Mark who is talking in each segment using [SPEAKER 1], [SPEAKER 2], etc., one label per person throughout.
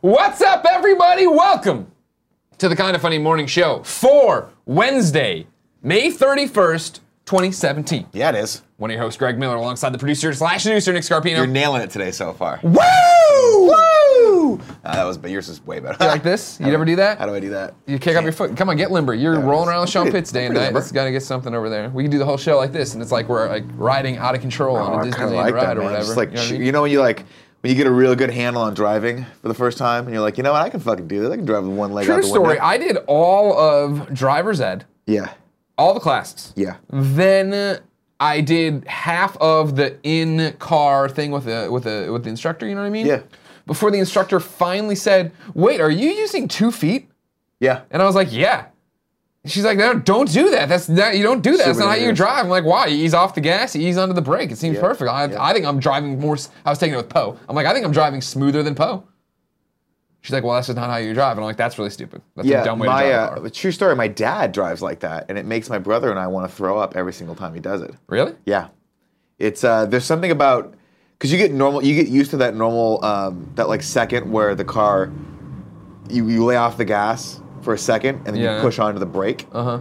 [SPEAKER 1] What's up, everybody? Welcome to the Kind of Funny Morning Show for Wednesday, May 31st, 2017.
[SPEAKER 2] Yeah, it is.
[SPEAKER 1] One of your hosts, Greg Miller, alongside the producer slash producer, Nick
[SPEAKER 2] You're
[SPEAKER 1] Scarpino.
[SPEAKER 2] nailing it today so far.
[SPEAKER 1] Woo! Woo!
[SPEAKER 2] Uh, that was, but yours is way better.
[SPEAKER 1] You like this? You never do
[SPEAKER 2] How
[SPEAKER 1] that?
[SPEAKER 2] do I do that?
[SPEAKER 1] You kick up your foot. Come on, get limber. You're rolling around with Sean
[SPEAKER 2] pretty-
[SPEAKER 1] Pitts day and
[SPEAKER 2] pretty
[SPEAKER 1] night.
[SPEAKER 2] limber.
[SPEAKER 1] It's got to get something over there. We can do the whole show like this, and it's like we're like riding out of control
[SPEAKER 2] Oh,
[SPEAKER 1] on a
[SPEAKER 2] I kind
[SPEAKER 1] Disneyland
[SPEAKER 2] of like
[SPEAKER 1] ride
[SPEAKER 2] that,
[SPEAKER 1] or
[SPEAKER 2] man.
[SPEAKER 1] whatever.
[SPEAKER 2] Just like
[SPEAKER 1] You know what I
[SPEAKER 2] ch-
[SPEAKER 1] mean?
[SPEAKER 2] you know when you like when you get a real good handle on driving for the first time, and you're like, you know what, I can fucking do this. I can drive with one leg out
[SPEAKER 1] True
[SPEAKER 2] the
[SPEAKER 1] story.
[SPEAKER 2] window.
[SPEAKER 1] I did all of driver's ed,
[SPEAKER 2] yeah,
[SPEAKER 1] all the classes.
[SPEAKER 2] yeah.
[SPEAKER 1] Then uh, I did half of the in-car thing with the with the with the instructor. You know what I mean?
[SPEAKER 2] Yeah.
[SPEAKER 1] Before the instructor finally said, "Wait, are you using two feet?"
[SPEAKER 2] Yeah.
[SPEAKER 1] And I was like, "Yeah." She's like, "No, don't do that. That's not, you don't do that. That's
[SPEAKER 2] Super
[SPEAKER 1] not how you
[SPEAKER 2] dangerous.
[SPEAKER 1] drive." I'm like, "Why? You ease off the gas, you ease onto the brake. It seems
[SPEAKER 2] Yeah,
[SPEAKER 1] perfect." I,
[SPEAKER 2] yeah.
[SPEAKER 1] I think I'm driving more. s- I was taking it with Poe. I'm like, "I think I'm driving smoother than Poe." She's like, "Well, that's just not how you drive." And I'm like, "That's really stupid. That's
[SPEAKER 2] Yeah,
[SPEAKER 1] a dumb way
[SPEAKER 2] my
[SPEAKER 1] to drive a
[SPEAKER 2] uh,
[SPEAKER 1] car."
[SPEAKER 2] true story. My dad drives like that, and it makes my brother and I want to throw up every single time he does it.
[SPEAKER 1] Really?
[SPEAKER 2] Yeah, it's uh, there's something about because you get normal, you get used to that normal, um, that like second where the car, you, you lay off the gas for a second and then
[SPEAKER 1] Yeah.
[SPEAKER 2] you push onto the brake.
[SPEAKER 1] Uh huh.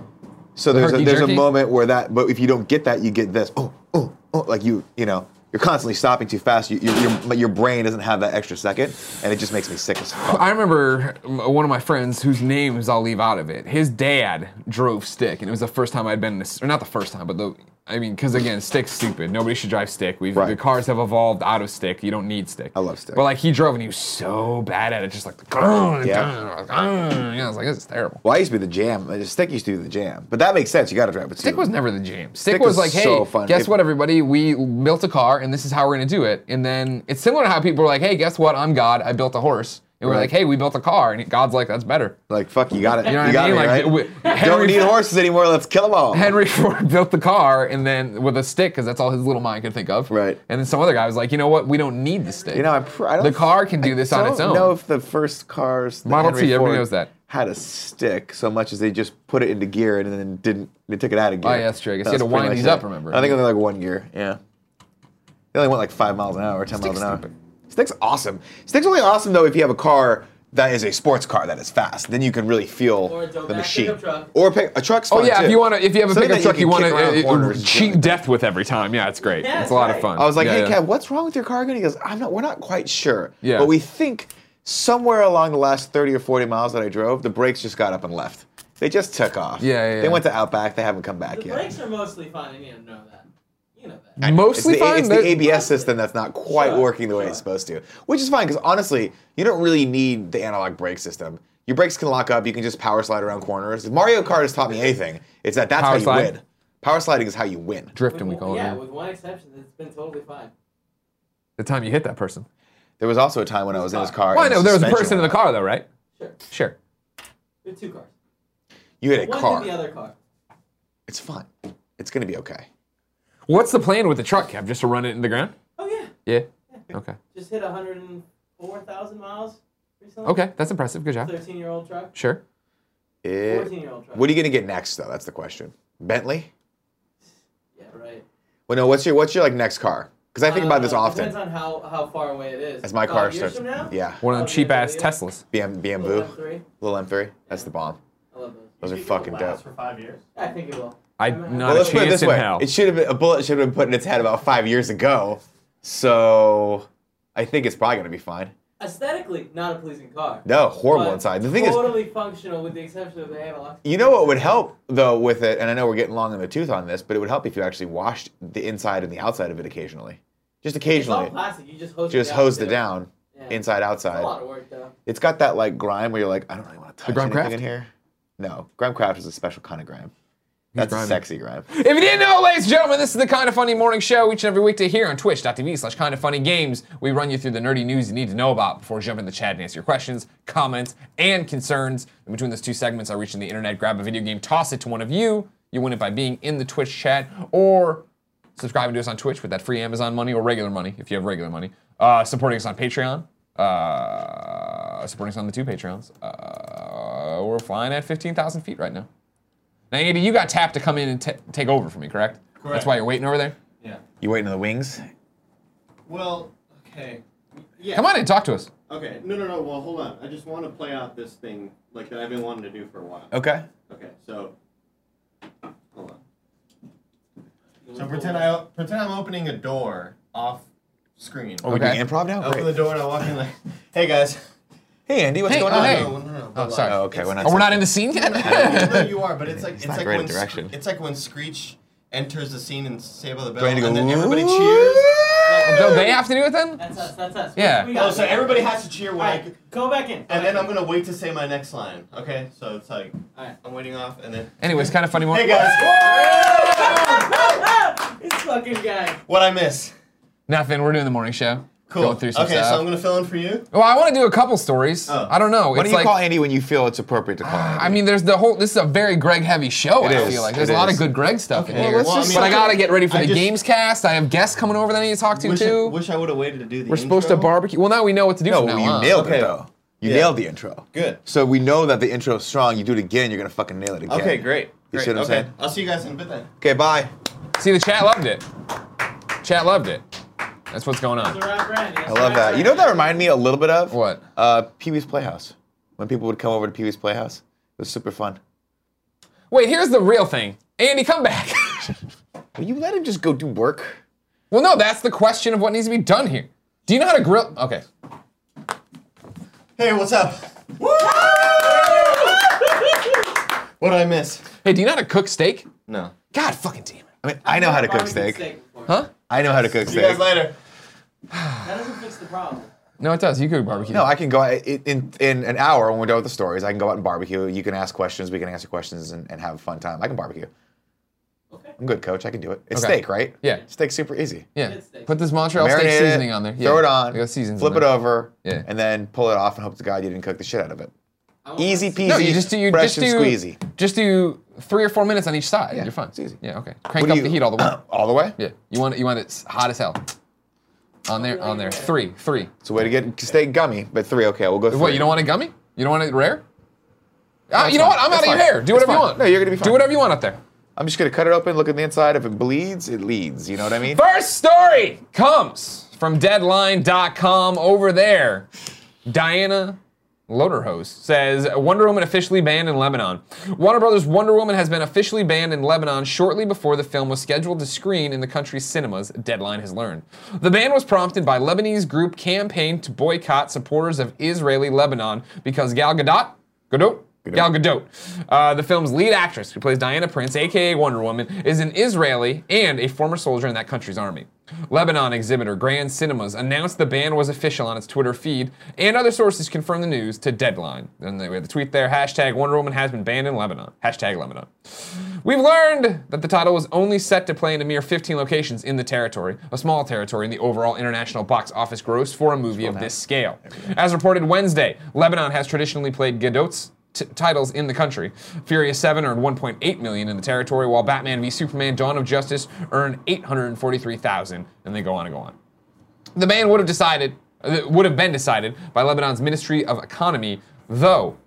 [SPEAKER 2] So there's a,
[SPEAKER 1] Herky
[SPEAKER 2] there's a
[SPEAKER 1] jerky?
[SPEAKER 2] moment where that, but if you don't get that, you get this. Oh, oh, oh, like you, you know, you're constantly stopping too fast. You, you, your, but your brain doesn't have that extra second, and it just makes me sick as fuck.
[SPEAKER 1] I remember m- one of my friends whose names I'll leave out of it. His dad drove stick, and it was the first time I'd been in this, or not the first time, but the. I mean, because again, stick's stupid. Nobody should drive stick. We've, The
[SPEAKER 2] Right.
[SPEAKER 1] cars have evolved out of stick. You don't need stick. I
[SPEAKER 2] love stick.
[SPEAKER 1] But like he drove and he was so bad at it, just like grrrr,
[SPEAKER 2] Yeah.
[SPEAKER 1] grrrr, grrrr. You know, I was like, this is terrible.
[SPEAKER 2] Well, I used to be the jam. The stick used to be the jam, but that makes sense. You got to drive with
[SPEAKER 1] Stick
[SPEAKER 2] two.
[SPEAKER 1] was never the jam. Stick,
[SPEAKER 2] Stick was
[SPEAKER 1] was like, hey,
[SPEAKER 2] so fun.
[SPEAKER 1] guess
[SPEAKER 2] It-
[SPEAKER 1] what, everybody? We built a car, and this is how we're gonna do it. And then it's similar to how people are like, hey, guess what? I'm God. I built a horse. And we're
[SPEAKER 2] Right.
[SPEAKER 1] like, hey, we built a car, and God's like, that's better.
[SPEAKER 2] Like fuck, you got it. You,
[SPEAKER 1] You know what
[SPEAKER 2] got
[SPEAKER 1] I mean?
[SPEAKER 2] me,
[SPEAKER 1] Like,
[SPEAKER 2] right?
[SPEAKER 1] w- Henry-
[SPEAKER 2] Don't need horses anymore. Let's kill them all.
[SPEAKER 1] Henry Ford built the car and then with a stick because that's all his little mind could think of.
[SPEAKER 2] Right.
[SPEAKER 1] And then some other guy was like, you know what? We don't need the stick.
[SPEAKER 2] You know, I'm pr- I don't,
[SPEAKER 1] The car can do this on its own.
[SPEAKER 2] I don't know if the first cars, that
[SPEAKER 1] Model
[SPEAKER 2] Henry
[SPEAKER 1] T, everybody
[SPEAKER 2] Ford
[SPEAKER 1] knows that.
[SPEAKER 2] had a stick so much as they just put it into gear and then didn't. They took it out of gear.
[SPEAKER 1] Oh, yeah, that's true. I guess
[SPEAKER 2] That
[SPEAKER 1] you had
[SPEAKER 2] was
[SPEAKER 1] to
[SPEAKER 2] pretty
[SPEAKER 1] wind
[SPEAKER 2] much
[SPEAKER 1] these
[SPEAKER 2] it.
[SPEAKER 1] up, remember?
[SPEAKER 2] I think only like one gear. Yeah. They only went like five miles an hour, ten
[SPEAKER 1] Stick's
[SPEAKER 2] miles an hour.
[SPEAKER 1] stupid.
[SPEAKER 2] Stick's awesome. Stick's only awesome though if you have a car. That is a sports car that is fast. Then you can really feel
[SPEAKER 3] Or a dope
[SPEAKER 2] the
[SPEAKER 3] ass
[SPEAKER 2] machine.
[SPEAKER 3] pickup truck.
[SPEAKER 2] Or pick, a truck's
[SPEAKER 1] oh
[SPEAKER 2] fun,
[SPEAKER 1] yeah, if
[SPEAKER 2] too.
[SPEAKER 1] you want to, if you have a
[SPEAKER 2] Something
[SPEAKER 1] pickup
[SPEAKER 2] that
[SPEAKER 1] truck, you
[SPEAKER 2] can
[SPEAKER 1] want
[SPEAKER 2] kick around
[SPEAKER 1] to
[SPEAKER 2] corners.
[SPEAKER 1] cheat death with every time. Yeah, it's great.
[SPEAKER 3] Yeah,
[SPEAKER 1] it's a lot of
[SPEAKER 3] that's
[SPEAKER 1] fun.
[SPEAKER 2] I was like,
[SPEAKER 1] Yeah,
[SPEAKER 2] hey,
[SPEAKER 1] yeah.
[SPEAKER 2] Kev, what's wrong with your car again? He goes, I'm not, we're not quite sure.
[SPEAKER 1] Yeah.
[SPEAKER 2] But we think somewhere along the last 30 or 40 miles that I drove, the brakes just got up and left. They just took off.
[SPEAKER 1] Yeah, yeah, yeah.
[SPEAKER 2] They went to Outback. They haven't come back
[SPEAKER 3] The
[SPEAKER 2] yet.
[SPEAKER 3] brakes are mostly fine. You know that. You know that.
[SPEAKER 2] It's
[SPEAKER 1] mostly
[SPEAKER 2] the,
[SPEAKER 1] fine.
[SPEAKER 2] it's
[SPEAKER 1] That-
[SPEAKER 2] the ABS system that's not quite
[SPEAKER 3] Sure,
[SPEAKER 2] working the way
[SPEAKER 3] sure.
[SPEAKER 2] it's supposed to, which is fine because honestly, you don't really need the analog brake system. Your brakes can lock up. You can just power slide around corners. If Mario Kart has taught me anything, it's that that's
[SPEAKER 1] Power
[SPEAKER 2] how you
[SPEAKER 1] slide?
[SPEAKER 2] win. Power sliding is how you win.
[SPEAKER 1] drifting, we call
[SPEAKER 3] yeah,
[SPEAKER 1] it.
[SPEAKER 3] with one exception, it's been totally fine.
[SPEAKER 1] The time you hit that person.
[SPEAKER 2] There was also a time when I was in his car.
[SPEAKER 1] Well, I
[SPEAKER 2] and
[SPEAKER 1] know there was a
[SPEAKER 2] suspension
[SPEAKER 1] person in the
[SPEAKER 2] went out.
[SPEAKER 1] car though, right?
[SPEAKER 3] Sure.
[SPEAKER 1] Sure.
[SPEAKER 3] There are two cars.
[SPEAKER 2] You hit a
[SPEAKER 3] One
[SPEAKER 2] car.
[SPEAKER 3] hit the other car.
[SPEAKER 2] It's fine. It's gonna be okay.
[SPEAKER 1] What's the plan with the truck, Kev? Just to run it in the ground?
[SPEAKER 3] Oh yeah,
[SPEAKER 1] Yeah. Okay.
[SPEAKER 3] just hit 104,000 miles recently.
[SPEAKER 1] Okay, that's impressive. Good job.
[SPEAKER 3] 13 year old truck.
[SPEAKER 1] Sure.
[SPEAKER 2] It-
[SPEAKER 3] 14 year old truck.
[SPEAKER 2] what are you gonna get next though? That's the question. Bentley?
[SPEAKER 3] Yeah, right.
[SPEAKER 2] Well, no. What's your what's your like next car? Because I think about this
[SPEAKER 3] Uh,
[SPEAKER 2] often.
[SPEAKER 3] Depends on how, how far away it is.
[SPEAKER 2] As my car
[SPEAKER 3] Five years
[SPEAKER 2] starts,
[SPEAKER 3] From now?
[SPEAKER 2] yeah,
[SPEAKER 1] One of them
[SPEAKER 3] Oh,
[SPEAKER 1] cheap ass
[SPEAKER 3] yeah, yeah.
[SPEAKER 1] Teslas.
[SPEAKER 2] BM,
[SPEAKER 3] Little
[SPEAKER 2] BMW,
[SPEAKER 3] M3.
[SPEAKER 2] little M3. That's the bomb.
[SPEAKER 3] I love those.
[SPEAKER 2] Those are
[SPEAKER 4] think it'll
[SPEAKER 2] fucking
[SPEAKER 4] last
[SPEAKER 2] dope.
[SPEAKER 4] For five years.
[SPEAKER 3] I think it will.
[SPEAKER 1] I
[SPEAKER 3] I'm-
[SPEAKER 1] not
[SPEAKER 2] Well,
[SPEAKER 1] a
[SPEAKER 2] let's put it
[SPEAKER 1] chance
[SPEAKER 2] this
[SPEAKER 1] in
[SPEAKER 2] way:
[SPEAKER 1] hell.
[SPEAKER 2] it should have been a bullet should have been put in its head about five years ago. So I think it's probably gonna be fine.
[SPEAKER 3] Aesthetically, not a pleasing car.
[SPEAKER 2] No, horrible
[SPEAKER 3] but
[SPEAKER 2] inside. The thing is,
[SPEAKER 3] totally functional with the exception of the analog.
[SPEAKER 2] You know what would help though with it, and I know we're getting long in the tooth on this, but it would help if you actually washed the inside and the outside of it occasionally, just
[SPEAKER 3] It's all
[SPEAKER 2] occasionally.
[SPEAKER 3] plastic. You just hose
[SPEAKER 2] Just
[SPEAKER 3] it down.
[SPEAKER 2] hose the
[SPEAKER 3] too.
[SPEAKER 2] down,
[SPEAKER 3] Yeah.
[SPEAKER 2] inside
[SPEAKER 3] It's a lot
[SPEAKER 2] outside.
[SPEAKER 3] of work though.
[SPEAKER 2] It's got that like grime where you're like, I don't really want to touch
[SPEAKER 1] grime
[SPEAKER 2] anything
[SPEAKER 1] craft?
[SPEAKER 2] in here. No, grime craft is a special kind of grime. That's
[SPEAKER 1] grimy.
[SPEAKER 2] a sexy grime.
[SPEAKER 1] If you didn't know, ladies and gentlemen, this is the Kind of Funny Morning Show each and every weekday here on twitch.tv slash kind of funny games. We run you through the nerdy news you need to know about before jumping in the chat and answer your questions, comments, and concerns. In between those two segments, I reach in the internet, grab a video game, toss it to one of you. You win it by being in the Twitch chat or subscribing to us on Twitch with that free Amazon money or regular money if you have regular money. Uh, supporting us on Patreon. Uh, supporting us on the two Patreons. Uh, we're flying at 15,000 feet right now. Now, Andy, you got tapped to come in and t- take over for me, correct? That's
[SPEAKER 4] Correct.
[SPEAKER 1] why you're waiting over there.
[SPEAKER 4] Yeah.
[SPEAKER 2] You waiting in the wings?
[SPEAKER 4] Well, okay. Yeah.
[SPEAKER 1] Come on in, talk to us.
[SPEAKER 4] Okay, no, no, no. Well, hold on. I just want to play out this thing like that I've been wanting to do for a while.
[SPEAKER 2] Okay.
[SPEAKER 4] Okay, so hold on.
[SPEAKER 3] Really
[SPEAKER 4] So
[SPEAKER 3] cool.
[SPEAKER 4] pretend I pretend I'm opening a door off screen.
[SPEAKER 2] Are we
[SPEAKER 1] Oh, Okay.
[SPEAKER 2] doing improv now?
[SPEAKER 4] I open the
[SPEAKER 2] Great.
[SPEAKER 4] door and I walk in like, hey guys.
[SPEAKER 2] Hey, Andy, what's
[SPEAKER 1] Hey,
[SPEAKER 2] going
[SPEAKER 1] oh,
[SPEAKER 2] on?
[SPEAKER 1] hey.
[SPEAKER 4] No, no, no, no,
[SPEAKER 1] Oh,
[SPEAKER 4] but,
[SPEAKER 1] sorry.
[SPEAKER 4] like,
[SPEAKER 2] Oh, okay, we're not.
[SPEAKER 1] Oh, we're not in the scene
[SPEAKER 4] I know
[SPEAKER 1] yet?
[SPEAKER 4] you are, but it's like it's,
[SPEAKER 2] not
[SPEAKER 4] like
[SPEAKER 2] great
[SPEAKER 4] when
[SPEAKER 2] at
[SPEAKER 4] Sc-
[SPEAKER 2] direction.
[SPEAKER 4] it's like when Screech enters the scene and Save by the
[SPEAKER 2] Do
[SPEAKER 4] Bell,
[SPEAKER 2] I need to go?
[SPEAKER 4] and then everybody cheers.
[SPEAKER 1] Don't they have to do it then?
[SPEAKER 3] That's us. That's us.
[SPEAKER 1] Yeah.
[SPEAKER 3] We, we got
[SPEAKER 4] Oh, so
[SPEAKER 3] it.
[SPEAKER 4] everybody has to cheer when I,
[SPEAKER 3] Alright, go back in.
[SPEAKER 4] and then I'm gonna wait to say my next line. Okay, so it's like
[SPEAKER 3] Alright.
[SPEAKER 4] I'm waiting off, and then
[SPEAKER 1] Anyways, kind of funny.
[SPEAKER 4] hey
[SPEAKER 1] Morning.
[SPEAKER 4] guys,
[SPEAKER 3] this fucking guy.
[SPEAKER 4] what I miss?
[SPEAKER 1] Nothing. We're doing the morning show.
[SPEAKER 4] Cool.
[SPEAKER 1] Going through some
[SPEAKER 4] okay,
[SPEAKER 1] stuff.
[SPEAKER 4] so I'm gonna fill in for you.
[SPEAKER 1] well, I want to do a couple stories.
[SPEAKER 4] Oh.
[SPEAKER 1] I don't know.
[SPEAKER 2] What
[SPEAKER 1] it's
[SPEAKER 2] do you
[SPEAKER 1] like, Ah,
[SPEAKER 2] call Andy when you feel it's appropriate to call? Andy?
[SPEAKER 1] I mean, there's the whole. This is a very Greg heavy show.
[SPEAKER 2] It
[SPEAKER 1] I
[SPEAKER 2] is,
[SPEAKER 1] feel like
[SPEAKER 2] it
[SPEAKER 1] there's a lot
[SPEAKER 2] is.
[SPEAKER 1] of good Greg stuff in
[SPEAKER 4] Okay.
[SPEAKER 1] here.
[SPEAKER 4] Well, let's
[SPEAKER 1] but
[SPEAKER 4] just-
[SPEAKER 1] I gotta get ready for
[SPEAKER 4] I
[SPEAKER 1] the
[SPEAKER 4] just-
[SPEAKER 1] games cast. I have guests coming over that I need to talk to
[SPEAKER 4] wish, I,
[SPEAKER 1] too.
[SPEAKER 4] wish I would have waited to do the.
[SPEAKER 1] We're supposed to
[SPEAKER 4] intro.
[SPEAKER 1] barbecue. Well, now we know what to do.
[SPEAKER 2] no,
[SPEAKER 1] from now
[SPEAKER 2] you
[SPEAKER 1] on.
[SPEAKER 2] nailed
[SPEAKER 4] Okay.
[SPEAKER 2] it though. You
[SPEAKER 4] Yeah.
[SPEAKER 2] nailed the intro.
[SPEAKER 4] Good.
[SPEAKER 2] So we know that the intro is strong. You do it again, you're gonna fucking nail it again.
[SPEAKER 4] Okay, great.
[SPEAKER 2] You
[SPEAKER 4] great.
[SPEAKER 2] see what I'm
[SPEAKER 4] okay.
[SPEAKER 2] saying?
[SPEAKER 4] I'll see you guys in a bit then.
[SPEAKER 2] Okay, bye.
[SPEAKER 1] See, the chat loved it. Chat loved it. That's what's going on.
[SPEAKER 3] It's around Brand.
[SPEAKER 2] I love that. You know what that reminded me a little bit of?
[SPEAKER 1] What?
[SPEAKER 2] Uh, Pee Wee's Playhouse. When people would come over to Pee Wee's Playhouse, it was super fun.
[SPEAKER 1] Wait, here's the real thing. Andy, come back.
[SPEAKER 2] Will you let him just go do work?
[SPEAKER 1] well, no, that's the question of what needs to be done here. Do you know how to grill? Okay.
[SPEAKER 4] Hey, what's up? What did I miss?
[SPEAKER 1] Hey, do you know how to cook steak?
[SPEAKER 4] No.
[SPEAKER 1] God fucking damn it.
[SPEAKER 2] I mean, I know how to cook steak.
[SPEAKER 3] Huh?
[SPEAKER 2] I know how to cook
[SPEAKER 4] See you guys
[SPEAKER 2] steak.
[SPEAKER 4] later.
[SPEAKER 3] That doesn't fix the problem.
[SPEAKER 1] No, it does. You cook barbecue.
[SPEAKER 2] No, I can go out in, in in an hour when we're done with the stories. I can go out and barbecue. You can ask questions. We can answer questions and, and have a fun time. I can barbecue.
[SPEAKER 3] Okay.
[SPEAKER 2] I'm good, coach. I can do it. It's
[SPEAKER 1] Okay.
[SPEAKER 2] steak, right?
[SPEAKER 1] Yeah.
[SPEAKER 2] Steak's super easy.
[SPEAKER 1] yeah.
[SPEAKER 3] Good steak.
[SPEAKER 1] Put this Montreal
[SPEAKER 2] Marinate
[SPEAKER 1] steak
[SPEAKER 2] it,
[SPEAKER 1] seasoning on there. Yeah.
[SPEAKER 2] Throw it on.
[SPEAKER 1] I got seasons.
[SPEAKER 2] Flip
[SPEAKER 1] on
[SPEAKER 2] it
[SPEAKER 1] there.
[SPEAKER 2] over.
[SPEAKER 1] Yeah.
[SPEAKER 2] And then pull it off and hope to God you didn't cook the shit out of it.
[SPEAKER 3] I want
[SPEAKER 2] Easy
[SPEAKER 3] this-
[SPEAKER 2] peasy.
[SPEAKER 1] No, you just do. You
[SPEAKER 2] fresh
[SPEAKER 1] just do.
[SPEAKER 2] and squeezy.
[SPEAKER 1] Just do three or four minutes on each side.
[SPEAKER 2] Yeah,
[SPEAKER 1] You're fine.
[SPEAKER 2] it's easy.
[SPEAKER 1] Yeah. Okay. Crank
[SPEAKER 2] What
[SPEAKER 1] up
[SPEAKER 2] do
[SPEAKER 1] the
[SPEAKER 2] you-
[SPEAKER 1] heat all the way.
[SPEAKER 2] all the way.
[SPEAKER 1] yeah. You want it. You want it s- hot as hell. On there. On there. Three. Three.
[SPEAKER 2] It's a way to get steak gummy, but three. Okay, we'll go. Three.
[SPEAKER 1] What, you don't want it gummy? You don't want it rare? Ah,
[SPEAKER 2] it's
[SPEAKER 1] you know
[SPEAKER 2] fine.
[SPEAKER 1] what? I'm
[SPEAKER 2] It's
[SPEAKER 1] out of your
[SPEAKER 2] fine.
[SPEAKER 1] hair. Do
[SPEAKER 2] It's
[SPEAKER 1] whatever you
[SPEAKER 2] fine.
[SPEAKER 1] want.
[SPEAKER 2] No, you're gonna be
[SPEAKER 1] Do
[SPEAKER 2] fine.
[SPEAKER 1] whatever you want out there.
[SPEAKER 2] I'm just gonna cut it open, look at the inside. If it bleeds, it leads. You know what I mean?
[SPEAKER 1] First story comes from Deadline.com over there. Diana Loderhose says Wonder Woman officially banned in Lebanon. Warner Brothers' Wonder Woman has been officially banned in Lebanon shortly before the film was scheduled to screen in the country's cinemas, Deadline has learned. The ban was prompted by Lebanese group campaign to boycott supporters of Israeli Lebanon because Gal Gadot, Gadot, Gal Gadot, uh, the film's lead actress who plays Diana Prince, aka Wonder Woman, is an Israeli and a former soldier in that country's army. Lebanon exhibitor Grand Cinemas announced the ban was official on its Twitter feed, and other sources confirmed the news to Deadline. And they we have the tweet there: hashtag Wonder Woman has been banned in Lebanon. Hashtag Lebanon. We've learned that the title was only set to play in a mere 15 locations in the territory, a small territory in the overall international box office gross for a movie of this scale. As reported Wednesday, Lebanon has traditionally played Gadot's t- titles in the country. Furious 7 earned 1.8 million in the territory, while Batman v Superman: Dawn of Justice earned 843,000, and they go on and go on. The ban would have decided uh, would have been decided by Lebanon's Ministry of Economy, though.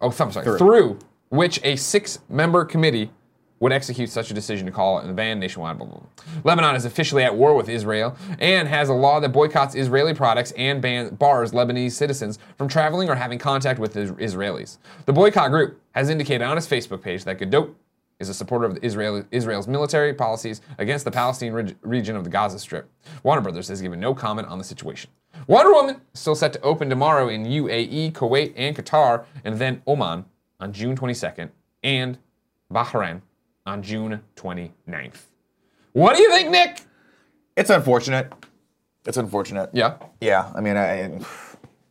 [SPEAKER 1] Oh, I'm sorry. Through, which a six-member committee would execute such a decision to call it a ban nationwide. Blah, blah, blah. Lebanon is officially at war with Israel and has a law that boycotts Israeli products and bans bars Lebanese citizens from traveling or having contact with the Israelis. The boycott group has indicated on its Facebook page that Godot is a supporter of the Israel, Israel's military policies against the Palestinian reg- region of the Gaza Strip. Warner Brothers has given no comment on the situation. Wonder Woman is still set to open tomorrow in UAE, Kuwait, and Qatar, and then Oman on June 22nd, and Bahrain on June 29th. What do you think, Nick?
[SPEAKER 2] It's unfortunate. It's unfortunate.
[SPEAKER 1] Yeah.
[SPEAKER 2] Yeah. I mean, I. I-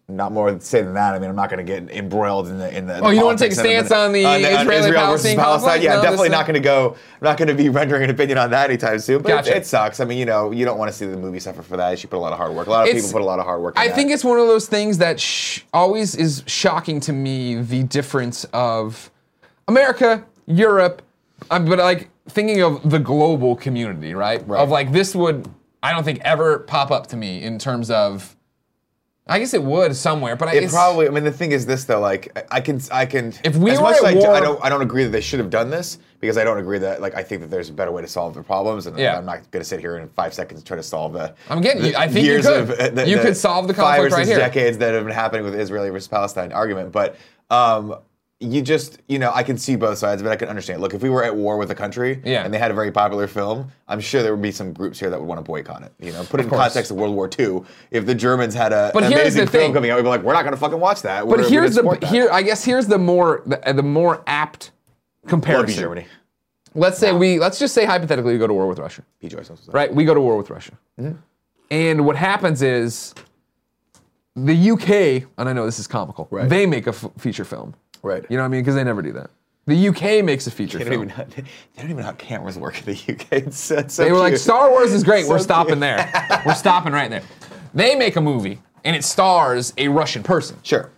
[SPEAKER 2] Not more to say than that. I mean, I'm not going to get embroiled in the in the.
[SPEAKER 1] Oh, you don't wanna take a
[SPEAKER 2] politics
[SPEAKER 1] stance
[SPEAKER 2] of it.
[SPEAKER 1] on the Israeli-Palestine
[SPEAKER 2] uh, Israel versus
[SPEAKER 1] conflict?
[SPEAKER 2] Palestine? Yeah,
[SPEAKER 1] No,
[SPEAKER 2] definitely
[SPEAKER 1] this-
[SPEAKER 2] not going to go. I'm not going to be rendering an opinion on that anytime soon. But
[SPEAKER 1] Gotcha.
[SPEAKER 2] it, it sucks. I mean, you know, you don't want to see the movie suffer for that. She put a lot of hard work. A lot of
[SPEAKER 1] It's-
[SPEAKER 2] people put a lot of hard work. in
[SPEAKER 1] I
[SPEAKER 2] that.
[SPEAKER 1] think it's one of those things that sh- always is shocking to me the difference of America, Europe, uh, but like thinking of the global community, right?
[SPEAKER 2] Right.
[SPEAKER 1] Of like this would, I don't think ever pop up to me in terms of I guess it would somewhere, but I
[SPEAKER 2] It
[SPEAKER 1] it's-
[SPEAKER 2] probably. I mean, the thing is this though. Like, I- I can, I can.
[SPEAKER 1] If we
[SPEAKER 2] as
[SPEAKER 1] were
[SPEAKER 2] much
[SPEAKER 1] at
[SPEAKER 2] as I, do-
[SPEAKER 1] war-
[SPEAKER 2] I don't, I don't agree that they should have done this because I don't agree that, like, I think that there's a better way to solve the problems, and
[SPEAKER 1] Yeah.
[SPEAKER 2] I'm not going to sit here in five seconds and try to solve the.
[SPEAKER 1] I'm getting
[SPEAKER 2] the
[SPEAKER 1] you. I think you
[SPEAKER 2] years
[SPEAKER 1] could.
[SPEAKER 2] Of, uh, the,
[SPEAKER 1] You
[SPEAKER 2] the
[SPEAKER 1] could solve the
[SPEAKER 2] five or
[SPEAKER 1] conflict right
[SPEAKER 2] six
[SPEAKER 1] here.
[SPEAKER 2] Decades that have been happening with Israeli versus Palestine argument, but. Um, you just, you know, I can see both sides, but I can understand. Look, if we were at war with a country
[SPEAKER 1] Yeah.
[SPEAKER 2] and they had a very popular film, I'm sure there would be some groups here that would want to boycott it. You know, put it in
[SPEAKER 1] course.
[SPEAKER 2] context of World War II. If the Germans had a,
[SPEAKER 1] But
[SPEAKER 2] an
[SPEAKER 1] here's
[SPEAKER 2] amazing
[SPEAKER 1] the
[SPEAKER 2] film
[SPEAKER 1] thing.
[SPEAKER 2] coming out, we'd be like, we're not going to fucking watch that.
[SPEAKER 1] But
[SPEAKER 2] We're- we
[SPEAKER 1] here's
[SPEAKER 2] didn't
[SPEAKER 1] the
[SPEAKER 2] support that."
[SPEAKER 1] here. I guess here's the more the, the more apt
[SPEAKER 2] Love you,
[SPEAKER 1] comparison.
[SPEAKER 2] Germany.
[SPEAKER 1] Let's say we let's just say hypothetically we go to war with Russia.
[SPEAKER 2] P. Joyce. what's up?
[SPEAKER 1] right? We go to war with Russia. And what happens is the UK, and I know this is comical,
[SPEAKER 2] Right.
[SPEAKER 1] they make a f- feature film.
[SPEAKER 2] Right.
[SPEAKER 1] You know what I mean? Because they never do that. The UK makes a feature
[SPEAKER 2] They
[SPEAKER 1] film.
[SPEAKER 2] don't, even know, they don't even know how cameras work in the UK. It's, so- it's so
[SPEAKER 1] they were like,
[SPEAKER 2] cute.
[SPEAKER 1] Star Wars is great. we're
[SPEAKER 2] So
[SPEAKER 1] stopping
[SPEAKER 2] cute.
[SPEAKER 1] there. We're stopping right there. They make a movie and it stars a Russian person.
[SPEAKER 2] Sure.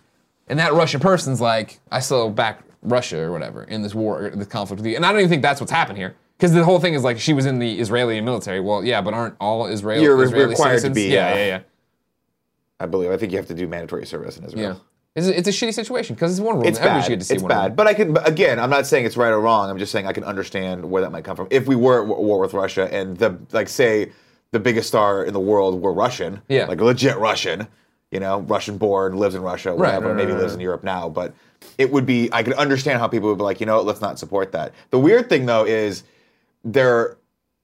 [SPEAKER 1] And that Russian person's like, I still back Russia or whatever in this war, or this conflict with you. And I don't even think that's what's happened here. Because the whole thing is like, she was in the Israeli military. Well, yeah, but aren't all Israel,
[SPEAKER 2] You're re-
[SPEAKER 1] Israeli
[SPEAKER 2] required to
[SPEAKER 1] citizens?
[SPEAKER 2] be,
[SPEAKER 1] yeah,
[SPEAKER 2] uh,
[SPEAKER 1] yeah, yeah.
[SPEAKER 2] I believe. I think you have to do mandatory service in Israel.
[SPEAKER 1] Yeah. It's a, it's a shitty situation because it's Wonder Woman.
[SPEAKER 2] It's
[SPEAKER 1] Everybody
[SPEAKER 2] bad.
[SPEAKER 1] should get to see
[SPEAKER 2] it's
[SPEAKER 1] Wonder
[SPEAKER 2] bad.
[SPEAKER 1] Woman.
[SPEAKER 2] But I can. But again, I'm not saying it's right or wrong. I'm just saying I can understand where that might come from. If we were at war with Russia and the like, say the biggest star in the world were Russian,
[SPEAKER 1] Yeah.
[SPEAKER 2] like legit Russian, you know, Russian born, lives in Russia,
[SPEAKER 1] Right,
[SPEAKER 2] whatever,
[SPEAKER 1] right,
[SPEAKER 2] maybe
[SPEAKER 1] right,
[SPEAKER 2] lives in Europe now, but it would be. I could understand how people would be like, you know, what, let's not support that. The weird thing though is they're.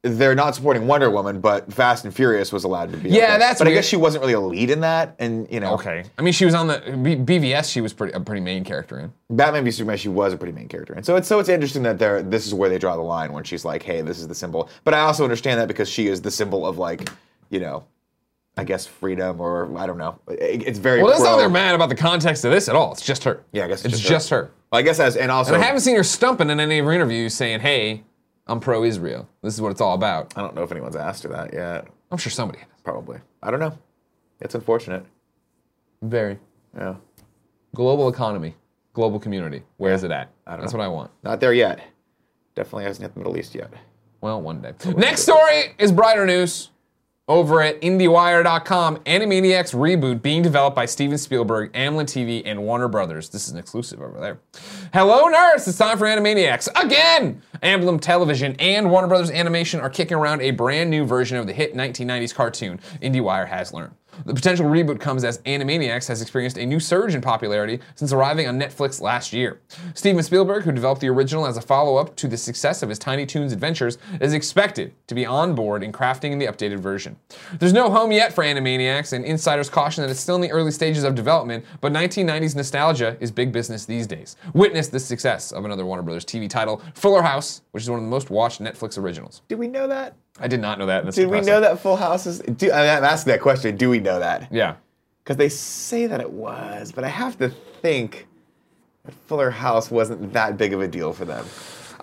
[SPEAKER 2] They're not supporting Wonder Woman, but Fast and Furious was allowed to be. up
[SPEAKER 1] Yeah,
[SPEAKER 2] there.
[SPEAKER 1] that's
[SPEAKER 2] But I
[SPEAKER 1] weird.
[SPEAKER 2] guess she wasn't really a lead in that, and you know,
[SPEAKER 1] Okay. I mean, she was on the B- BVS. She was pretty a pretty main character in.
[SPEAKER 2] Batman v Superman, she was a pretty main character, and so it's so it's interesting that there this is where they draw the line when she's like, "Hey, this is the symbol." But I also understand that because she is the symbol of like, you know, I guess freedom or I don't know. It- it's very
[SPEAKER 1] Well, that's not
[SPEAKER 2] pro-
[SPEAKER 1] they're mad about the context of this at all. It's just her.
[SPEAKER 2] Yeah, I guess
[SPEAKER 1] it's,
[SPEAKER 2] it's
[SPEAKER 1] just,
[SPEAKER 2] just
[SPEAKER 1] her.
[SPEAKER 2] Well, I guess as and also
[SPEAKER 1] And I haven't seen her stumping in any of her interviews saying, "Hey, I'm pro-Israel. This is what it's all about."
[SPEAKER 2] I don't know if anyone's asked her that yet.
[SPEAKER 1] I'm sure somebody has.
[SPEAKER 2] Probably I don't know. It's unfortunate.
[SPEAKER 1] Very
[SPEAKER 2] Yeah,
[SPEAKER 1] global economy, global community. Where is it at?
[SPEAKER 2] I don't
[SPEAKER 1] That's
[SPEAKER 2] know.
[SPEAKER 1] what I want.
[SPEAKER 2] not there yet. Definitely hasn't hit the Middle East yet.
[SPEAKER 1] Well, one day. Next story is brighter news over at IndieWire.com. Animaniacs reboot being developed by Steven Spielberg, Amblin TV, and Warner Brothers. This is an exclusive over there. Hello, nerds! It's time for Animaniacs again. Amblin Television and Warner Brothers Animation are kicking around a brand new version of the hit 1990s cartoon. IndieWire has learned. The potential reboot comes as Animaniacs has experienced a new surge in popularity since arriving on Netflix last year. Steven Spielberg, who developed the original as a follow up to the success of his Tiny Toons adventures, is expected to be on board in crafting the updated version. There's no home yet for Animaniacs, and insiders caution that it's still in the early stages of development, but 1990s nostalgia is big business these days. Witness the success of another Warner Brothers TV title, Fuller House, which is one of the most watched Netflix originals.
[SPEAKER 2] Do we know that?
[SPEAKER 1] I did not know that. That's
[SPEAKER 2] Did we
[SPEAKER 1] depressing.
[SPEAKER 2] know that Full House is? Do, I mean, I'm asking that question. Do we know that?
[SPEAKER 1] Yeah.
[SPEAKER 2] because they say that it was, but I have to think that Fuller House wasn't that big of a deal for them.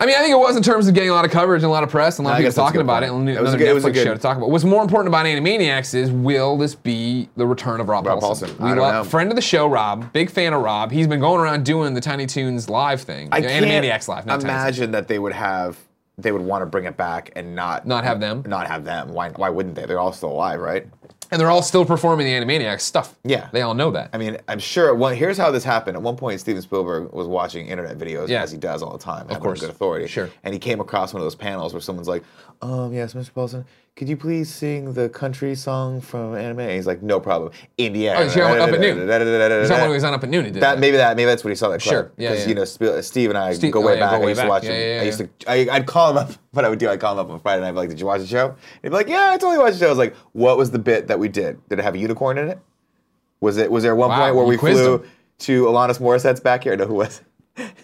[SPEAKER 1] I mean, I think it was in terms of getting a lot of coverage and a lot of press and a lot
[SPEAKER 2] I
[SPEAKER 1] of people
[SPEAKER 2] guess that's a
[SPEAKER 1] talking
[SPEAKER 2] good
[SPEAKER 1] about
[SPEAKER 2] point.
[SPEAKER 1] it. And
[SPEAKER 2] It was a
[SPEAKER 1] another
[SPEAKER 2] good- it
[SPEAKER 1] Netflix
[SPEAKER 2] was a good-
[SPEAKER 1] show to talk about. What's more important about Animaniacs is will this be the return of Rob,
[SPEAKER 2] Rob
[SPEAKER 1] Paulson?
[SPEAKER 2] Paulson. I don't know.
[SPEAKER 1] friend of the show, Rob. Big fan of Rob. He's been going around doing the Tiny Toons live thing.
[SPEAKER 2] I
[SPEAKER 1] You know,
[SPEAKER 2] can't
[SPEAKER 1] Animaniacs live. Not Tiny Toons.
[SPEAKER 2] imagine that they would have they would want to bring it back and not
[SPEAKER 1] Not have them?
[SPEAKER 2] Not have them. Why? Why wouldn't they? They're all still alive, right?
[SPEAKER 1] And they're all still performing the Animaniacs stuff.
[SPEAKER 2] Yeah.
[SPEAKER 1] they all know that.
[SPEAKER 2] I mean, I'm sure. Well, here's how this happened. At one point, Steven Spielberg was watching internet videos,
[SPEAKER 1] Yeah.
[SPEAKER 2] as he does all the time, of
[SPEAKER 1] course.
[SPEAKER 2] good authority.
[SPEAKER 1] Sure.
[SPEAKER 2] And he came across one of those panels where someone's like, "Um, yes, Mr. Paulson, could you please sing the country song from anime?" And he's like, "No problem, Indiana."
[SPEAKER 1] Oh, so you're up at noon. Someone who
[SPEAKER 2] noon.
[SPEAKER 1] was on up at noon. He did
[SPEAKER 2] That maybe that maybe that's what he saw that clip.
[SPEAKER 1] Sure. Yeah,
[SPEAKER 2] Because
[SPEAKER 1] yeah.
[SPEAKER 2] you know Sp- Steve and I
[SPEAKER 1] Steve-
[SPEAKER 2] go
[SPEAKER 1] oh,
[SPEAKER 2] way
[SPEAKER 1] yeah,
[SPEAKER 2] back.
[SPEAKER 1] go
[SPEAKER 2] I
[SPEAKER 1] way
[SPEAKER 2] used
[SPEAKER 1] back.
[SPEAKER 2] to watch
[SPEAKER 1] Yeah,
[SPEAKER 2] him.
[SPEAKER 1] yeah,
[SPEAKER 2] I used to. I, I'd call him up. What I would do, I'd call him up on Friday night. I'd be like, "Did you watch the show?" And he'd be like, "Yeah, I totally watched the show." I was like, "What was the bit that we did? Did it have a unicorn in it? Was it? Was there one
[SPEAKER 1] Wow,
[SPEAKER 2] point where
[SPEAKER 1] you
[SPEAKER 2] we
[SPEAKER 1] quizzed
[SPEAKER 2] flew
[SPEAKER 1] him.
[SPEAKER 2] to Alanis Morissette's backyard? No, who was?"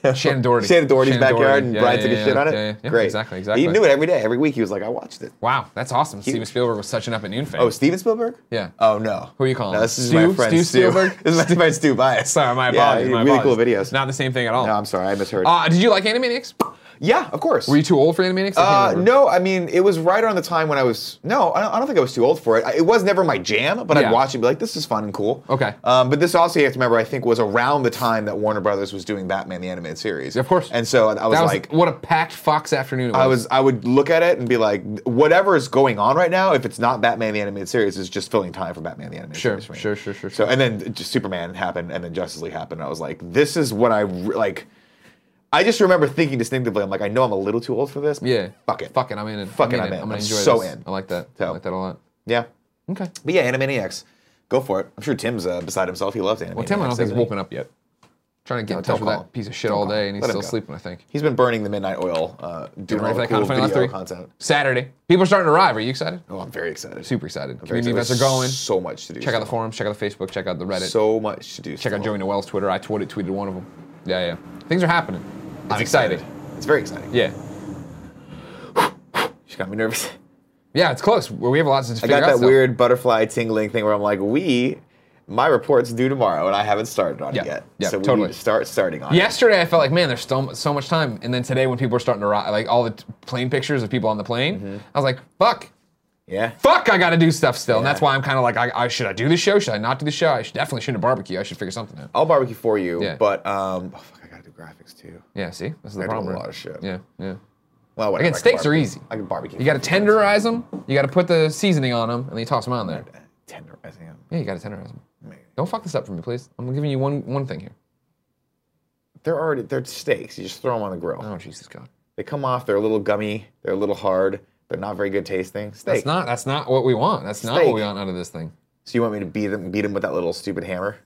[SPEAKER 2] it?
[SPEAKER 1] Shannon Doherty.
[SPEAKER 2] Shannon Doherty's
[SPEAKER 1] Shannon
[SPEAKER 2] backyard,
[SPEAKER 1] Doherty.
[SPEAKER 2] and
[SPEAKER 1] Yeah,
[SPEAKER 2] Brian
[SPEAKER 1] yeah,
[SPEAKER 2] took a
[SPEAKER 1] yeah,
[SPEAKER 2] shit on it.
[SPEAKER 1] yeah, yeah, yeah.
[SPEAKER 2] Great,
[SPEAKER 1] Exactly, exactly.
[SPEAKER 2] He knew it every day, every week. He was like, "I watched it."
[SPEAKER 1] Wow, that's awesome. Steven Spielberg was such an up at noon fan.
[SPEAKER 2] Oh, Steven Spielberg?
[SPEAKER 1] Yeah.
[SPEAKER 2] Oh no.
[SPEAKER 1] Who are you calling?
[SPEAKER 2] No, this is
[SPEAKER 1] Stu?
[SPEAKER 2] my friend
[SPEAKER 1] Stu
[SPEAKER 2] Stu.
[SPEAKER 1] Spielberg?
[SPEAKER 2] this is my friend Stu Bias.
[SPEAKER 1] Sorry, my
[SPEAKER 2] Yeah,
[SPEAKER 1] apologies. my
[SPEAKER 2] really cool
[SPEAKER 1] apologies.
[SPEAKER 2] videos.
[SPEAKER 1] Not the same thing at all.
[SPEAKER 2] No, I'm sorry, I misheard.
[SPEAKER 1] Uh, did you like Animaniacs?
[SPEAKER 2] Yeah, of course.
[SPEAKER 1] Uh, Were you too old for Animaniacs? I can't
[SPEAKER 2] Uh,
[SPEAKER 1] remember.
[SPEAKER 2] no, I mean it was right around the time when I was no, I don't, I don't think I was too old for it. I- It was never my jam, but
[SPEAKER 1] Yeah.
[SPEAKER 2] I'd watch it and be like, "This is fun and cool."
[SPEAKER 1] Okay.
[SPEAKER 2] Um, but this also you have to remember, I think was around the time that Warner Brothers was doing Batman the Animated Series.
[SPEAKER 1] Of course.
[SPEAKER 2] And so I was,
[SPEAKER 1] That was
[SPEAKER 2] like,
[SPEAKER 1] what a packed Fox afternoon it was.
[SPEAKER 2] I was I would look at it and be like, whatever is going on right now, if it's not Batman the Animated Series, is just filling time for Batman the Animated
[SPEAKER 1] Sure,
[SPEAKER 2] Series. for me.
[SPEAKER 1] sure, sure, sure,
[SPEAKER 2] So and then just Superman happened, and then Justice League happened. And I was like, this is what I re- like. I just remember thinking distinctively, I'm like, I know I'm a little too old for this. but
[SPEAKER 1] yeah.
[SPEAKER 2] Fuck it.
[SPEAKER 1] Fuck it. I'm in. it.
[SPEAKER 2] Fuck it,
[SPEAKER 1] I'm,
[SPEAKER 2] I'm in.
[SPEAKER 1] gonna
[SPEAKER 2] I'm
[SPEAKER 1] enjoy
[SPEAKER 2] so
[SPEAKER 1] this.
[SPEAKER 2] in.
[SPEAKER 1] I like that. I
[SPEAKER 2] So-
[SPEAKER 1] like that a lot.
[SPEAKER 2] Yeah.
[SPEAKER 1] Okay.
[SPEAKER 2] But yeah, Animaniacs. Go for it. I'm sure Tim's uh, beside himself. He loves Animaniacs.
[SPEAKER 1] Well, Tim, I don't think he's
[SPEAKER 2] doesn't he?
[SPEAKER 1] woken up yet. Trying to get
[SPEAKER 2] don't
[SPEAKER 1] in touch with
[SPEAKER 2] call him.
[SPEAKER 1] that piece of shit
[SPEAKER 2] Don't
[SPEAKER 1] all
[SPEAKER 2] call
[SPEAKER 1] day,
[SPEAKER 2] him.
[SPEAKER 1] and he's
[SPEAKER 2] Let him
[SPEAKER 1] still
[SPEAKER 2] go.
[SPEAKER 1] sleeping. I think.
[SPEAKER 2] He's been burning the midnight oil, uh, doing
[SPEAKER 1] ready
[SPEAKER 2] all
[SPEAKER 1] for
[SPEAKER 2] the
[SPEAKER 1] that
[SPEAKER 2] cool
[SPEAKER 1] Confined Last
[SPEAKER 2] video
[SPEAKER 1] Three?
[SPEAKER 2] content.
[SPEAKER 1] Saturday. People are starting to arrive. Are you excited?
[SPEAKER 2] Oh, I'm very excited.
[SPEAKER 1] Super excited.
[SPEAKER 2] Very
[SPEAKER 1] Community events
[SPEAKER 2] excited.
[SPEAKER 1] are going.
[SPEAKER 2] So much to do.
[SPEAKER 1] Check out the
[SPEAKER 2] still.
[SPEAKER 1] forums. Check out the Facebook. Check out the Reddit.
[SPEAKER 2] So much to do.
[SPEAKER 1] check out Joey Noel's Twitter. I tweeted tweeted one of them. Yeah, yeah. Things are happening. It's exciting.
[SPEAKER 2] It's very exciting.
[SPEAKER 1] Yeah.
[SPEAKER 2] She got me nervous.
[SPEAKER 1] Yeah, it's close. We we have a lot to
[SPEAKER 2] I
[SPEAKER 1] figure
[SPEAKER 2] got
[SPEAKER 1] out.
[SPEAKER 2] that
[SPEAKER 1] still.
[SPEAKER 2] weird butterfly tingling thing where I'm like, we, my report's due tomorrow and I haven't started on
[SPEAKER 1] Yeah,
[SPEAKER 2] it yet.
[SPEAKER 1] yeah,
[SPEAKER 2] so we
[SPEAKER 1] totally.
[SPEAKER 2] need to start starting on it.
[SPEAKER 1] Yesterday, I felt like, man, there's so, so much time. And then today, when people are starting to arrive, like all the t- plane pictures of people on the plane,
[SPEAKER 2] Mm-hmm.
[SPEAKER 1] I was like, fuck,
[SPEAKER 2] Yeah.
[SPEAKER 1] fuck, I got to do stuff still. And that's
[SPEAKER 2] Yeah.
[SPEAKER 1] why I'm kind of like, I, I should I do the show? Should I not do the show? I should, definitely shouldn't barbecue. I should figure something out.
[SPEAKER 2] I'll barbecue for you,
[SPEAKER 1] Yeah.
[SPEAKER 2] but um, oh, fuck, I gotta do graphics too.
[SPEAKER 1] Yeah, see, this is the
[SPEAKER 2] I do a
[SPEAKER 1] problem. right?
[SPEAKER 2] lot of shit.
[SPEAKER 1] Yeah, yeah.
[SPEAKER 2] Well, whatever. I
[SPEAKER 1] Again,
[SPEAKER 2] can
[SPEAKER 1] steaks are
[SPEAKER 2] barbecue.
[SPEAKER 1] easy.
[SPEAKER 2] I can barbecue.
[SPEAKER 1] You got to tenderize them. You got to put the seasoning on them, and then you toss them on there.
[SPEAKER 2] tenderizing them.
[SPEAKER 1] Yeah, you got to tenderize them. Don't fuck this up for me, please. I'm giving you one one thing here.
[SPEAKER 2] They're already they're steaks. You just throw them on the grill.
[SPEAKER 1] Oh Jesus God.
[SPEAKER 2] They come off. They're a little gummy. They're a little hard. They're not very good tasting. Steak.
[SPEAKER 1] That's not that's not what we want. That's not what
[SPEAKER 2] Steak.
[SPEAKER 1] we want out of this thing.
[SPEAKER 2] so you want me to beat them beat them with that little stupid hammer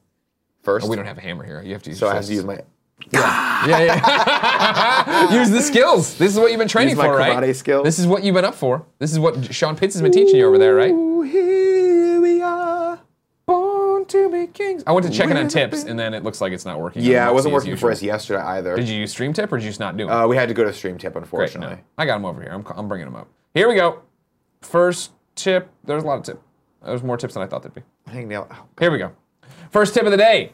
[SPEAKER 2] first?
[SPEAKER 1] Oh, we don't have a hammer here. You have to use.
[SPEAKER 2] so
[SPEAKER 1] your
[SPEAKER 2] I have to
[SPEAKER 1] fists.
[SPEAKER 2] use my
[SPEAKER 1] Yeah, yeah. Use the skills. This is what you've been training
[SPEAKER 2] Use my
[SPEAKER 1] for, right?
[SPEAKER 2] karate skills.
[SPEAKER 1] This is what you've been up for. This is what Sean Pitts has been teaching you over there, right?
[SPEAKER 2] Ooh, here we are.
[SPEAKER 1] Born to be kings. I went to check it on
[SPEAKER 2] We're
[SPEAKER 1] tips, and then it looks like it's not working.
[SPEAKER 2] Yeah,
[SPEAKER 1] Unboxing
[SPEAKER 2] it wasn't
[SPEAKER 1] as
[SPEAKER 2] working for
[SPEAKER 1] usual.
[SPEAKER 2] us yesterday either.
[SPEAKER 1] Did you use Stream Tip or did you just not do it?
[SPEAKER 2] Uh, we had to go to stream tip,
[SPEAKER 1] Great, no.
[SPEAKER 2] unfortunately.
[SPEAKER 1] I got him over here. I'm, I'm bringing him up. Here we go. First tip. There's a lot of tip. There's more tips than I thought there'd be.
[SPEAKER 2] I think now, oh,
[SPEAKER 1] Here we go. First tip of the day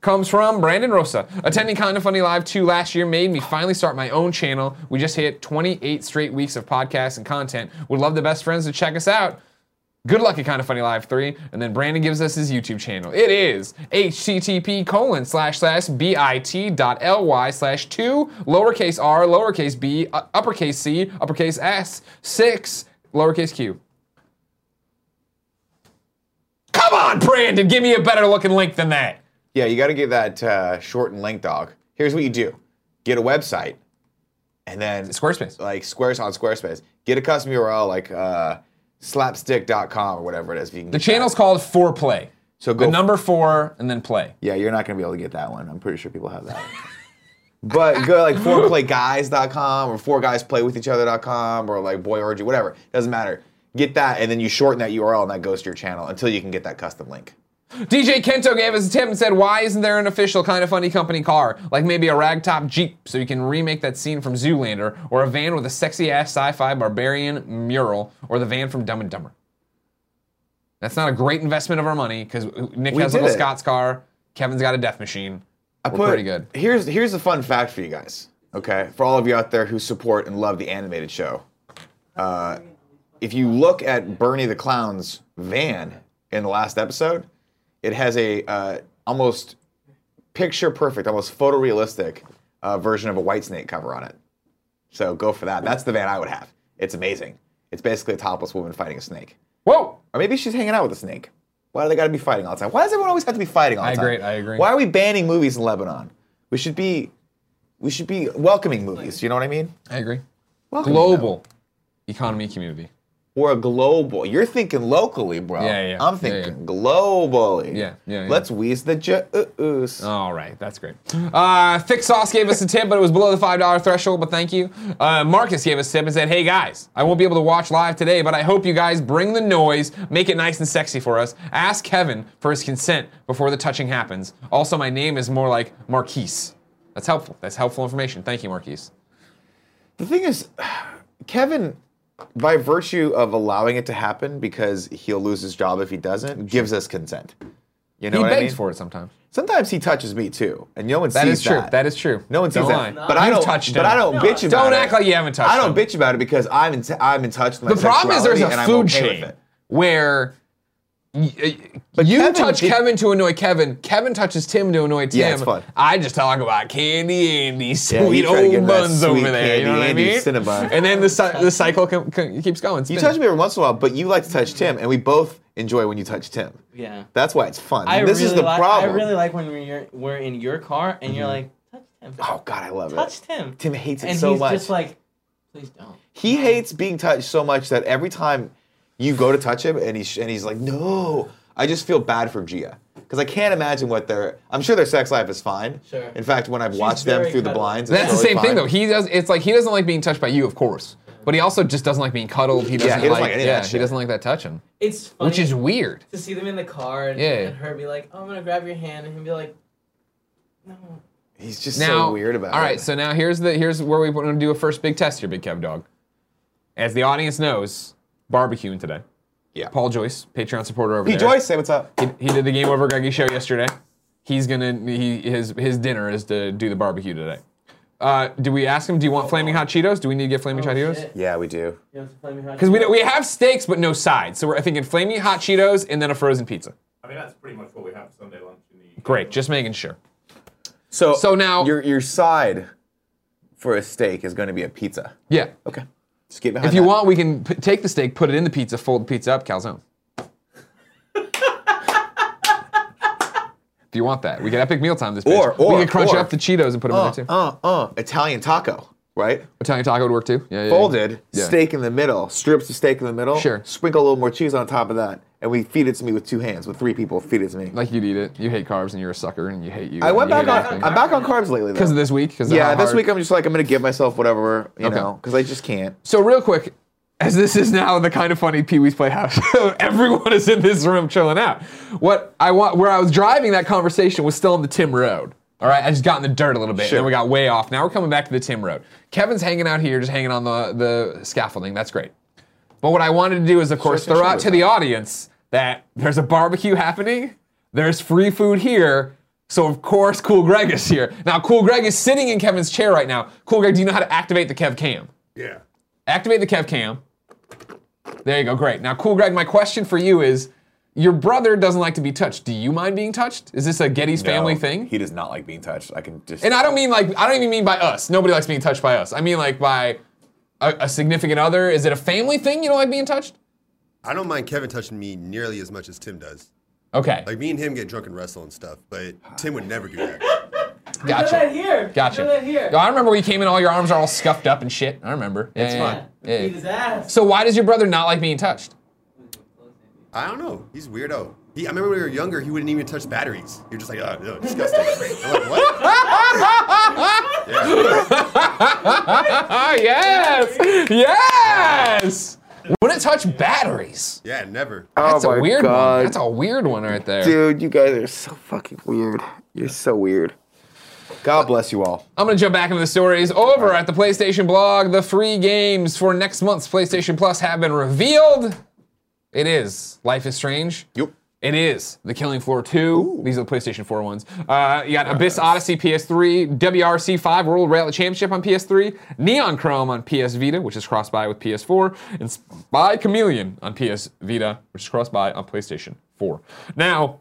[SPEAKER 1] comes from Brandon Rosa. Attending Kind of Funny Live 2 last year made me finally start my own channel. We just hit 28 straight weeks of podcasts and content. Would love the best friends to check us out. Good luck at Kind of Funny Live 3. And then Brandon gives us his YouTube channel. It is http colon slash slash bit.ly slash 2 lowercase r lowercase b uh, uppercase c uppercase s 6 lowercase q. Come on, Brandon, give me a better looking link than that.
[SPEAKER 2] yeah, you got to give that uh, short and link dog. Here's what you do: get a website, and then
[SPEAKER 1] Squarespace.
[SPEAKER 2] like Squares on Squarespace, get a custom URL like uh, slapstick.com or whatever it is. If you can
[SPEAKER 1] The channel's called Foreplay.
[SPEAKER 2] So
[SPEAKER 1] The
[SPEAKER 2] go-
[SPEAKER 1] number four and then play.
[SPEAKER 2] Yeah, you're not gonna be able to get that one. I'm pretty sure people have that. but go to, like fourplayguys.com or fourguysplaywithicheother.com or like boy orgy, whatever. Doesn't matter. Get that, and then you shorten that URL, and that goes to your channel until you can get that custom link.
[SPEAKER 1] DJ Kento gave us a tip and said, Why isn't there an official kind of funny company car? Like maybe a ragtop Jeep, so you can remake that scene from Zoolander, or a van with a sexy ass sci fi barbarian mural, or the van from Dumb and Dumber. That's not a great investment of our money because Nick
[SPEAKER 2] We
[SPEAKER 1] has
[SPEAKER 2] did
[SPEAKER 1] Little
[SPEAKER 2] it.
[SPEAKER 1] Scott's car, Kevin's got a death machine. We're
[SPEAKER 2] Put-
[SPEAKER 1] pretty good.
[SPEAKER 2] Here's here's a fun fact for you guys. Okay, for all of you out there who support and love the animated show, uh, if you look at Bernie the Clown's van in the last episode, it has a uh, almost picture perfect, almost photorealistic uh, version of a White Snake cover on it. So go for that. That's the van I would have. It's amazing. It's basically a topless woman fighting a snake,
[SPEAKER 1] Whoa!
[SPEAKER 2] or maybe she's hanging out with a snake. Why do they got to be fighting all the time? Why does everyone always have to be fighting all the
[SPEAKER 1] I
[SPEAKER 2] time?
[SPEAKER 1] agree, I agree.
[SPEAKER 2] Why are we banning movies in Lebanon? We should be, we should be welcoming movies. You know what I mean?
[SPEAKER 1] I agree.
[SPEAKER 2] Welcoming them.
[SPEAKER 1] Global economy community.
[SPEAKER 2] We're global. You're thinking locally, bro.
[SPEAKER 1] Yeah, yeah,
[SPEAKER 2] I'm
[SPEAKER 1] yeah, yeah.
[SPEAKER 2] thinking globally.
[SPEAKER 1] Yeah, yeah, Oh. yeah.
[SPEAKER 2] Let's wheeze the juice.
[SPEAKER 1] All right, that's great. Uh, Thick Sauce gave us a tip, but it was below the $5 threshold, but thank you. Uh, Marcus gave us a tip and said, Hey guys, I won't be able to watch live today, but I hope you guys bring the noise, make it nice and sexy for us. Ask Kevin for his consent before the touching happens. Also, my name is more like Marquise. That's helpful. That's helpful information. Thank you, Marquise.
[SPEAKER 2] The thing is, Kevin, by virtue of allowing it to happen, because he'll lose his job if he doesn't, gives us consent. You know
[SPEAKER 1] he
[SPEAKER 2] what
[SPEAKER 1] begs
[SPEAKER 2] I mean?
[SPEAKER 1] for it sometimes.
[SPEAKER 2] Sometimes he touches me too, and no one
[SPEAKER 1] That
[SPEAKER 2] sees
[SPEAKER 1] is true.
[SPEAKER 2] that.
[SPEAKER 1] That is true.
[SPEAKER 2] No one sees
[SPEAKER 1] Don't
[SPEAKER 2] that.
[SPEAKER 1] lie.
[SPEAKER 2] But I
[SPEAKER 1] You've
[SPEAKER 2] don't.
[SPEAKER 1] touched
[SPEAKER 2] but
[SPEAKER 1] him.
[SPEAKER 2] I don't
[SPEAKER 3] No,
[SPEAKER 2] bitch about
[SPEAKER 1] Don't
[SPEAKER 2] it.
[SPEAKER 1] act like you haven't touched
[SPEAKER 2] I don't
[SPEAKER 1] him.
[SPEAKER 2] bitch about it because I'm in. T- I'm in touch with my
[SPEAKER 1] The problem is there's
[SPEAKER 2] sexuality and
[SPEAKER 1] a
[SPEAKER 2] I'm
[SPEAKER 1] food
[SPEAKER 2] okay with
[SPEAKER 1] chain
[SPEAKER 2] it.
[SPEAKER 1] where y- y- you
[SPEAKER 2] Kevin
[SPEAKER 1] touch
[SPEAKER 2] did-
[SPEAKER 1] Kevin to annoy Kevin. Kevin touches Tim to annoy Tim.
[SPEAKER 2] Yeah, it's fun.
[SPEAKER 1] I just talk about candy Andy,
[SPEAKER 2] Yeah, you
[SPEAKER 1] sweet
[SPEAKER 2] try to get that
[SPEAKER 1] old buns
[SPEAKER 2] sweet
[SPEAKER 1] over there. You
[SPEAKER 2] Candy
[SPEAKER 1] know what I
[SPEAKER 2] Andy
[SPEAKER 1] mean?
[SPEAKER 2] Cinnabon.
[SPEAKER 1] And then the, cy- the cycle com- com- keeps going.
[SPEAKER 2] You
[SPEAKER 1] spinning.
[SPEAKER 2] touch me every once in a while, but you like to touch Tim, and we both enjoy when you touch Tim.
[SPEAKER 3] Yeah.
[SPEAKER 2] That's why it's fun.
[SPEAKER 3] I
[SPEAKER 2] this
[SPEAKER 3] really
[SPEAKER 2] is the
[SPEAKER 3] like,
[SPEAKER 2] problem.
[SPEAKER 3] I really like when we're, we're in your car and you're like, touch Tim.
[SPEAKER 2] oh God, I love
[SPEAKER 3] touch
[SPEAKER 2] it.
[SPEAKER 3] Tim.
[SPEAKER 2] Tim hates it
[SPEAKER 3] and
[SPEAKER 2] so
[SPEAKER 3] he's
[SPEAKER 2] much.
[SPEAKER 3] just like, please don't.
[SPEAKER 2] he hates being touched so much that every time you go to touch him, and he's and he's like, no. I just feel bad for Gia because I can't imagine what their. I'm sure their sex life is fine.
[SPEAKER 3] Sure.
[SPEAKER 2] In fact, when I've watched them
[SPEAKER 3] very
[SPEAKER 2] through the
[SPEAKER 3] cuddly.
[SPEAKER 2] blinds, it's
[SPEAKER 1] That's the
[SPEAKER 2] totally
[SPEAKER 1] same
[SPEAKER 2] fine.
[SPEAKER 1] thing though. He does. It's like he doesn't like being touched by you, of course, but he also just doesn't like being cuddled. He doesn't,
[SPEAKER 2] he doesn't like
[SPEAKER 1] like.
[SPEAKER 2] any of
[SPEAKER 1] yeah,
[SPEAKER 2] that
[SPEAKER 1] he
[SPEAKER 2] shit.
[SPEAKER 1] doesn't like that touching,
[SPEAKER 3] It's funny
[SPEAKER 1] which is weird.
[SPEAKER 3] to see them in the car and,
[SPEAKER 1] Yeah.
[SPEAKER 3] and her be like, oh, I'm going to grab your hand and him be like, no.
[SPEAKER 2] He's just
[SPEAKER 1] now
[SPEAKER 2] so weird about
[SPEAKER 1] all
[SPEAKER 2] it.
[SPEAKER 1] right so now here's the here's where we want to do a first big test here big kev dog as the audience knows barbecuing today
[SPEAKER 2] Yeah.
[SPEAKER 1] paul joyce patreon supporter over
[SPEAKER 2] Hey,
[SPEAKER 1] there
[SPEAKER 2] Joyce, say what's up.
[SPEAKER 1] he, he did the game over greggy show yesterday he's gonna he his his dinner is to do the barbecue today uh, do we ask him do you want flaming hot cheetos do we need to get flaming hot cheetos
[SPEAKER 3] Oh, shit.
[SPEAKER 2] Yeah, we do.
[SPEAKER 3] You know, it's funny how-
[SPEAKER 1] because we, we have steaks but no sides so we're thinking flaming hot cheetos and then a frozen pizza
[SPEAKER 5] I mean, that's pretty much what we have for Sunday lunch in the.
[SPEAKER 1] great just making sure
[SPEAKER 2] So,
[SPEAKER 1] So now-
[SPEAKER 2] your your side for a steak is going to be a pizza.
[SPEAKER 1] yeah
[SPEAKER 2] Okay, just get behind.
[SPEAKER 1] if you
[SPEAKER 2] that.
[SPEAKER 1] want we can p- take the steak put it in the pizza fold the pizza up calzone if you want that we can epic mealtime this bitch.
[SPEAKER 2] Or-
[SPEAKER 1] we
[SPEAKER 2] or-
[SPEAKER 1] can crunch
[SPEAKER 2] or-
[SPEAKER 1] up the cheetos and put them
[SPEAKER 2] uh,
[SPEAKER 1] in there too
[SPEAKER 2] uh, uh, Italian taco, right?
[SPEAKER 1] italian taco would work too yeah, yeah, yeah.
[SPEAKER 2] Folded
[SPEAKER 1] Yeah.
[SPEAKER 2] steak in the middle, strips of steak in the middle.
[SPEAKER 1] Sure.
[SPEAKER 2] Sprinkle a little more cheese on top of that, and we feed it to me with two hands. With three people, feed it to me.
[SPEAKER 1] like you'd eat it you hate carbs and you're a sucker and you hate you
[SPEAKER 2] I went back on.
[SPEAKER 3] everything.
[SPEAKER 2] I'm back on carbs lately.
[SPEAKER 1] because
[SPEAKER 2] Though.
[SPEAKER 1] of this week because
[SPEAKER 2] Yeah, this week I'm just like I'm gonna give myself whatever you
[SPEAKER 1] Okay.
[SPEAKER 2] know because I just can't.
[SPEAKER 1] so real quick as this is now the kind of funny pee-wee's playhouse everyone is in this room chilling out what i want where i was driving that conversation was still on the tim road all right i just got in the dirt a little bit and
[SPEAKER 2] Sure.
[SPEAKER 1] then we got way off now we're coming back to the tim road kevin's hanging out here just hanging on the, the scaffolding that's great but what i wanted to do is of course
[SPEAKER 2] sure,
[SPEAKER 1] throw
[SPEAKER 2] sure.
[SPEAKER 1] out to the audience that there's a barbecue happening there's free food here so of course cool greg is here now cool greg is sitting in kevin's chair right now cool greg do you know how to activate the kev cam
[SPEAKER 5] Yeah.
[SPEAKER 1] Activate the Kev Cam. There you go. Great. Now, cool, Greg. My question for you is: Your brother doesn't like to be touched. Do you mind being touched? Is this a Getty's family thing?
[SPEAKER 2] He does not like being touched. I can just.
[SPEAKER 1] and I don't mean like I don't even mean by us. Nobody likes being touched by us. I mean like by a, a significant other. Is it a family thing? You don't like being touched?
[SPEAKER 6] I don't mind Kevin touching me nearly as much as Tim does.
[SPEAKER 1] Okay.
[SPEAKER 6] Like me and him get drunk and wrestle and stuff, but Tim would never do that.
[SPEAKER 3] Did that
[SPEAKER 1] gotcha.
[SPEAKER 3] here.
[SPEAKER 1] Gotcha.
[SPEAKER 3] Did that here.
[SPEAKER 1] Oh, I remember when you came in, all your arms are all scuffed up and shit. I remember. It's
[SPEAKER 3] Yeah. Beat his ass.
[SPEAKER 1] So why does your brother not like being touched?
[SPEAKER 6] I don't know. He's a weirdo. He, I remember when we were younger, he wouldn't even touch batteries. You're just like, oh, no, disgusting. I'm like, what?
[SPEAKER 1] Ah, yes, yes. Wouldn't touch batteries.
[SPEAKER 6] Yeah, never.
[SPEAKER 1] That's
[SPEAKER 2] Oh
[SPEAKER 1] a
[SPEAKER 2] my
[SPEAKER 1] weird one.
[SPEAKER 2] God.
[SPEAKER 1] That's a weird one right there.
[SPEAKER 2] Dude, you guys are so fucking weird. You're so weird. God bless you all.
[SPEAKER 1] I'm gonna jump back into the stories over at the PlayStation blog. The free games for next month's PlayStation Plus have been revealed. It is Life is Strange.
[SPEAKER 2] Yep.
[SPEAKER 1] It is The Killing Floor 2. These are the PlayStation 4 ones. Uh, you got Abyss Odyssey PS3, WRC 5 World Rally Championship on PS3, Neon Chrome on PS Vita, which is cross by with PS4, and Spy Chameleon on PS Vita, which is cross by on PlayStation 4. Now,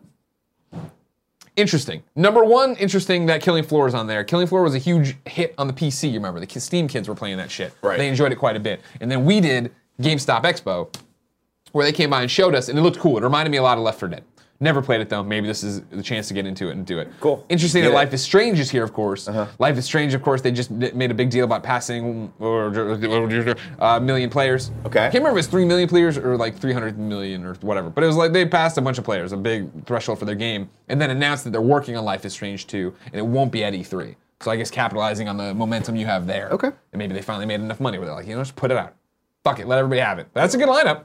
[SPEAKER 1] interesting. Number one, interesting that Killing Floor is on there. Killing Floor was a huge hit on the PC, you remember. The ki- Steam kids were playing that shit.
[SPEAKER 2] Right.
[SPEAKER 1] They enjoyed it quite a bit. And then we did GameStop Expo, where they came by and showed us, and it looked cool. It reminded me a lot of Left 4 Dead. Never played it though. Maybe this is the chance to get into it and do it.
[SPEAKER 2] Cool. Uh-huh.
[SPEAKER 1] Interesting
[SPEAKER 2] Get
[SPEAKER 1] that
[SPEAKER 2] it.
[SPEAKER 1] Life is Strange is here, of course. Life is Strange, of course. They just n- made a big deal about passing a million players.
[SPEAKER 2] Okay.
[SPEAKER 1] I can't remember if it's three million players or like 300 million or whatever. But it was like they passed a bunch of players, a big threshold for their game, and then announced that they're working on Life is Strange 2, and it won't be at E3. So I guess capitalizing on the momentum you have there.
[SPEAKER 2] Okay.
[SPEAKER 1] And maybe they finally made enough money where they're like, you know, just put it out. Fuck it, let everybody have it. That's a good lineup.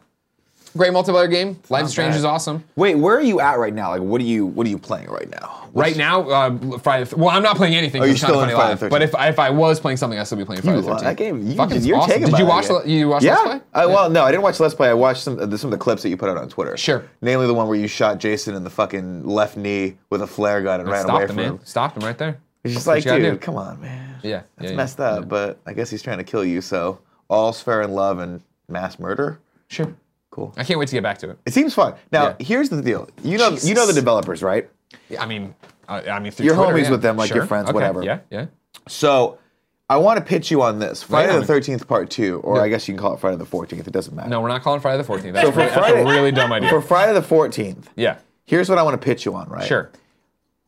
[SPEAKER 1] Great multiplayer game. Life is Strange
[SPEAKER 2] bad.
[SPEAKER 1] is awesome.
[SPEAKER 2] Wait, where are you at right now? Like, what are you what are you playing right now? What's-
[SPEAKER 1] Right now, uh, Friday. The, well, I'm not playing anything.
[SPEAKER 2] Oh,
[SPEAKER 1] 'cause
[SPEAKER 2] you're
[SPEAKER 1] it's not
[SPEAKER 2] still
[SPEAKER 1] a
[SPEAKER 2] in
[SPEAKER 1] funny
[SPEAKER 2] Friday
[SPEAKER 1] live,
[SPEAKER 2] the
[SPEAKER 1] But if, if I was playing something, I'd still be playing Friday
[SPEAKER 2] You
[SPEAKER 1] the
[SPEAKER 2] love
[SPEAKER 1] 13th.
[SPEAKER 2] that game. You,
[SPEAKER 1] Fucking
[SPEAKER 2] you're
[SPEAKER 1] awesome.
[SPEAKER 2] taken
[SPEAKER 1] Did
[SPEAKER 2] by
[SPEAKER 1] you
[SPEAKER 2] it,
[SPEAKER 1] watch?
[SPEAKER 2] yeah.
[SPEAKER 1] the- You watch
[SPEAKER 2] yeah.
[SPEAKER 1] Let's Play?
[SPEAKER 2] Uh, well, no, I didn't watch Let's Play. I watched some the, some of the clips that you put out on Twitter.
[SPEAKER 1] Sure.
[SPEAKER 2] Namely, the one where you shot Jason in the fucking left knee with a flare gun and ran
[SPEAKER 1] Stopped
[SPEAKER 2] away
[SPEAKER 1] him,
[SPEAKER 2] from
[SPEAKER 1] man.
[SPEAKER 2] him.
[SPEAKER 1] Stopped him right there.
[SPEAKER 2] It's just
[SPEAKER 1] What
[SPEAKER 2] like,
[SPEAKER 1] you gotta
[SPEAKER 2] dude,
[SPEAKER 1] do.
[SPEAKER 2] come on, man.
[SPEAKER 1] Yeah,
[SPEAKER 2] That's
[SPEAKER 1] yeah, yeah,
[SPEAKER 2] messed up. But I guess he's trying to kill you. So all's fair in love and mass murder.
[SPEAKER 1] Sure.
[SPEAKER 2] Cool.
[SPEAKER 1] I can't wait to get back to it.
[SPEAKER 2] It seems fun. Now,
[SPEAKER 1] Yeah.
[SPEAKER 2] here's the deal. You know, you know the
[SPEAKER 1] Jesus.
[SPEAKER 2] developers, right?
[SPEAKER 1] Yeah, I mean, I, I mean, through
[SPEAKER 2] You're
[SPEAKER 1] Twitter,
[SPEAKER 2] homies
[SPEAKER 1] yeah.
[SPEAKER 2] with them, like your
[SPEAKER 1] Sure.
[SPEAKER 2] friends,
[SPEAKER 1] Okay,
[SPEAKER 2] whatever.
[SPEAKER 1] Yeah, yeah.
[SPEAKER 2] So I want to pitch you on this Friday
[SPEAKER 1] on
[SPEAKER 2] the
[SPEAKER 1] it.
[SPEAKER 2] Thirteenth Part Two, or I guess you can call it Friday the Fourteenth. It doesn't matter.
[SPEAKER 1] No, we're not calling Friday the 14th. That's,
[SPEAKER 2] for
[SPEAKER 1] that's
[SPEAKER 2] Friday-
[SPEAKER 1] a really dumb idea.
[SPEAKER 2] For Friday the Fourteenth,
[SPEAKER 1] yeah,
[SPEAKER 2] here's what I want to pitch you on, right?
[SPEAKER 1] sure.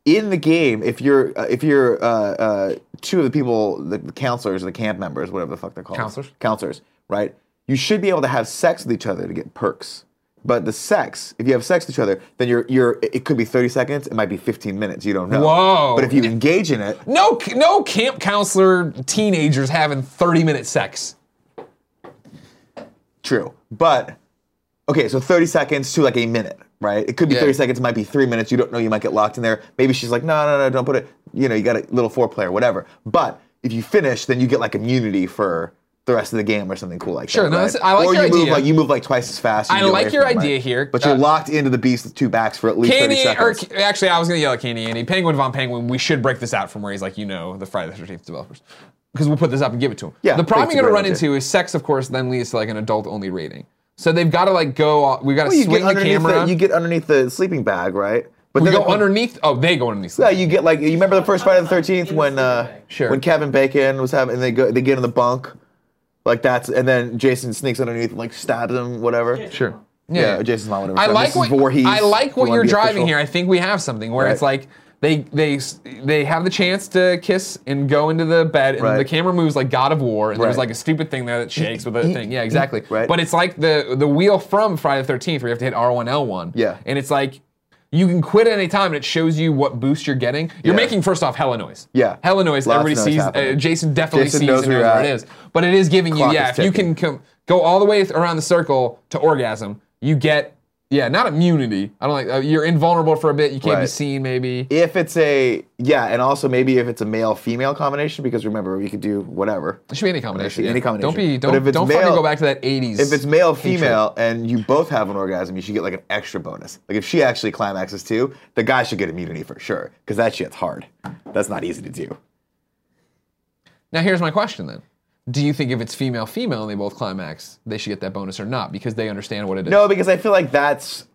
[SPEAKER 2] in the game, if you're uh, if you're uh, uh, two of the people, the, the counselors, the camp members, whatever the fuck they're called,
[SPEAKER 1] Counselors.
[SPEAKER 2] counselors, right? You should be able to have sex with each other to get perks. But the sex, if you have sex with each other, then you're you're. It could be 30 seconds. It might be 15 minutes. You don't know.
[SPEAKER 1] Whoa.
[SPEAKER 2] But if you engage in it,
[SPEAKER 1] No, no camp counselor teenagers having 30 minute sex.
[SPEAKER 2] True. But okay, so 30 seconds to like a minute, right? It could be
[SPEAKER 1] Yeah.
[SPEAKER 2] 30 seconds, it might be three minutes. You don't know, you might get locked in there. Maybe she's like, no, no, no, don't put it. You know, you got a little foreplay or whatever. But if you finish, then you get like immunity for the rest of the game or something cool like
[SPEAKER 1] Sure,
[SPEAKER 2] that.
[SPEAKER 1] no,
[SPEAKER 2] right?
[SPEAKER 1] that's- I like
[SPEAKER 2] or
[SPEAKER 1] your
[SPEAKER 2] you move
[SPEAKER 1] idea.
[SPEAKER 2] like you move like twice as fast. and
[SPEAKER 1] I
[SPEAKER 2] you get
[SPEAKER 1] like
[SPEAKER 2] away
[SPEAKER 1] your
[SPEAKER 2] from him, right?
[SPEAKER 1] idea here.
[SPEAKER 2] But you're
[SPEAKER 1] Uh,
[SPEAKER 2] locked into the beast with two backs for at least 30
[SPEAKER 1] Candy, or
[SPEAKER 2] seconds.
[SPEAKER 1] actually, I was gonna yell at Candy Andy. Penguin von Penguin. We should break this out from where he's like, you know, the Friday the Thirteenth developers, because we'll put this up and give it to him.
[SPEAKER 2] Yeah,
[SPEAKER 1] The problem
[SPEAKER 2] thanks,
[SPEAKER 1] you're gonna run
[SPEAKER 2] Brandon,
[SPEAKER 1] into is sex, of course, then leads to like an adult-only rating. So they've got to like go. We've got to
[SPEAKER 2] Well, you get
[SPEAKER 1] swing the
[SPEAKER 2] underneath
[SPEAKER 1] camera.
[SPEAKER 2] the, you get underneath the sleeping bag, right? But
[SPEAKER 1] we
[SPEAKER 2] then
[SPEAKER 1] go
[SPEAKER 2] the-
[SPEAKER 1] underneath. Oh, they go underneath.
[SPEAKER 2] Yeah, you get like you remember the first Friday the Thirteenth when uh,
[SPEAKER 1] Sure.
[SPEAKER 2] when Kevin Bacon was having they go they get in the bunk, like that's and then Jason sneaks underneath and like stabs him whatever.
[SPEAKER 1] Sure.
[SPEAKER 2] Yeah, Jason's mom whatever.
[SPEAKER 1] I
[SPEAKER 2] So
[SPEAKER 1] like
[SPEAKER 2] Mrs.
[SPEAKER 1] what
[SPEAKER 2] Voorhees,
[SPEAKER 1] I like
[SPEAKER 2] if
[SPEAKER 1] what
[SPEAKER 2] you wanna
[SPEAKER 1] you're
[SPEAKER 2] be
[SPEAKER 1] driving
[SPEAKER 2] official.
[SPEAKER 1] here. I think we have something where it's
[SPEAKER 2] Right.
[SPEAKER 1] like they they s- they have the chance to kiss and go into the bed, and
[SPEAKER 2] Right.
[SPEAKER 1] the camera moves like God of War, and there's
[SPEAKER 2] Right.
[SPEAKER 1] like a stupid thing there that shakes with a thing. Yeah, exactly.
[SPEAKER 2] Right.
[SPEAKER 1] But it's like the the wheel from Friday the Thirteenth, where you have to hit R one L one.
[SPEAKER 2] Yeah.
[SPEAKER 1] And it's like. You can quit at any time, and it shows you what boost you're getting. You're
[SPEAKER 2] Yeah.
[SPEAKER 1] making first off hella noise.
[SPEAKER 2] Yeah.
[SPEAKER 1] hella noise.
[SPEAKER 2] Lots of
[SPEAKER 1] Everybody
[SPEAKER 2] noise
[SPEAKER 1] sees.
[SPEAKER 2] happening.
[SPEAKER 1] Uh, Jason definitely
[SPEAKER 2] Jason
[SPEAKER 1] sees
[SPEAKER 2] knows
[SPEAKER 1] and
[SPEAKER 2] where
[SPEAKER 1] knows
[SPEAKER 2] you're
[SPEAKER 1] where it
[SPEAKER 2] at.
[SPEAKER 1] is. But it is giving you,
[SPEAKER 2] Clock
[SPEAKER 1] yeah.
[SPEAKER 2] is
[SPEAKER 1] If you can
[SPEAKER 2] ticking.
[SPEAKER 1] com- go all the way th- around the circle to orgasm, you get yeah, not immunity. I don't like uh, you're invulnerable for a bit. You can't be
[SPEAKER 2] Right.
[SPEAKER 1] seen, maybe.
[SPEAKER 2] If it's a yeah, and also maybe if it's a male female combination because remember you could do whatever.
[SPEAKER 1] It should be any combination.
[SPEAKER 2] Any
[SPEAKER 1] yeah.
[SPEAKER 2] combination.
[SPEAKER 1] Don't be
[SPEAKER 2] But
[SPEAKER 1] don't
[SPEAKER 2] if it's
[SPEAKER 1] don't fucking
[SPEAKER 2] male-
[SPEAKER 1] go back to that '80s.
[SPEAKER 2] If it's male
[SPEAKER 1] hatred.
[SPEAKER 2] female and you both have an orgasm, you should get like an extra bonus. Like if she actually climaxes too, the guy should get immunity for sure because that shit's hard. That's not easy to do.
[SPEAKER 1] Now here's my question then: Do you think if it's female female and they both climax, they should get that bonus or not because they understand what it is?
[SPEAKER 2] No, because I feel like that's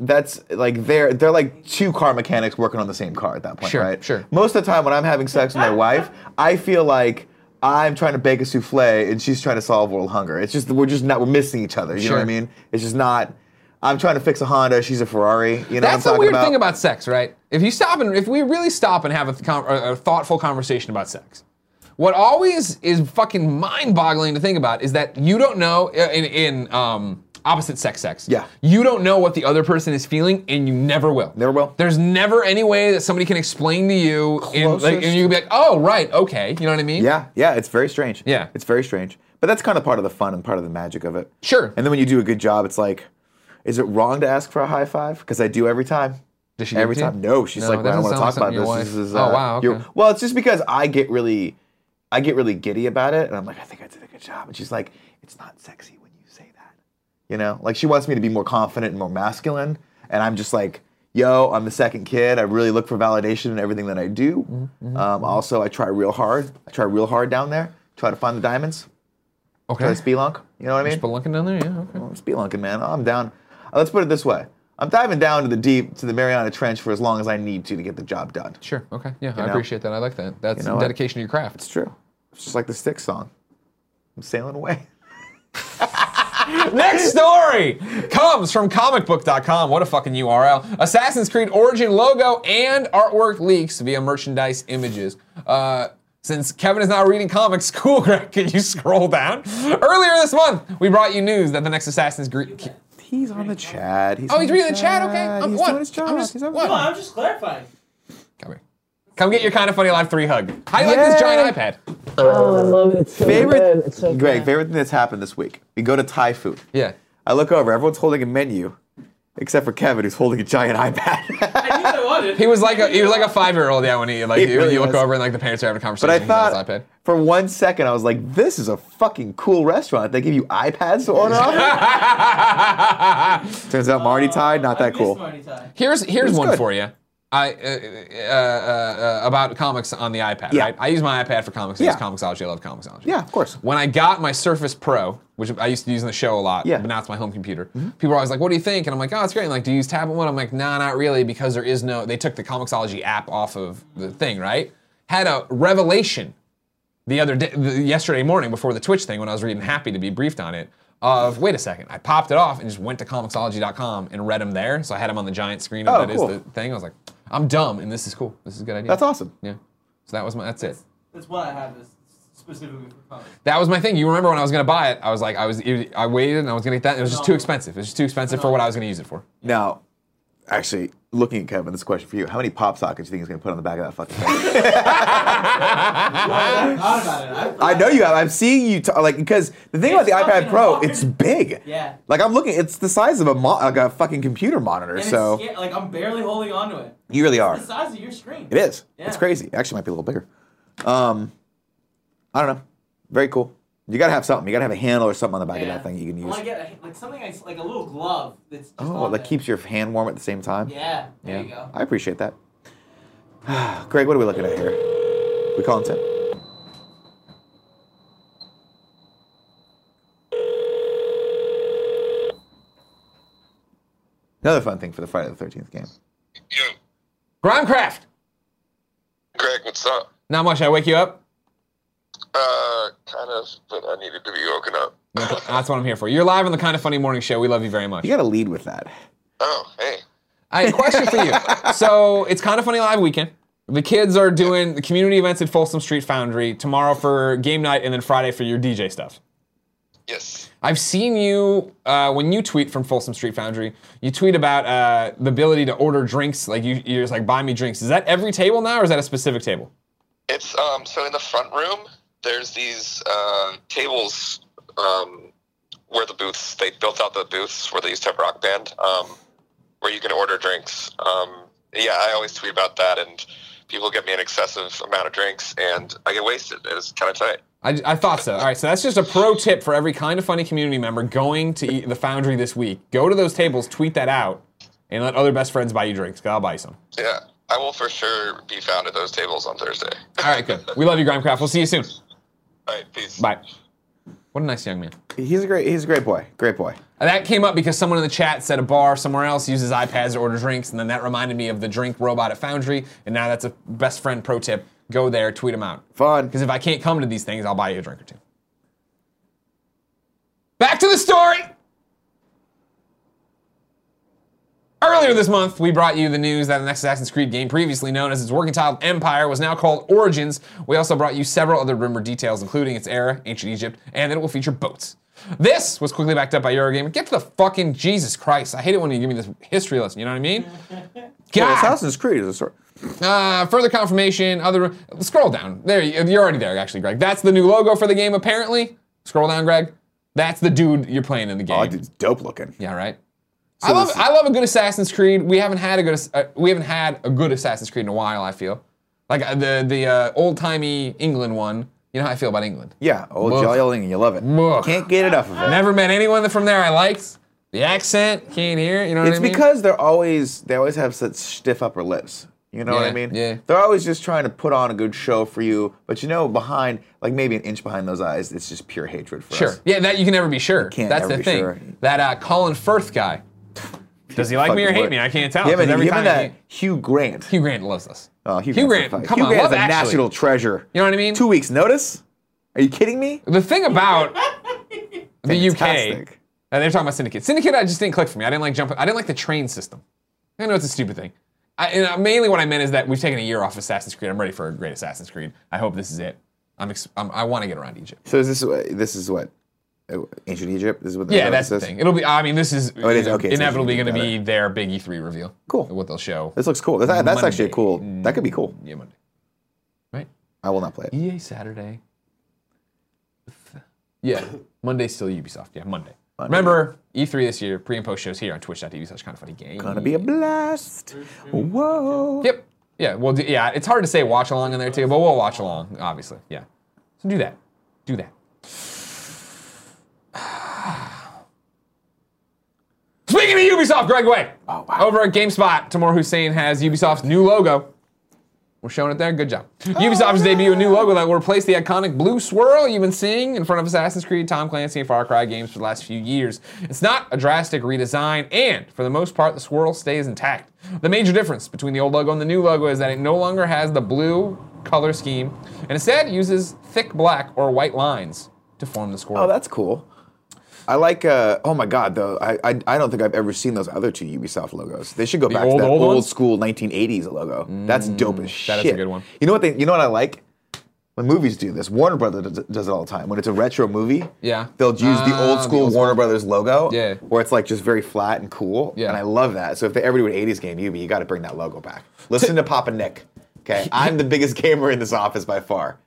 [SPEAKER 2] that's like they're they're like two car mechanics working on the same car at that point,
[SPEAKER 1] Sure,
[SPEAKER 2] right?
[SPEAKER 1] sure.
[SPEAKER 2] Most of the time when I'm having sex with my wife, I feel like I'm trying to bake a souffle and she's trying to solve world hunger. It's just we're just not we're missing each other. You know what I
[SPEAKER 1] Sure.
[SPEAKER 2] mean? It's just not. I'm trying to fix a Honda. She's a Ferrari. You know what
[SPEAKER 1] That's the
[SPEAKER 2] I'm talking
[SPEAKER 1] weird
[SPEAKER 2] about?
[SPEAKER 1] thing about sex, right? If you stop and if we really stop and have a, th- con- a, a thoughtful conversation about sex, what always is fucking mind-boggling to think about is that you don't know uh, in, in um, opposite sex sex.
[SPEAKER 2] Yeah.
[SPEAKER 1] You don't know what the other person is feeling, and you never will.
[SPEAKER 2] Never will.
[SPEAKER 1] There's never any way that somebody can explain to you, in, like, and
[SPEAKER 2] Closest.
[SPEAKER 1] you can be like, "Oh, right, okay," you know what I mean?
[SPEAKER 2] Yeah, yeah, it's very strange.
[SPEAKER 1] Yeah.
[SPEAKER 2] It's very strange. But that's kind of part of the fun and part of the magic of it.
[SPEAKER 1] Sure.
[SPEAKER 2] And then when you do a good job, it's like, is it wrong to ask for a high five? Because I do every time.
[SPEAKER 1] Does she give
[SPEAKER 2] every
[SPEAKER 1] it to you?
[SPEAKER 2] time? No, she's
[SPEAKER 1] No,
[SPEAKER 2] like,
[SPEAKER 1] that
[SPEAKER 2] well, I don't want
[SPEAKER 1] doesn't
[SPEAKER 2] to
[SPEAKER 1] sound
[SPEAKER 2] talk
[SPEAKER 1] like
[SPEAKER 2] about
[SPEAKER 1] something your
[SPEAKER 2] this. This
[SPEAKER 1] wife-
[SPEAKER 2] is, uh,
[SPEAKER 1] Oh, wow,
[SPEAKER 2] you're-
[SPEAKER 1] okay.
[SPEAKER 2] Well, it's just because I get really, I get really giddy about it, and I'm like, I think I did a good job. And she's like, it's not sexy when you say that. You know, like she wants me to be more confident and more masculine, and I'm just like, yo, I'm the second kid. I really look for validation in everything that I do.
[SPEAKER 1] Mm-hmm,
[SPEAKER 2] Um, also, I try real hard. I try real hard down there. Try to find the diamonds.
[SPEAKER 1] Okay.
[SPEAKER 2] Try to spelunk. You know what I mean?
[SPEAKER 1] Spelunking down there, yeah. Okay.
[SPEAKER 2] Well, I'm spelunking, man. I'm down. Uh, let's put it this way: I'm diving down to the deep, to the Mariana Trench for as long as I need to to get the job done.
[SPEAKER 1] Sure. Okay. Yeah, I
[SPEAKER 2] know?
[SPEAKER 1] appreciate that. I like that. That's
[SPEAKER 2] You know what?
[SPEAKER 1] dedication to your craft.
[SPEAKER 2] It's true. It's just like the Stick song. I'm sailing away.
[SPEAKER 1] Next story comes from comicbook.com. What a fucking URL. Assassin's Creed Origin logo and artwork leaks via merchandise images. Uh, since Kevin is now reading comics, cool, Greg, can you scroll down? Earlier this month, we brought you news that the next Assassin's Creed.
[SPEAKER 2] He's on the chat.
[SPEAKER 1] Oh, he's reading the chat, okay. I'm-
[SPEAKER 2] he's
[SPEAKER 1] what?
[SPEAKER 2] doing his job.
[SPEAKER 1] I'm just-
[SPEAKER 2] he's on
[SPEAKER 1] what?
[SPEAKER 2] his
[SPEAKER 3] No,
[SPEAKER 2] job.
[SPEAKER 3] I'm just clarifying.
[SPEAKER 1] Come here. Come get your kind of funny live three hug. How do you like this giant iPad?
[SPEAKER 7] Oh, I love it. It's so
[SPEAKER 2] Favorite,
[SPEAKER 7] good. It's so
[SPEAKER 2] Greg,
[SPEAKER 7] good.
[SPEAKER 2] favorite thing that's happened this week. We go to Thai food.
[SPEAKER 1] Yeah.
[SPEAKER 2] I look over. Everyone's holding a menu, except for Kevin, who's holding a giant iPad.
[SPEAKER 3] I knew I wanted.
[SPEAKER 1] He was like a he was like a five year old. Yeah, when he like
[SPEAKER 2] He
[SPEAKER 1] you,
[SPEAKER 2] really
[SPEAKER 1] you look
[SPEAKER 2] was.
[SPEAKER 1] over and like the parents are having a conversation.
[SPEAKER 2] but I
[SPEAKER 1] he's on his
[SPEAKER 2] thought
[SPEAKER 1] iPad.
[SPEAKER 2] for one second I was like, "This is a fucking cool restaurant. They give you iPads to order off." Turns out Marty tied. Not
[SPEAKER 3] I
[SPEAKER 2] that
[SPEAKER 3] missed
[SPEAKER 2] cool.
[SPEAKER 3] Marty Tye.
[SPEAKER 1] Here's here's one
[SPEAKER 2] good.
[SPEAKER 1] for you. I uh, uh, uh, uh, about comics on the iPad.
[SPEAKER 2] Yeah.
[SPEAKER 1] Right? I use my iPad for comics. I
[SPEAKER 2] Yeah.
[SPEAKER 1] use Comixology. I love Comixology.
[SPEAKER 2] Yeah, of course.
[SPEAKER 1] When I got my Surface Pro, which I used to use in the show a lot,
[SPEAKER 2] Yeah. Mm-hmm.
[SPEAKER 1] but now it's my home computer. People are always like, "What do you think?" And I'm like, "Oh, it's great." And like, do you use tablet one? I'm like, "Nah, not really," because there is no. They took the Comixology app off of the thing, right? Had a revelation the other day, the, yesterday morning before the Twitch thing, when I was reading Happy to be briefed on it, of wait a second, I popped it off and just went to comicsology.com and read them there. So I had them on the giant screen.
[SPEAKER 2] Oh,
[SPEAKER 1] that is
[SPEAKER 2] cool.
[SPEAKER 1] the thing. I was like, I'm dumb, and this is cool. This is a good idea.
[SPEAKER 2] That's awesome.
[SPEAKER 1] Yeah. So that was my. That's it.
[SPEAKER 3] That's what I have is specifically for comics.
[SPEAKER 1] That was my thing. You remember when I was gonna buy it? I was like, I was, I waited and I was gonna get that. and It was just too expensive. It was just too expensive for what I was gonna use it for.
[SPEAKER 2] Now, actually, looking at Kevin, this is a question for you. How many pop sockets do you think he's going to put on the back of that fucking thing?
[SPEAKER 3] I thought about it. I thought,
[SPEAKER 2] I know you have. I'm seeing you, t- like, because the thing about
[SPEAKER 3] It's
[SPEAKER 2] the
[SPEAKER 3] fucking
[SPEAKER 2] iPad Pro,
[SPEAKER 3] hard.
[SPEAKER 2] it's big.
[SPEAKER 3] Yeah.
[SPEAKER 2] Like, I'm looking, it's the size of a, mo- like a fucking computer monitor,
[SPEAKER 3] and
[SPEAKER 2] so
[SPEAKER 3] it's sca- like I'm barely holding onto it.
[SPEAKER 2] you really are.
[SPEAKER 3] It's the size of your screen.
[SPEAKER 2] It is.
[SPEAKER 3] Yeah.
[SPEAKER 2] It's crazy. It actually might be a little bigger. Um, I don't know. Very cool. You got to have something. You got to have a handle or something on the back
[SPEAKER 3] Yeah.
[SPEAKER 2] of that thing that you can
[SPEAKER 3] I
[SPEAKER 2] use.
[SPEAKER 3] want to get a, like something that's like a little glove that's just
[SPEAKER 2] Oh,
[SPEAKER 3] on
[SPEAKER 2] like
[SPEAKER 3] there.
[SPEAKER 2] keeps your hand warm at the same time.
[SPEAKER 3] Yeah. There you
[SPEAKER 2] Yeah.
[SPEAKER 3] go.
[SPEAKER 2] I appreciate that. Greg, what are we looking at here? We calling Tim? Another fun thing for the Friday the 13th game.
[SPEAKER 7] Yo,
[SPEAKER 1] Grimecraft.
[SPEAKER 7] Greg, what's up?
[SPEAKER 1] Not much. I wake you up.
[SPEAKER 7] Uh, kind of, but I needed to be woken up.
[SPEAKER 1] That's what I'm here for. You're live on the Kind of Funny Morning Show. We love you very much.
[SPEAKER 2] You got to lead with that.
[SPEAKER 7] Oh, hey.
[SPEAKER 1] I have a question for you. So it's kind of funny live weekend. The kids are doing the community events at Folsom Street Foundry tomorrow for game night, and then Friday for your DJ stuff.
[SPEAKER 7] Yes.
[SPEAKER 1] I've seen you uh, when you tweet from Folsom Street Foundry. You tweet about uh, the ability to order drinks. Like you, you're just like, buy me drinks. Is that every table now, or is that a specific table?
[SPEAKER 7] It's, um, so in the front room, there's these, uh, tables, um, where the booths, they built out the booths where they used to have rock band, um, where you can order drinks. Um, yeah, I always tweet about that, and people get me an excessive amount of drinks, and I get wasted. It's kind of tight.
[SPEAKER 1] I, I thought so. All right, so that's just a pro tip for every kind of funny community member going to eat the Foundry this week. Go to those tables, tweet that out, and let other best friends buy you drinks. Cause I'll buy you some.
[SPEAKER 7] Yeah. I will for sure be found at those tables on Thursday.
[SPEAKER 1] All right, good. We love you, Grimecraft. We'll see you soon.
[SPEAKER 7] All right, peace.
[SPEAKER 1] Bye. What a nice young man.
[SPEAKER 2] He's a great. He's a great boy. Great boy.
[SPEAKER 1] Uh, That came up because someone in the chat said a bar somewhere else uses iPads to order drinks, and then that reminded me of the drink robot at Foundry, and now that's a best friend pro tip. Go there, tweet them out.
[SPEAKER 2] Fun.
[SPEAKER 1] Because if I can't come to these things, I'll buy you a drink or two. Back to the story! Earlier this month, we brought you the news that the next Assassin's Creed game, previously known as its working title Empire, was now called Origins. We also brought you several other rumored details, including its era, ancient Egypt, and that it will feature boats. This was quickly backed up by Eurogamer. Get to the fucking Jesus Christ! I hate it when you give me this history lesson. You know what I mean?
[SPEAKER 2] Yeah,
[SPEAKER 1] God.
[SPEAKER 2] Assassin's Creed is a sort.
[SPEAKER 1] Uh, further confirmation. Other scroll down. There you- you're already there, actually, Greg. That's the new logo for the game, apparently. Scroll down, Greg. That's the dude you're playing in the game.
[SPEAKER 2] Oh, that dude's dope looking.
[SPEAKER 1] Yeah, right. I love
[SPEAKER 2] this-
[SPEAKER 1] I love a good Assassin's Creed. We haven't had a good ass- uh, we haven't had a good Assassin's Creed in a while. I feel like uh, the the uh, old timey England one. You know how I feel about England.
[SPEAKER 2] Yeah, old
[SPEAKER 1] Ugh.
[SPEAKER 2] jolly old England, you love it.
[SPEAKER 1] Ugh.
[SPEAKER 2] Can't get enough of it.
[SPEAKER 1] Never met anyone from there I liked. The accent, can't hear. it, You know what
[SPEAKER 2] It's
[SPEAKER 1] I mean?
[SPEAKER 2] because they're always they always have such stiff upper lips. You know what
[SPEAKER 1] Yeah,
[SPEAKER 2] I mean?
[SPEAKER 1] yeah.
[SPEAKER 2] They're always just trying to put on a good show for you, but you know, behind like maybe an inch behind those eyes, it's just pure hatred for
[SPEAKER 1] Sure.
[SPEAKER 2] us.
[SPEAKER 1] Yeah, that you can never be sure.
[SPEAKER 2] can't
[SPEAKER 1] That's
[SPEAKER 2] ever
[SPEAKER 1] the
[SPEAKER 2] be
[SPEAKER 1] thing.
[SPEAKER 2] sure.
[SPEAKER 1] That uh, Colin Firth guy. Does he like me or
[SPEAKER 2] Fucking
[SPEAKER 1] hate
[SPEAKER 2] word.
[SPEAKER 1] me? I can't tell.
[SPEAKER 2] Him
[SPEAKER 1] 'cause
[SPEAKER 2] and,
[SPEAKER 1] every
[SPEAKER 2] him
[SPEAKER 1] time
[SPEAKER 2] and that
[SPEAKER 1] he-
[SPEAKER 2] Hugh Grant.
[SPEAKER 1] Hugh Grant loves us.
[SPEAKER 2] oh, Hugh,
[SPEAKER 1] Hugh
[SPEAKER 2] Grant's a
[SPEAKER 1] Grant,
[SPEAKER 2] fuck-
[SPEAKER 1] come
[SPEAKER 2] Hugh
[SPEAKER 1] on,
[SPEAKER 2] Grant's
[SPEAKER 1] Love
[SPEAKER 2] a
[SPEAKER 1] Actually.
[SPEAKER 2] national treasure.
[SPEAKER 1] You know what I mean?
[SPEAKER 2] Two weeks notice? Are you kidding me?
[SPEAKER 1] The thing about the UK,
[SPEAKER 2] Fantastic.
[SPEAKER 1] Uh, they're talking about Syndicate. Syndicate, I just didn't click for me. I didn't like jumping. I didn't like the train system. I know it's a stupid thing. I, and uh, mainly what I meant is that we've taken a year off Assassin's Creed. I'm ready for a great Assassin's Creed. I hope this is it. I'm. Ex- I'm I want to get around Egypt.
[SPEAKER 2] So is this what- this is what uh, ancient Egypt? This is what
[SPEAKER 1] Yeah,
[SPEAKER 2] what
[SPEAKER 1] that's the
[SPEAKER 2] this is?
[SPEAKER 1] thing. It'll be. I mean, this is,
[SPEAKER 2] Oh, it is? Okay, so
[SPEAKER 1] inevitably
[SPEAKER 2] you
[SPEAKER 1] going to
[SPEAKER 2] got
[SPEAKER 1] be their big E3 reveal.
[SPEAKER 2] Cool.
[SPEAKER 1] What they'll show.
[SPEAKER 2] This looks cool. That's, that's actually a
[SPEAKER 1] Monday.
[SPEAKER 2] cool. That could be cool.
[SPEAKER 1] Yeah, Monday. Right. E
[SPEAKER 2] I will not play it.
[SPEAKER 1] EA Saturday. Yeah, Monday's still Ubisoft. Yeah, Monday. Remember, E3 this year, pre and post shows here on twitch.tv slash kind of funny game.
[SPEAKER 2] Gonna be a blast. Whoa.
[SPEAKER 1] Yep. Yeah. Well, d- yeah. It's hard to say watch along in there too, but we'll watch along, obviously. Yeah. So do that. Do that. Speaking of Ubisoft, Greg Way.
[SPEAKER 2] Oh, wow.
[SPEAKER 1] Over at GameSpot, Tamor Hussein has Ubisoft's new logo. We're showing it there. Good job.
[SPEAKER 2] Oh.
[SPEAKER 1] Ubisoft's debut a new logo that will replace the iconic blue swirl you've been seeing in front of Assassin's Creed, Tom Clancy, and Far Cry games for the last few years. It's not a drastic redesign, and for the most part, the swirl stays intact. The major difference between the old logo and the new logo is that it no longer has the blue color scheme, and instead uses thick black or white lines to form the swirl.
[SPEAKER 2] Oh, that's cool. I like. Uh, oh my God, though. I, I I don't think I've ever seen those other two Ubisoft logos. They should go back
[SPEAKER 1] old,
[SPEAKER 2] to that
[SPEAKER 1] old
[SPEAKER 2] old,
[SPEAKER 1] ones? Mm,
[SPEAKER 2] school 1980s logo. That's dope as shit.
[SPEAKER 1] that is a good one.
[SPEAKER 2] You know what they? You know what I like? When movies do this, Warner Brothers does, does it all the time. When it's a retro movie,
[SPEAKER 1] Yeah.
[SPEAKER 2] they'll use the
[SPEAKER 1] Ah,
[SPEAKER 2] old
[SPEAKER 1] the
[SPEAKER 2] school
[SPEAKER 1] old
[SPEAKER 2] Warner Brothers logo,
[SPEAKER 1] Yeah.
[SPEAKER 2] where it's like just very flat and cool.
[SPEAKER 1] Yeah.
[SPEAKER 2] and I love that. So if they ever do an 80s game, Ubi, you got to bring that logo back. Listen to Papa Nick. Okay, I'm the biggest gamer in this office by far.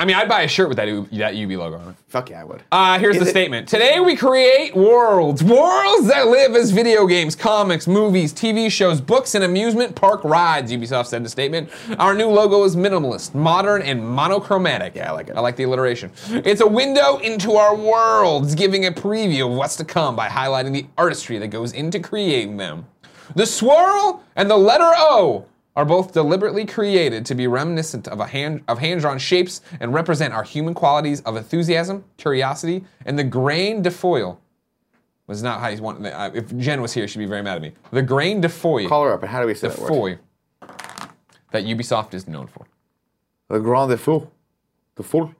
[SPEAKER 1] I mean, I'd buy a shirt with that, U- that UB logo on it.
[SPEAKER 2] Fuck yeah, I would.
[SPEAKER 1] Uh, here's
[SPEAKER 2] Is
[SPEAKER 1] the
[SPEAKER 2] it-
[SPEAKER 1] statement. Today we create worlds. Worlds that live as video games, comics, movies, TV shows, books, and amusement park rides, Ubisoft said in a statement. Our new logo is minimalist, modern, and monochromatic. Yeah, I like it. I like the alliteration. It's a window into our worlds, giving a preview of what's to come by highlighting the artistry that goes into creating them. The swirl and the letter O are both deliberately created to be reminiscent of a hand of hand-drawn shapes and represent our human qualities of enthusiasm, curiosity, and the grain de foil. Was not how you want. uh, If Jen was here, she'd be very mad at me. The grain de foil,
[SPEAKER 2] Call her up. And how do we say
[SPEAKER 1] de
[SPEAKER 2] that word?
[SPEAKER 1] foil that Ubisoft is known for.
[SPEAKER 2] Le Grand de Fou. The Fool.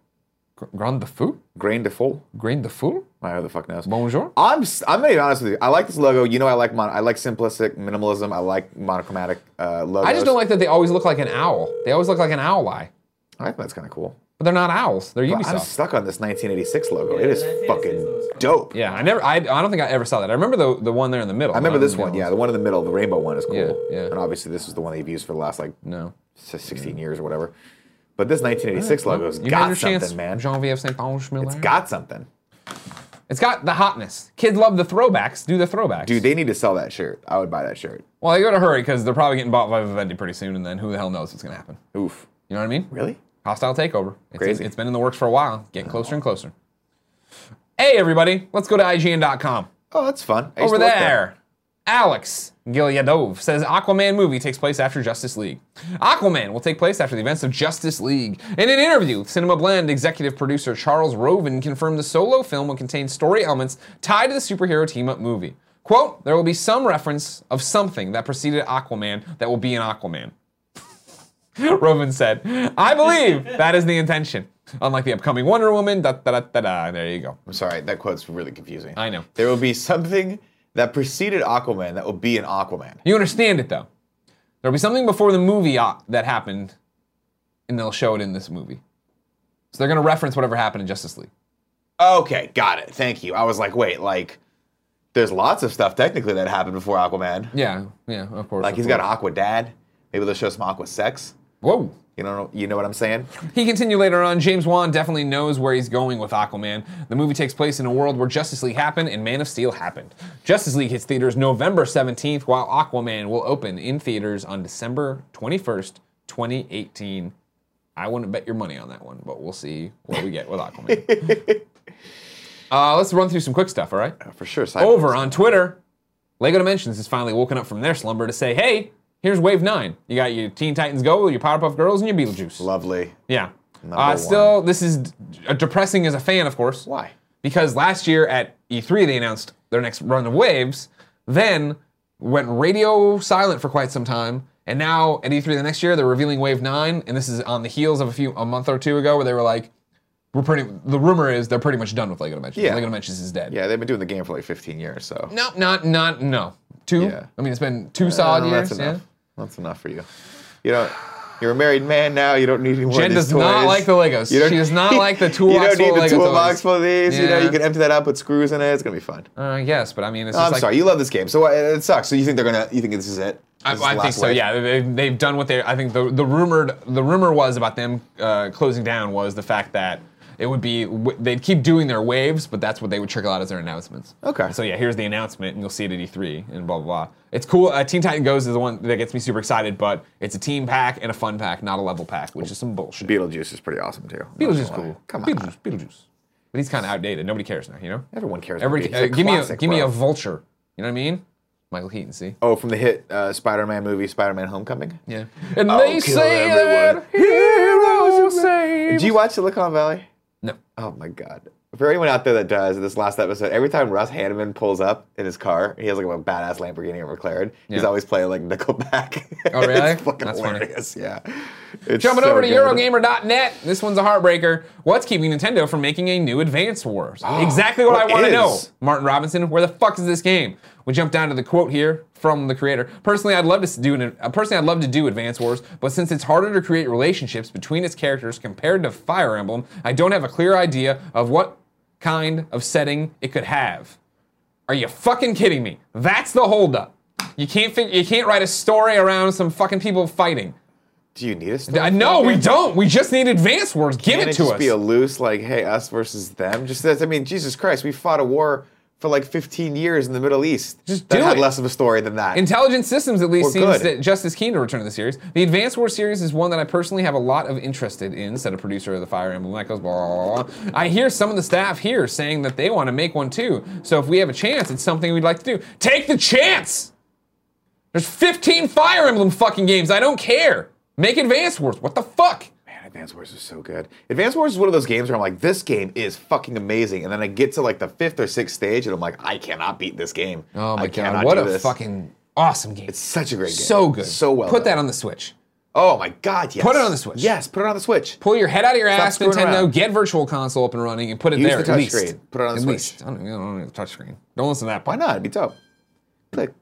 [SPEAKER 1] Gr- Grand de fou,
[SPEAKER 2] Grain de Fool.
[SPEAKER 1] grain de fool.
[SPEAKER 2] I who the fuck knows.
[SPEAKER 1] Bonjour.
[SPEAKER 2] I'm s- I'm gonna be honest with you. I like this logo. You know, I like mon- I like simplistic minimalism. I like monochromatic uh, logos.
[SPEAKER 1] I just don't like that they always look like an owl. They always look like an owl eye,
[SPEAKER 2] I think that's kind of cool.
[SPEAKER 1] but they're not owls. They're
[SPEAKER 2] But
[SPEAKER 1] Ubisoft.
[SPEAKER 2] I'm stuck on this 1986 logo. it is
[SPEAKER 3] 1986
[SPEAKER 2] fucking
[SPEAKER 3] logo's
[SPEAKER 2] dope.
[SPEAKER 1] yeah, I never. I, I don't think I ever saw that. I remember the the one there in the middle.
[SPEAKER 2] I remember this one. Yeah, the one in the middle, the rainbow one, is cool.
[SPEAKER 1] Yeah, yeah.
[SPEAKER 2] And obviously, this is the one they've used for the last like
[SPEAKER 1] No.
[SPEAKER 2] s- 16 years or whatever. But this 1986 logo's
[SPEAKER 1] You had
[SPEAKER 2] got
[SPEAKER 1] your
[SPEAKER 2] something,
[SPEAKER 1] chance,
[SPEAKER 2] man.
[SPEAKER 1] Jean-Vive St. Paul Schmiller.
[SPEAKER 2] It's got something.
[SPEAKER 1] It's got the hotness. Kids love the throwbacks. Do the throwbacks.
[SPEAKER 2] Dude, they need to sell that shirt. I would buy that shirt.
[SPEAKER 1] well, they got to hurry because they're probably getting bought by Vivendi pretty soon, and then who the hell knows what's going to happen?
[SPEAKER 2] Oof.
[SPEAKER 1] You know what I mean?
[SPEAKER 2] Really?
[SPEAKER 1] Hostile takeover. It's,
[SPEAKER 2] Crazy.
[SPEAKER 1] it's been in the works for a while. Getting closer and closer. Hey, everybody, let's go to IGN.com.
[SPEAKER 2] Oh, that's fun. I used
[SPEAKER 1] Over
[SPEAKER 2] to work
[SPEAKER 1] there, Alex Gilyadov says Aquaman movie takes place after Justice League. Aquaman will take place after the events of Justice League. In an interview, with Cinema Blend executive producer Charles Roven confirmed the solo film will contain story elements tied to the superhero team up movie. Quote, there will be some reference of something that preceded Aquaman that will be in Aquaman. Roman said, I believe that is the intention. Unlike the upcoming Wonder Woman, da da da da da. There you go.
[SPEAKER 2] I'm sorry, that quote's really confusing.
[SPEAKER 1] I know.
[SPEAKER 2] There will be something that preceded Aquaman that will be an Aquaman.
[SPEAKER 1] You understand it though. There'll be something before the movie uh, that happened, and they'll show it in this movie. So they're gonna reference whatever happened in Justice League.
[SPEAKER 2] Okay, got it. Thank you. I was like, wait, like, there's lots of stuff technically that happened before Aquaman.
[SPEAKER 1] Yeah, yeah, of course.
[SPEAKER 2] Like
[SPEAKER 1] of
[SPEAKER 2] he's got
[SPEAKER 1] course.
[SPEAKER 2] Aqua Dad. Maybe they'll show some Aqua Sex.
[SPEAKER 1] Whoa.
[SPEAKER 2] You know, you know what I'm saying?
[SPEAKER 1] He continued later on James Wan definitely knows where he's going with Aquaman. The movie takes place in a world where Justice League happened and Man of Steel happened. Justice League hits theaters November 17th, while Aquaman will open in theaters on December 21st, 2018. I wouldn't bet your money on that one, but we'll see what we get with Aquaman. uh, let's run through some quick stuff, all right?
[SPEAKER 2] For sure. Cyborg.
[SPEAKER 1] Over on Twitter, Lego Dimensions has finally woken up from their slumber to say, hey, here's Wave 9. You got your Teen Titans Go, your Powerpuff Girls, and your Beetlejuice.
[SPEAKER 2] Lovely.
[SPEAKER 1] Yeah.
[SPEAKER 2] Number
[SPEAKER 1] Uh,
[SPEAKER 2] one.
[SPEAKER 1] still, this is d- d- depressing as a fan, of course.
[SPEAKER 2] Why?
[SPEAKER 1] Because last year at E3, they announced their next run of waves, then went radio silent for quite some time. And now at E3 the next year, they're revealing Wave 9, and this is on the heels of a few a month or two ago where they were like, we're pretty, the rumor is they're pretty much done with LEGO Dimensions.
[SPEAKER 2] Yeah.
[SPEAKER 1] LEGO Dimensions is dead.
[SPEAKER 2] Yeah, they've been doing the game for like 15 years, so.
[SPEAKER 1] No, not, not, no. Two?
[SPEAKER 2] Yeah.
[SPEAKER 1] I mean, it's been two solid
[SPEAKER 2] Uh,
[SPEAKER 1] years.
[SPEAKER 2] That's enough.
[SPEAKER 1] yeah.
[SPEAKER 2] That's enough for you. You don't. You're a married man now. You don't need any more. of
[SPEAKER 1] Jen
[SPEAKER 2] these
[SPEAKER 1] does not
[SPEAKER 2] toys.
[SPEAKER 1] like the Legos.
[SPEAKER 2] You don't-
[SPEAKER 1] She does not like the
[SPEAKER 2] You don't
[SPEAKER 1] toolbox full
[SPEAKER 2] need
[SPEAKER 1] of
[SPEAKER 2] the
[SPEAKER 1] Lego
[SPEAKER 2] toolbox
[SPEAKER 1] toys.
[SPEAKER 2] full of these. You know,
[SPEAKER 1] Yeah.
[SPEAKER 2] you can empty that out, put screws in it. It's gonna be fun.
[SPEAKER 1] Uh, yes, but I mean, it's just
[SPEAKER 2] I'm
[SPEAKER 1] like,
[SPEAKER 2] sorry. You love this game, so uh, it sucks. So you think they're gonna? You think this is it?
[SPEAKER 1] I,
[SPEAKER 2] This is
[SPEAKER 1] I
[SPEAKER 2] the
[SPEAKER 1] think
[SPEAKER 2] last
[SPEAKER 1] so.
[SPEAKER 2] wave?
[SPEAKER 1] Yeah, they, they've done what they. I think the the rumored the rumor was about them uh, closing down was the fact that It would be w- they'd keep doing their waves, but that's what they would trickle out as their announcements.
[SPEAKER 2] Okay.
[SPEAKER 1] So yeah, here's the announcement, and you'll see it at E3 and blah blah blah. It's cool. Uh, Teen Titan Goes is the one that gets me super excited, but it's a team pack and a fun pack, not a level pack, which is some bullshit.
[SPEAKER 2] Beetlejuice is pretty awesome too.
[SPEAKER 1] Beetlejuice is cool.
[SPEAKER 2] Come on.
[SPEAKER 1] Beetlejuice, Beetlejuice. But he's kind of outdated. Nobody cares now, you know.
[SPEAKER 2] Everyone cares. about
[SPEAKER 1] Every
[SPEAKER 2] Beetlejuice.
[SPEAKER 1] uh,
[SPEAKER 2] It's a
[SPEAKER 1] give me a
[SPEAKER 2] classic,
[SPEAKER 1] give me
[SPEAKER 2] bro.
[SPEAKER 1] a vulture. You know what I mean? Michael Keaton. See.
[SPEAKER 2] Oh, from the hit uh, Spider-Man movie, Spider-Man: Homecoming.
[SPEAKER 1] Yeah. And
[SPEAKER 2] I'll
[SPEAKER 1] they
[SPEAKER 2] kill
[SPEAKER 1] say
[SPEAKER 2] everyone.
[SPEAKER 1] that heroes will save.
[SPEAKER 2] Did you watch Silicon Valley?
[SPEAKER 1] no.
[SPEAKER 2] Oh my god. For anyone out there that does, this last episode, every time Russ Hanneman pulls up in his car, he has like a badass Lamborghini or McLaren. He's
[SPEAKER 1] Yeah.
[SPEAKER 2] always playing like Nickelback.
[SPEAKER 1] Oh, really?
[SPEAKER 2] it's fucking
[SPEAKER 1] That's funny.
[SPEAKER 2] hilarious. Yeah. It's
[SPEAKER 1] Jumping
[SPEAKER 2] so
[SPEAKER 1] over to
[SPEAKER 2] good.
[SPEAKER 1] Eurogamer.net. This one's a heartbreaker. What's keeping Nintendo from making a new Advance Wars? exactly what,
[SPEAKER 2] Ah, what
[SPEAKER 1] I want to
[SPEAKER 2] is?
[SPEAKER 1] know. Martin Robinson, where the fuck is this game? We jump down to the quote here from the creator. Personally, I'd love to do an, uh, personally I'd love to do Advance Wars, but since it's harder to create relationships between its characters compared to Fire Emblem, I don't have a clear idea of what kind of setting it could have. Are you fucking kidding me? That's the holdup. You can't fig- you can't write a story around some fucking people fighting.
[SPEAKER 2] Do you need us?
[SPEAKER 1] Uh, no, we don't. We just need advanced words. Give
[SPEAKER 2] Can
[SPEAKER 1] it
[SPEAKER 2] it
[SPEAKER 1] to
[SPEAKER 2] just
[SPEAKER 1] us.
[SPEAKER 2] be a loose like, hey, us versus them? Just that's. I mean, Jesus Christ, we fought a war for like 15 years in the Middle East.
[SPEAKER 1] Just
[SPEAKER 2] that
[SPEAKER 1] do
[SPEAKER 2] had
[SPEAKER 1] it.
[SPEAKER 2] less of a story than that.
[SPEAKER 1] Intelligent Systems at least
[SPEAKER 2] We're
[SPEAKER 1] seems
[SPEAKER 2] good.
[SPEAKER 1] that just as keen to return to the series. The Advanced War series is one that I personally have a lot of interested in, said a producer of the Fire Emblem Echoes, blah, blah, blah, blah. I hear some of the staff here saying that they want to make one too. So if we have a chance, it's something we'd like to do. Take the chance! There's 15 Fire Emblem fucking games. I don't care. Make Advanced Wars. What the fuck?
[SPEAKER 2] Man, Advance Wars is so good. Advance Wars is one of those games where I'm like, this game is fucking amazing, and then I get to like the fifth or sixth stage, and I'm like, I cannot beat this game.
[SPEAKER 1] Oh my
[SPEAKER 2] I
[SPEAKER 1] god,
[SPEAKER 2] cannot
[SPEAKER 1] what
[SPEAKER 2] do
[SPEAKER 1] a
[SPEAKER 2] this.
[SPEAKER 1] fucking awesome game.
[SPEAKER 2] It's such a great game.
[SPEAKER 1] so good.
[SPEAKER 2] so well.
[SPEAKER 1] Put that
[SPEAKER 2] done.
[SPEAKER 1] on the Switch.
[SPEAKER 2] Oh my god, yes.
[SPEAKER 1] Put it on the Switch.
[SPEAKER 2] Yes, put it on the Switch.
[SPEAKER 1] pull your head out of your ass,
[SPEAKER 2] screwing
[SPEAKER 1] Nintendo,
[SPEAKER 2] around.
[SPEAKER 1] get Virtual Console up and running, and put it
[SPEAKER 2] Use
[SPEAKER 1] there
[SPEAKER 2] the
[SPEAKER 1] at
[SPEAKER 2] touch
[SPEAKER 1] least.
[SPEAKER 2] screen. Put it on the
[SPEAKER 1] at
[SPEAKER 2] Switch.
[SPEAKER 1] least. I don't, I don't need a touch screen. Don't listen to that.
[SPEAKER 2] Why
[SPEAKER 1] part.
[SPEAKER 2] not? It'd be dope. Like,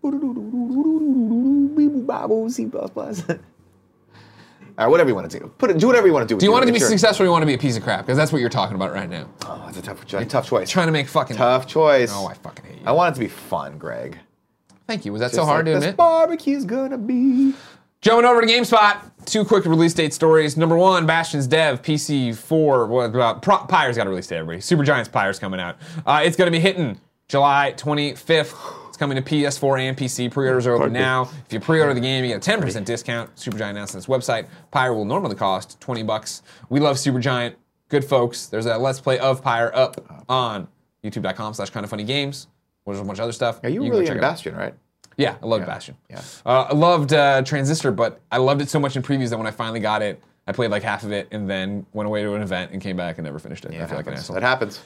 [SPEAKER 2] all right, whatever you want to do. Put it. Do whatever you want to do.
[SPEAKER 1] Do you want it to be successful or you want to be a piece of crap? Because that's what you're talking about right now.
[SPEAKER 2] Oh, that's a tough choice. Tough choice.
[SPEAKER 1] Trying to make fucking.
[SPEAKER 2] Tough choice.
[SPEAKER 1] Oh, I fucking hate you.
[SPEAKER 2] I want it to be fun, Greg.
[SPEAKER 1] Thank you. Was that so
[SPEAKER 2] Just
[SPEAKER 1] hard
[SPEAKER 2] like
[SPEAKER 1] to
[SPEAKER 2] this
[SPEAKER 1] admit?
[SPEAKER 2] barbecue's gonna be.
[SPEAKER 1] Jumping over to GameSpot. Two quick release date stories. Number one, Bastion's Dev PC4. What about uh, Pro, Pyre's got a release date, everybody. Super Giants Pyre's coming out. Uh, it's going to be hitting July 25th. It's coming to PS4 and PC. Pre-orders are open now. If you pre-order the game, you get a 10% discount. Supergiant announced on its website. Pyre will normally cost 20 bucks. We love Supergiant. Good folks. There's a Let's Play of Pyre up on youtube.com slash kind of funny games. There's a bunch of other stuff.
[SPEAKER 2] Are you,
[SPEAKER 1] can go
[SPEAKER 2] really in
[SPEAKER 1] check it out.
[SPEAKER 2] Bastion, right?
[SPEAKER 1] Yeah, I loved Bastion.
[SPEAKER 2] yeah.
[SPEAKER 1] Uh, I loved uh, Transistor, but I loved it so much in previews that when I finally got it, I played like half of it and then went away to an event and came back and never finished it. I
[SPEAKER 2] That
[SPEAKER 1] feel like an
[SPEAKER 2] happens.
[SPEAKER 1] asshole.
[SPEAKER 2] That happens.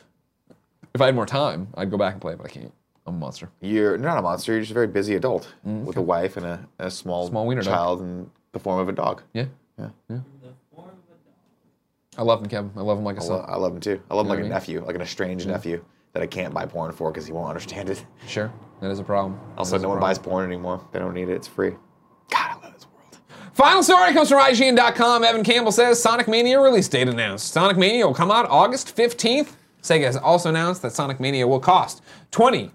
[SPEAKER 1] If I had more time, I'd go back and play it, but I can't. I'm a monster.
[SPEAKER 2] You're not a monster. You're just a very busy adult with a wife and a, a small,
[SPEAKER 1] Mm, Small wiener dog.
[SPEAKER 2] child in the form of a dog.
[SPEAKER 1] Yeah.
[SPEAKER 2] Yeah.
[SPEAKER 3] The form of a dog.
[SPEAKER 1] I love him, Kevin. I love him like a
[SPEAKER 2] I,
[SPEAKER 1] son.
[SPEAKER 2] lo- I love him too. I love him like
[SPEAKER 1] You know what I
[SPEAKER 2] a
[SPEAKER 1] mean? Mm.
[SPEAKER 2] nephew, like an estranged nephew that I can't buy porn for because he won't understand it.
[SPEAKER 1] Sure. That is a problem. That
[SPEAKER 2] Also,
[SPEAKER 1] is a
[SPEAKER 2] no one
[SPEAKER 1] problem.
[SPEAKER 2] buys porn anymore. They don't need it. It's free. God, I love this world.
[SPEAKER 1] Final story comes from IGN.com. Evan Campbell says Sonic Mania release date announced. Sonic Mania will come out August 15th. Sega has also announced that Sonic Mania will cost 20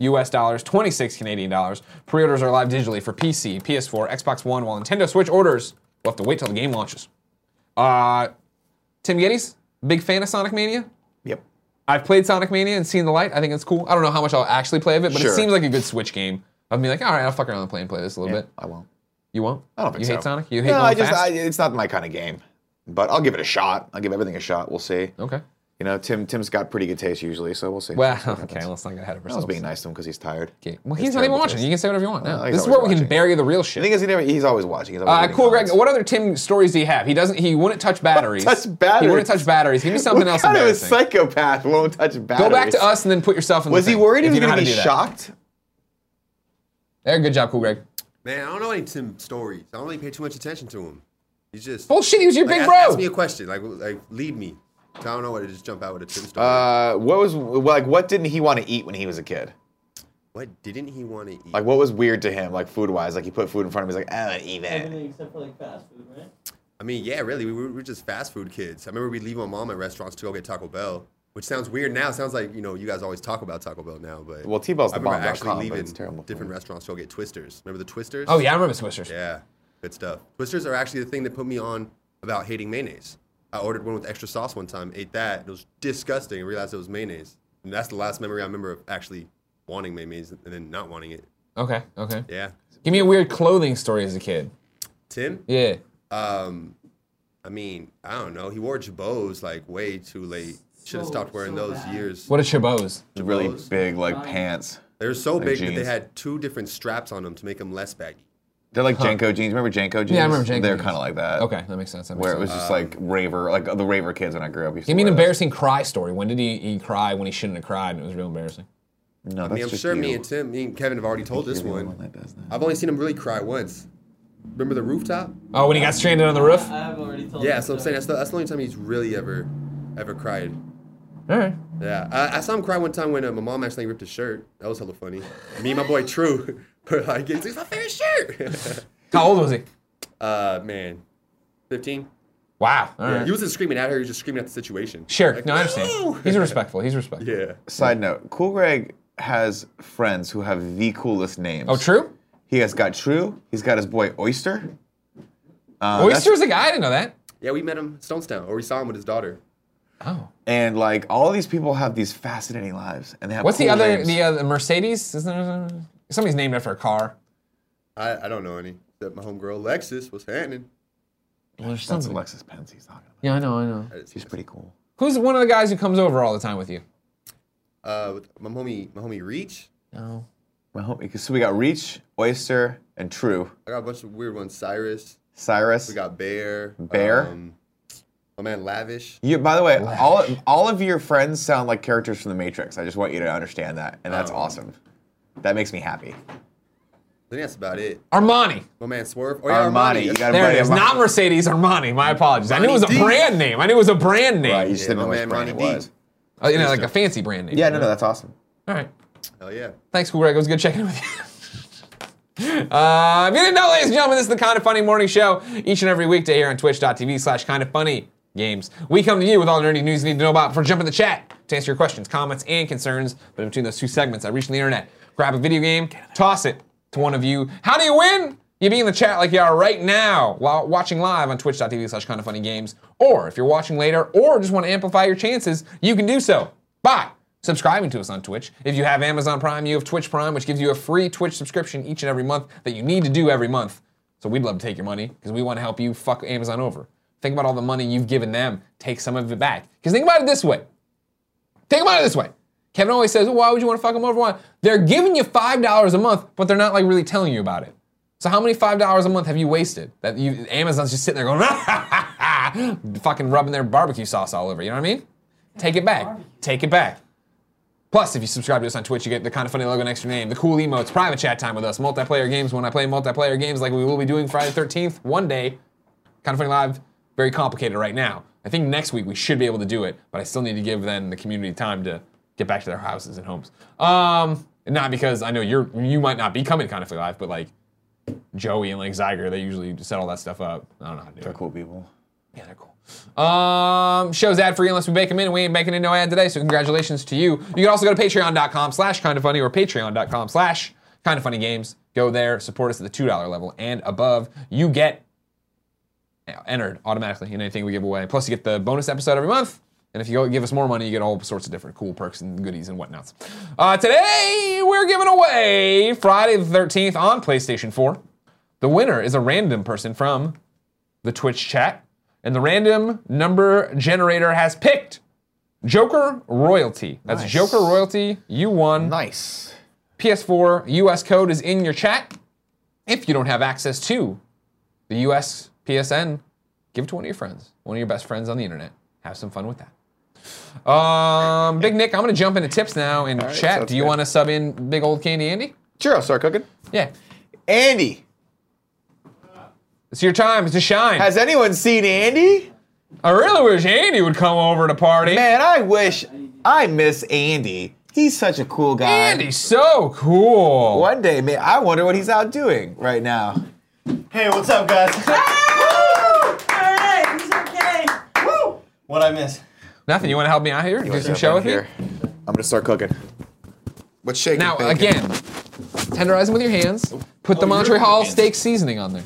[SPEAKER 1] US dollars, 26 Canadian dollars. Pre orders are live digitally for PC, PS4, Xbox One, while Nintendo Switch orders will have to wait till the game launches. Uh, Tim Geddes, big fan of Sonic Mania.
[SPEAKER 2] Yep.
[SPEAKER 1] I've played Sonic Mania and seen the light. I think it's cool. I don't know how much I'll actually play of it, but
[SPEAKER 2] Sure.
[SPEAKER 1] it seems like a good Switch game. I'll be like, all right, I'll fuck around and play and play this a little
[SPEAKER 2] Yeah,
[SPEAKER 1] bit.
[SPEAKER 2] I won't.
[SPEAKER 1] You won't?
[SPEAKER 2] I don't think
[SPEAKER 1] you
[SPEAKER 2] so.
[SPEAKER 1] hate Sonic? You hate
[SPEAKER 2] no,
[SPEAKER 1] going
[SPEAKER 2] I just
[SPEAKER 1] fast?
[SPEAKER 2] I, it's not my kind of game. But I'll give it a shot. I'll give everything a shot. We'll see.
[SPEAKER 1] Okay.
[SPEAKER 2] You know, Tim Tim's got pretty good taste usually, so we'll see.
[SPEAKER 1] Well,
[SPEAKER 2] See what
[SPEAKER 1] okay,
[SPEAKER 2] happens.
[SPEAKER 1] let's not get ahead of
[SPEAKER 2] I was
[SPEAKER 1] ourselves.
[SPEAKER 2] being nice to him because he's tired.
[SPEAKER 1] Okay. Well,
[SPEAKER 2] It's
[SPEAKER 1] he's not even
[SPEAKER 2] terrible
[SPEAKER 1] watching.
[SPEAKER 2] taste.
[SPEAKER 1] You can say whatever you want. No,
[SPEAKER 2] he's
[SPEAKER 1] this is
[SPEAKER 2] always
[SPEAKER 1] where we can
[SPEAKER 2] watching.
[SPEAKER 1] bury the real shit.
[SPEAKER 2] The thing is, he never, he's always watching. He's always
[SPEAKER 1] uh,
[SPEAKER 2] reading
[SPEAKER 1] cool, Greg.
[SPEAKER 2] comments.
[SPEAKER 1] What other Tim stories do you have? He doesn't. He wouldn't touch batteries.
[SPEAKER 2] touch batteries.
[SPEAKER 1] He wouldn't touch batteries. Give me something
[SPEAKER 2] what
[SPEAKER 1] else
[SPEAKER 2] kind of a
[SPEAKER 1] embarrassing.
[SPEAKER 2] psychopath won't touch batteries?
[SPEAKER 1] Go back to us and then put yourself in.
[SPEAKER 2] Was
[SPEAKER 1] the
[SPEAKER 2] he
[SPEAKER 1] thing,
[SPEAKER 2] worried he
[SPEAKER 1] if
[SPEAKER 2] was
[SPEAKER 1] you know
[SPEAKER 2] going
[SPEAKER 1] how
[SPEAKER 2] to be
[SPEAKER 1] do that.
[SPEAKER 2] shocked?
[SPEAKER 1] There, good job, cool, Greg.
[SPEAKER 6] Man, I don't know any Tim stories. I don't really pay too much attention to him. He's just
[SPEAKER 1] Bullshit. He was your
[SPEAKER 6] like,
[SPEAKER 1] big
[SPEAKER 6] ask,
[SPEAKER 1] bro.
[SPEAKER 6] ask me a question. Like, like lead me. I don't know what to just jump out with a Tim story.
[SPEAKER 2] Uh, what was like? What didn't he want to eat when he was a kid?
[SPEAKER 6] what didn't he want to eat?
[SPEAKER 2] Like, what was weird to him? Like food wise, like he put food in front of him. He's like, I don't eat that.
[SPEAKER 3] Everything except for like fast food, right?
[SPEAKER 6] I mean, yeah, really, we were, we were just fast food kids. I remember we'd leave my mom at restaurants to go get Taco Bell, which sounds weird now. Sounds like you know you guys always talk about Taco Bell now, but
[SPEAKER 2] Well, T-Bell's
[SPEAKER 6] I
[SPEAKER 2] the
[SPEAKER 6] remember
[SPEAKER 2] bomb dot
[SPEAKER 6] actually
[SPEAKER 2] com, but
[SPEAKER 6] leaving
[SPEAKER 2] it's terrible.
[SPEAKER 6] different restaurants to go get Twisters. Remember the Twisters?
[SPEAKER 1] oh yeah, I remember Swishers.
[SPEAKER 6] yeah, good stuff. Twisters are actually the thing that put me on about hating mayonnaise. I ordered one with extra sauce one time, ate that. It was disgusting. and realized it was mayonnaise. And that's the last memory I remember of actually wanting mayonnaise and then not wanting it.
[SPEAKER 1] Okay, okay.
[SPEAKER 6] Yeah.
[SPEAKER 1] Give me a weird clothing story as a kid.
[SPEAKER 6] Tim?
[SPEAKER 1] Yeah.
[SPEAKER 6] Um, I mean, I don't know. He wore Jabos like way too late. Should have
[SPEAKER 3] So-
[SPEAKER 6] stopped wearing
[SPEAKER 3] so
[SPEAKER 6] those
[SPEAKER 3] bad.
[SPEAKER 6] years.
[SPEAKER 1] What are Chabos?
[SPEAKER 2] really
[SPEAKER 6] Jabos.
[SPEAKER 2] big like
[SPEAKER 3] Right.
[SPEAKER 2] pants.
[SPEAKER 6] They were so big that they
[SPEAKER 2] jeans.
[SPEAKER 6] had two different straps on them to make them less baggy.
[SPEAKER 2] They're like Janko jeans. Remember Janko jeans?
[SPEAKER 1] remember Janko
[SPEAKER 2] They're
[SPEAKER 1] jeans.
[SPEAKER 2] kind of like that.
[SPEAKER 1] Okay, that makes sense. That makes
[SPEAKER 2] Where it was
[SPEAKER 1] sense.
[SPEAKER 2] just like raver, like the raver kids when I grew up. used to
[SPEAKER 1] Give me an
[SPEAKER 2] wear those.
[SPEAKER 1] embarrassing cry story. When did he, he cry when he shouldn't have cried and it was real embarrassing?
[SPEAKER 2] No, that's
[SPEAKER 6] I mean, I'm
[SPEAKER 2] just
[SPEAKER 6] sure
[SPEAKER 2] you.
[SPEAKER 6] me and Tim, me and Kevin have already told
[SPEAKER 2] You're
[SPEAKER 6] this
[SPEAKER 2] the only
[SPEAKER 6] one.
[SPEAKER 2] that does that.
[SPEAKER 6] I've only seen him really cry once. Remember the rooftop?
[SPEAKER 1] Oh, when he got stranded on the roof? All
[SPEAKER 3] I've already told
[SPEAKER 6] Yeah,
[SPEAKER 3] this
[SPEAKER 6] so I'm saying
[SPEAKER 3] story.
[SPEAKER 6] that's the, that's the only time he's really ever, ever cried.
[SPEAKER 1] right.
[SPEAKER 6] Yeah, I, I saw him cry one time when uh, my mom accidentally ripped his shirt. That was hella funny. Me and my boy True were like, "It's my favorite shirt."
[SPEAKER 1] How old was he?
[SPEAKER 6] uh, man, fifteen.
[SPEAKER 1] Wow. All
[SPEAKER 6] Yeah,
[SPEAKER 1] right.
[SPEAKER 6] he wasn't screaming at her. He was just screaming at the situation.
[SPEAKER 1] Sure.
[SPEAKER 6] Like,
[SPEAKER 1] No, I understand.
[SPEAKER 6] "No!"
[SPEAKER 1] He's respectful. He's respectful.
[SPEAKER 6] yeah.
[SPEAKER 2] Side note: Cool Greg has friends who have the coolest names.
[SPEAKER 1] Oh, true?
[SPEAKER 2] He has got True. He's got his boy Oyster. Uh, that's-
[SPEAKER 1] Oyster's a guy? I didn't know that.
[SPEAKER 6] Yeah, we met him at Stonestown, or we saw him with his daughter.
[SPEAKER 1] Oh.
[SPEAKER 2] And like all these people have these fascinating lives, and they have.
[SPEAKER 1] What's the
[SPEAKER 2] cool
[SPEAKER 1] other,
[SPEAKER 2] names.
[SPEAKER 1] the uh, Mercedes? Isn't there, somebody's named after a car.
[SPEAKER 6] I, I don't know any. Except my homegirl Lexus was happening.
[SPEAKER 1] Well, there's
[SPEAKER 2] That's
[SPEAKER 1] something.
[SPEAKER 2] Alexis Pence he's talking about.
[SPEAKER 1] Yeah, I know, I know.
[SPEAKER 6] I just-
[SPEAKER 2] She's pretty cool.
[SPEAKER 1] Who's one of the guys who comes over all the time with you?
[SPEAKER 6] Uh, with my homie, my homie Reach.
[SPEAKER 1] No.
[SPEAKER 2] My homie. So we got Reach, Oyster, and True.
[SPEAKER 6] I got a bunch of weird ones. Cyrus.
[SPEAKER 2] Cyrus.
[SPEAKER 6] We got Bear.
[SPEAKER 2] Bear?
[SPEAKER 6] Um, my man Lavish.
[SPEAKER 2] You, by the way, all all of your friends sound like characters from The Matrix. I just want you to understand that, and that's
[SPEAKER 6] Oh.
[SPEAKER 2] awesome. That makes me happy.
[SPEAKER 6] I think that's about it.
[SPEAKER 1] Armani.
[SPEAKER 6] My man Swerve. Oh, yeah,
[SPEAKER 2] Armani, you
[SPEAKER 6] That's-
[SPEAKER 2] gotta
[SPEAKER 1] There it
[SPEAKER 2] Everybody
[SPEAKER 1] is.
[SPEAKER 2] Armani.
[SPEAKER 1] Not Mercedes, Armani. My apologies. I knew it was a
[SPEAKER 6] Armani D.
[SPEAKER 1] brand name. I knew it was a brand name.
[SPEAKER 2] Right, you just
[SPEAKER 6] Yeah,
[SPEAKER 2] didn't know
[SPEAKER 6] my
[SPEAKER 2] which
[SPEAKER 6] man
[SPEAKER 2] brand
[SPEAKER 6] Ronnie
[SPEAKER 2] it
[SPEAKER 6] D.
[SPEAKER 2] was.
[SPEAKER 1] Uh, you know, like a fancy brand name.
[SPEAKER 2] Yeah, no, no, that's awesome.
[SPEAKER 1] All right.
[SPEAKER 6] Hell yeah.
[SPEAKER 1] Thanks, Cool Greg. It was good checking in with you. Uh, if you didn't know, ladies and gentlemen, this is the Kind of Funny Morning Show each and every weekday here on twitch.tv slash kind of funny games. We come to you with all the nerdy news you need to know about before jumping the chat to answer your questions, comments, and concerns. But in between those two segments, I reach on the internet, grab a video game, toss it to one of you. How do you win? You be in the chat like you are right now while watching live on twitch.tv slash kind of funny games. Or if you're watching later or just want to amplify your chances, you can do so by subscribing to us on Twitch. If you have Amazon Prime, you have Twitch Prime, which gives you a free Twitch subscription each and every month that you need to do every month. So we'd love to take your money because we want to help you fuck Amazon over. Think about all the money you've given them, take some of it back. Because think about it this way. Think about it this way. Kevin always says, "Why would you want to fuck them over?" Why? They're giving you five dollars a month, but they're not like really telling you about it. So how many five dollars a month have you wasted? That you Amazon's just sitting there "Ah!" going, fucking rubbing their barbecue sauce all over. You know what I mean? Take it back. Take it back. Plus, if you subscribe to us on Twitch, you get the kind of funny logo next to your name, the cool emotes, private chat time with us, multiplayer games when I play multiplayer games like we will be doing Friday 13th one day. Kind of Funny Live, very complicated right now. I think next week we should be able to do it, but I still need to give then the community time to get back to their houses and homes. Um, not because I know you're you might not be coming to Kind of Funny Live, but like Joey and like Zyger, they usually set all that stuff up. I don't know how to do it.
[SPEAKER 2] Cool people.
[SPEAKER 1] Yeah, they're cool. Um, show's ad free unless we bake them in, and we ain't making in no ad today, so congratulations to you. You can also go to patreon.com slash kind of funny or patreon.com slash kind of funny games. Go there, support us at the $2 level and above. You get entered automatically in anything we give away. Plus, you get the bonus episode every month. And if you go give us more money, you get all sorts of different cool perks and goodies and whatnots. Uh, today, we're giving away Friday the 13th on PlayStation 4. The winner is a random person from the Twitch chat, and the random number generator has picked Joker Royalty. That's
[SPEAKER 2] Nice.
[SPEAKER 1] Joker Royalty. You won.
[SPEAKER 2] Nice.
[SPEAKER 1] PS4 US code is in your chat. If you don't have access to the US PSN, give it to one of your friends, one of your best friends on the internet. Have some fun with that. Um, Big Nick, I'm gonna jump into tips now and
[SPEAKER 2] right,
[SPEAKER 1] chat.
[SPEAKER 2] sounds
[SPEAKER 1] Do you
[SPEAKER 2] good.
[SPEAKER 1] want to sub in Big Old Candy Andy?
[SPEAKER 2] Sure, I'll start cooking.
[SPEAKER 1] Yeah,
[SPEAKER 2] Andy,
[SPEAKER 1] it's your time to shine.
[SPEAKER 2] has anyone seen Andy?
[SPEAKER 1] I really wish Andy would come over to party.
[SPEAKER 2] Man, I wish I miss Andy. He's such a cool guy.
[SPEAKER 1] Andy's so cool.
[SPEAKER 2] One day, man, I wonder what he's out doing right now.
[SPEAKER 4] Hey, what's up, guys?
[SPEAKER 3] Alright, he's okay. Woo!
[SPEAKER 4] What I miss?
[SPEAKER 1] Nothing. You want to help me out here? Do some show with me?
[SPEAKER 2] I'm gonna start cooking.
[SPEAKER 6] What's shaking?
[SPEAKER 1] Now
[SPEAKER 6] bacon?
[SPEAKER 1] again, tenderize them with your hands. Put the
[SPEAKER 4] you're
[SPEAKER 1] Montreal
[SPEAKER 4] cooking.
[SPEAKER 1] steak seasoning on there.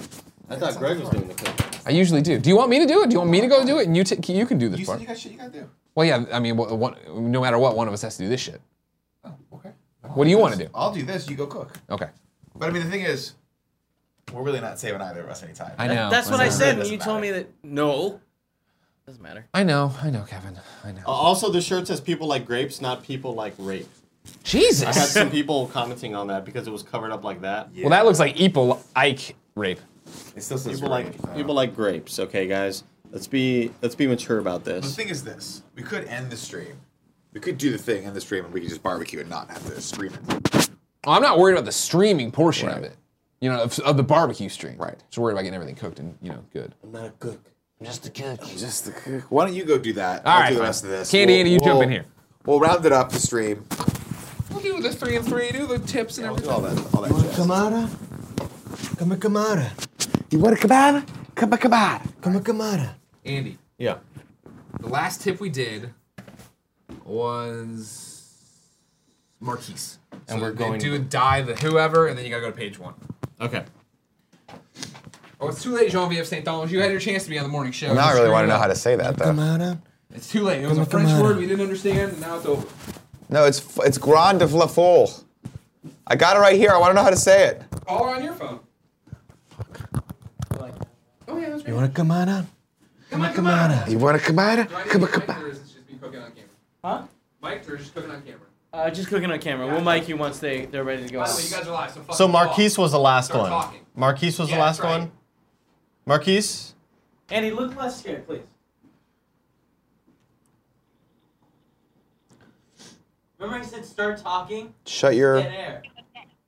[SPEAKER 4] I thought Greg was doing the cooking.
[SPEAKER 1] I usually do. Do you want me to do it? Do you want me to go do it? And you t- you can do this
[SPEAKER 5] You
[SPEAKER 1] part.
[SPEAKER 5] said you got shit you gotta do.
[SPEAKER 1] Well, yeah. I mean, wha- one, no matter what, one of us has to do this shit.
[SPEAKER 5] Oh, okay.
[SPEAKER 1] What do you want to do?
[SPEAKER 5] I'll do this. You go cook.
[SPEAKER 1] Okay.
[SPEAKER 5] But I mean, the thing is, we're really not saving either of us any time.
[SPEAKER 1] I know.
[SPEAKER 3] That's what I
[SPEAKER 1] know.
[SPEAKER 3] said
[SPEAKER 5] Oh, It
[SPEAKER 3] when you
[SPEAKER 5] doesn't
[SPEAKER 3] told me that. No. Doesn't matter.
[SPEAKER 1] I know. I know, Kevin. I know.
[SPEAKER 4] Also, the shirt says "People like grapes, not people like rape." I had
[SPEAKER 1] Jesus.
[SPEAKER 4] some people commenting on that because it was covered up like that.
[SPEAKER 1] Well, that looks like Eeple Ike rape.
[SPEAKER 5] It still says
[SPEAKER 4] People
[SPEAKER 5] great,
[SPEAKER 4] like
[SPEAKER 5] so.
[SPEAKER 4] people like grapes. Okay, guys, let's be let's be mature about
[SPEAKER 5] But the
[SPEAKER 4] this.
[SPEAKER 5] thing is, this we could end the stream.
[SPEAKER 2] We could do the thing in the stream and we could just barbecue and not have to stream it.
[SPEAKER 1] Well, I'm not worried about the streaming portion of
[SPEAKER 2] Right.
[SPEAKER 1] it. You know, of, of the barbecue stream.
[SPEAKER 2] Right.
[SPEAKER 1] Just worried about getting everything cooked and you know good.
[SPEAKER 4] I'm not a cook.
[SPEAKER 2] Just the cook. Just the cook. Why don't you go do that?
[SPEAKER 1] All
[SPEAKER 2] I'll
[SPEAKER 1] right,
[SPEAKER 2] do the
[SPEAKER 1] fine.
[SPEAKER 2] rest of this.
[SPEAKER 1] Candy, Andy, you jump in here.
[SPEAKER 2] We'll round it up the stream.
[SPEAKER 1] We'll do the three and three. Do the tips and
[SPEAKER 5] We'll do all that. All that jazz.
[SPEAKER 8] Camara? Come a Camara.
[SPEAKER 2] You want a cabana? Come on, come on.
[SPEAKER 8] Come a Camara.
[SPEAKER 1] Andy,
[SPEAKER 4] Yeah.
[SPEAKER 1] the last tip we did was Marquise.
[SPEAKER 4] And we're
[SPEAKER 1] they
[SPEAKER 4] going-
[SPEAKER 1] do die the whoever, and then you gotta go to page one.
[SPEAKER 4] Okay.
[SPEAKER 1] Oh, it's too late, Jean-Vive St. Thomas. You had your chance to be on the morning show.
[SPEAKER 2] Now I
[SPEAKER 1] You
[SPEAKER 2] really want to
[SPEAKER 1] screwed
[SPEAKER 2] know
[SPEAKER 1] up.
[SPEAKER 2] how to say that though.
[SPEAKER 8] Camara.
[SPEAKER 1] It's too late. It was a
[SPEAKER 8] Come
[SPEAKER 1] French
[SPEAKER 8] on.
[SPEAKER 1] word we didn't understand, and now it's over.
[SPEAKER 2] No, it's f- it's Grand de la Folle. I got it right here. I want to know how to say it.
[SPEAKER 1] All on your phone. Oh yeah, that's
[SPEAKER 8] You
[SPEAKER 1] right.
[SPEAKER 8] want a Camara?
[SPEAKER 1] Come on, come on.
[SPEAKER 8] Camara.
[SPEAKER 2] You want a cabana?
[SPEAKER 1] Do I need
[SPEAKER 2] Come on,
[SPEAKER 1] to
[SPEAKER 2] come
[SPEAKER 1] mic
[SPEAKER 2] on.
[SPEAKER 1] or is it just me cooking on camera?
[SPEAKER 3] Huh?
[SPEAKER 1] Mic'd or just cooking on camera?
[SPEAKER 3] Uh, just cooking on camera. We'll mic you once they they're ready to go.
[SPEAKER 1] By the way, you guys are live, so fucking
[SPEAKER 4] So Marquise
[SPEAKER 1] talk.
[SPEAKER 4] was the last
[SPEAKER 1] Start
[SPEAKER 4] one.
[SPEAKER 1] talking.
[SPEAKER 4] Marquise was
[SPEAKER 1] Yeah,
[SPEAKER 4] the last
[SPEAKER 1] that's right.
[SPEAKER 4] one. Marquise.
[SPEAKER 3] Andy, look less scared, please. Remember I said start talking?
[SPEAKER 2] Shut your.
[SPEAKER 3] Dead air.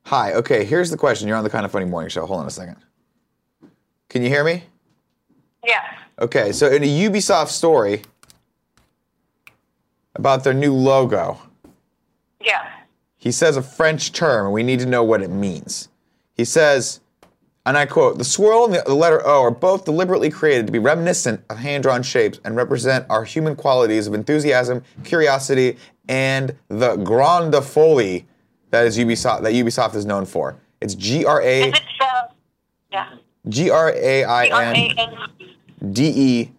[SPEAKER 2] Hi. Okay. Here's the question. You're on the kind of funny morning show. Hold on a second. Can you hear me?
[SPEAKER 9] Yeah.
[SPEAKER 2] Okay. So in a Ubisoft story about their new logo,
[SPEAKER 9] Yeah.
[SPEAKER 2] he says a French term, and we need to know what it means. He says, and I quote, the swirl and the- the letter O are both deliberately created to be reminiscent of hand drawn shapes and represent our human qualities of enthusiasm, curiosity, and the grande folie that is Ubisoft that Ubisoft is known for. It's G R
[SPEAKER 9] Is
[SPEAKER 2] A
[SPEAKER 9] it uh, yeah.
[SPEAKER 2] G R A
[SPEAKER 9] um,
[SPEAKER 2] I N
[SPEAKER 9] R-A-N-
[SPEAKER 2] D E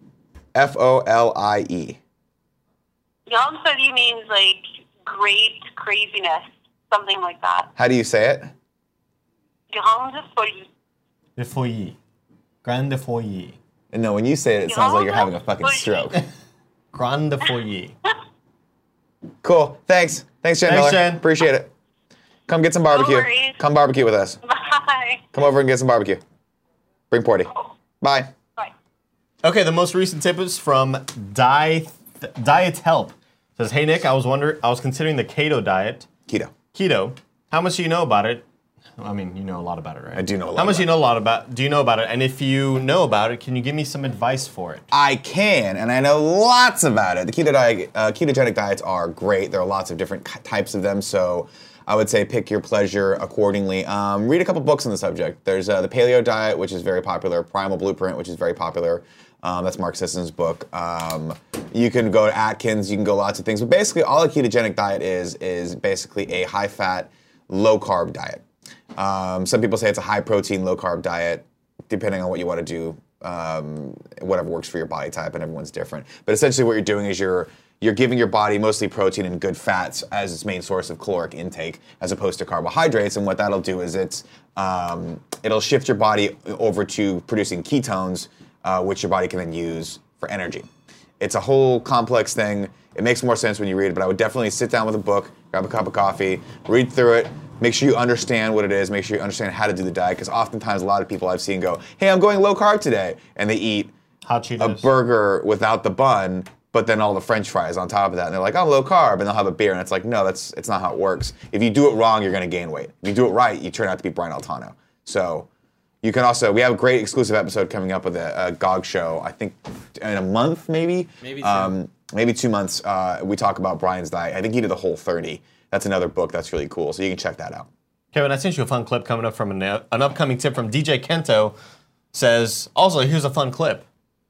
[SPEAKER 2] F O L I E.
[SPEAKER 9] Grand Folie means like great craziness, something like that.
[SPEAKER 2] How do you say it?
[SPEAKER 9] Grande folie.
[SPEAKER 4] The foyer. Grande foyer.
[SPEAKER 2] And no, when you say it, it sounds like you're having a fucking stroke.
[SPEAKER 4] Grande foyer.
[SPEAKER 2] Cool. Thanks. Thanks, Jen
[SPEAKER 4] Thanks,
[SPEAKER 2] Miller.
[SPEAKER 4] Jen.
[SPEAKER 2] Appreciate it. Come get some barbecue.
[SPEAKER 9] worries.
[SPEAKER 2] Come barbecue with us.
[SPEAKER 9] Bye.
[SPEAKER 2] Come over and get some barbecue. Bring Porty. Bye.
[SPEAKER 9] Bye.
[SPEAKER 4] Okay, the most recent tip is from Diet Diet Help. Says, "Hey Nick, I was wonder I was considering the keto diet,
[SPEAKER 2] Keto.
[SPEAKER 4] keto. How much do you know about it? I mean, you know a lot about it, right?
[SPEAKER 2] I do know a lot
[SPEAKER 4] How much
[SPEAKER 2] about
[SPEAKER 4] do you know a lot about? Do you know about it? And if you know about it, can you give me some advice for it?
[SPEAKER 2] I can, and I know lots about it. The keto diet, uh, ketogenic diets are great. There are lots of different ki- types of them, so I would say pick your pleasure accordingly. Um, read a couple books on the subject. There's uh, the Paleo Diet, which is very popular. Primal Blueprint, which is very popular. Um, that's Mark Sisson's book. Um, you can go to Atkins. You can go lots of things, but basically, all a ketogenic diet is is basically a high-fat, low-carb diet. Um, some people say it's a high-protein, low-carb diet depending on what you want to do, um, whatever works for your body type, and everyone's different. But essentially, what you're doing is you're you're giving your body mostly protein and good fats as its main source of caloric intake, as opposed to carbohydrates. And what that'll do is it's um, it'll shift your body over to producing ketones, uh, which your body can then use for energy. It's a whole complex thing. It makes more sense when you read it, but I would definitely sit down with a book, grab a cup of coffee, read through it, make sure you understand what it is, make sure you understand how to do the diet, because oftentimes a lot of people I've seen go, hey, I'm going low carb today, and they eat
[SPEAKER 4] Hot
[SPEAKER 2] a
[SPEAKER 4] Cheetos.
[SPEAKER 2] burger without the bun, but then all the french fries on top of that, and they're like, I'm low carb, and they'll have a beer, and it's like, no, that's it's not how it works. If you do it wrong, you're gonna gain weight. If you do it right, you turn out to be Brian Altano. So you can also, we have a great exclusive episode coming up with a, a GOG show, I think in a month maybe.
[SPEAKER 3] Maybe
[SPEAKER 2] Um, maybe two months. Uh, we talk about Brian's diet. I think he did the whole 30. That's another book that's really cool. So you can check that out.
[SPEAKER 4] Kevin, I sent you a fun clip coming up from an, an upcoming tip from DJ Kento. Says also, here's a fun clip.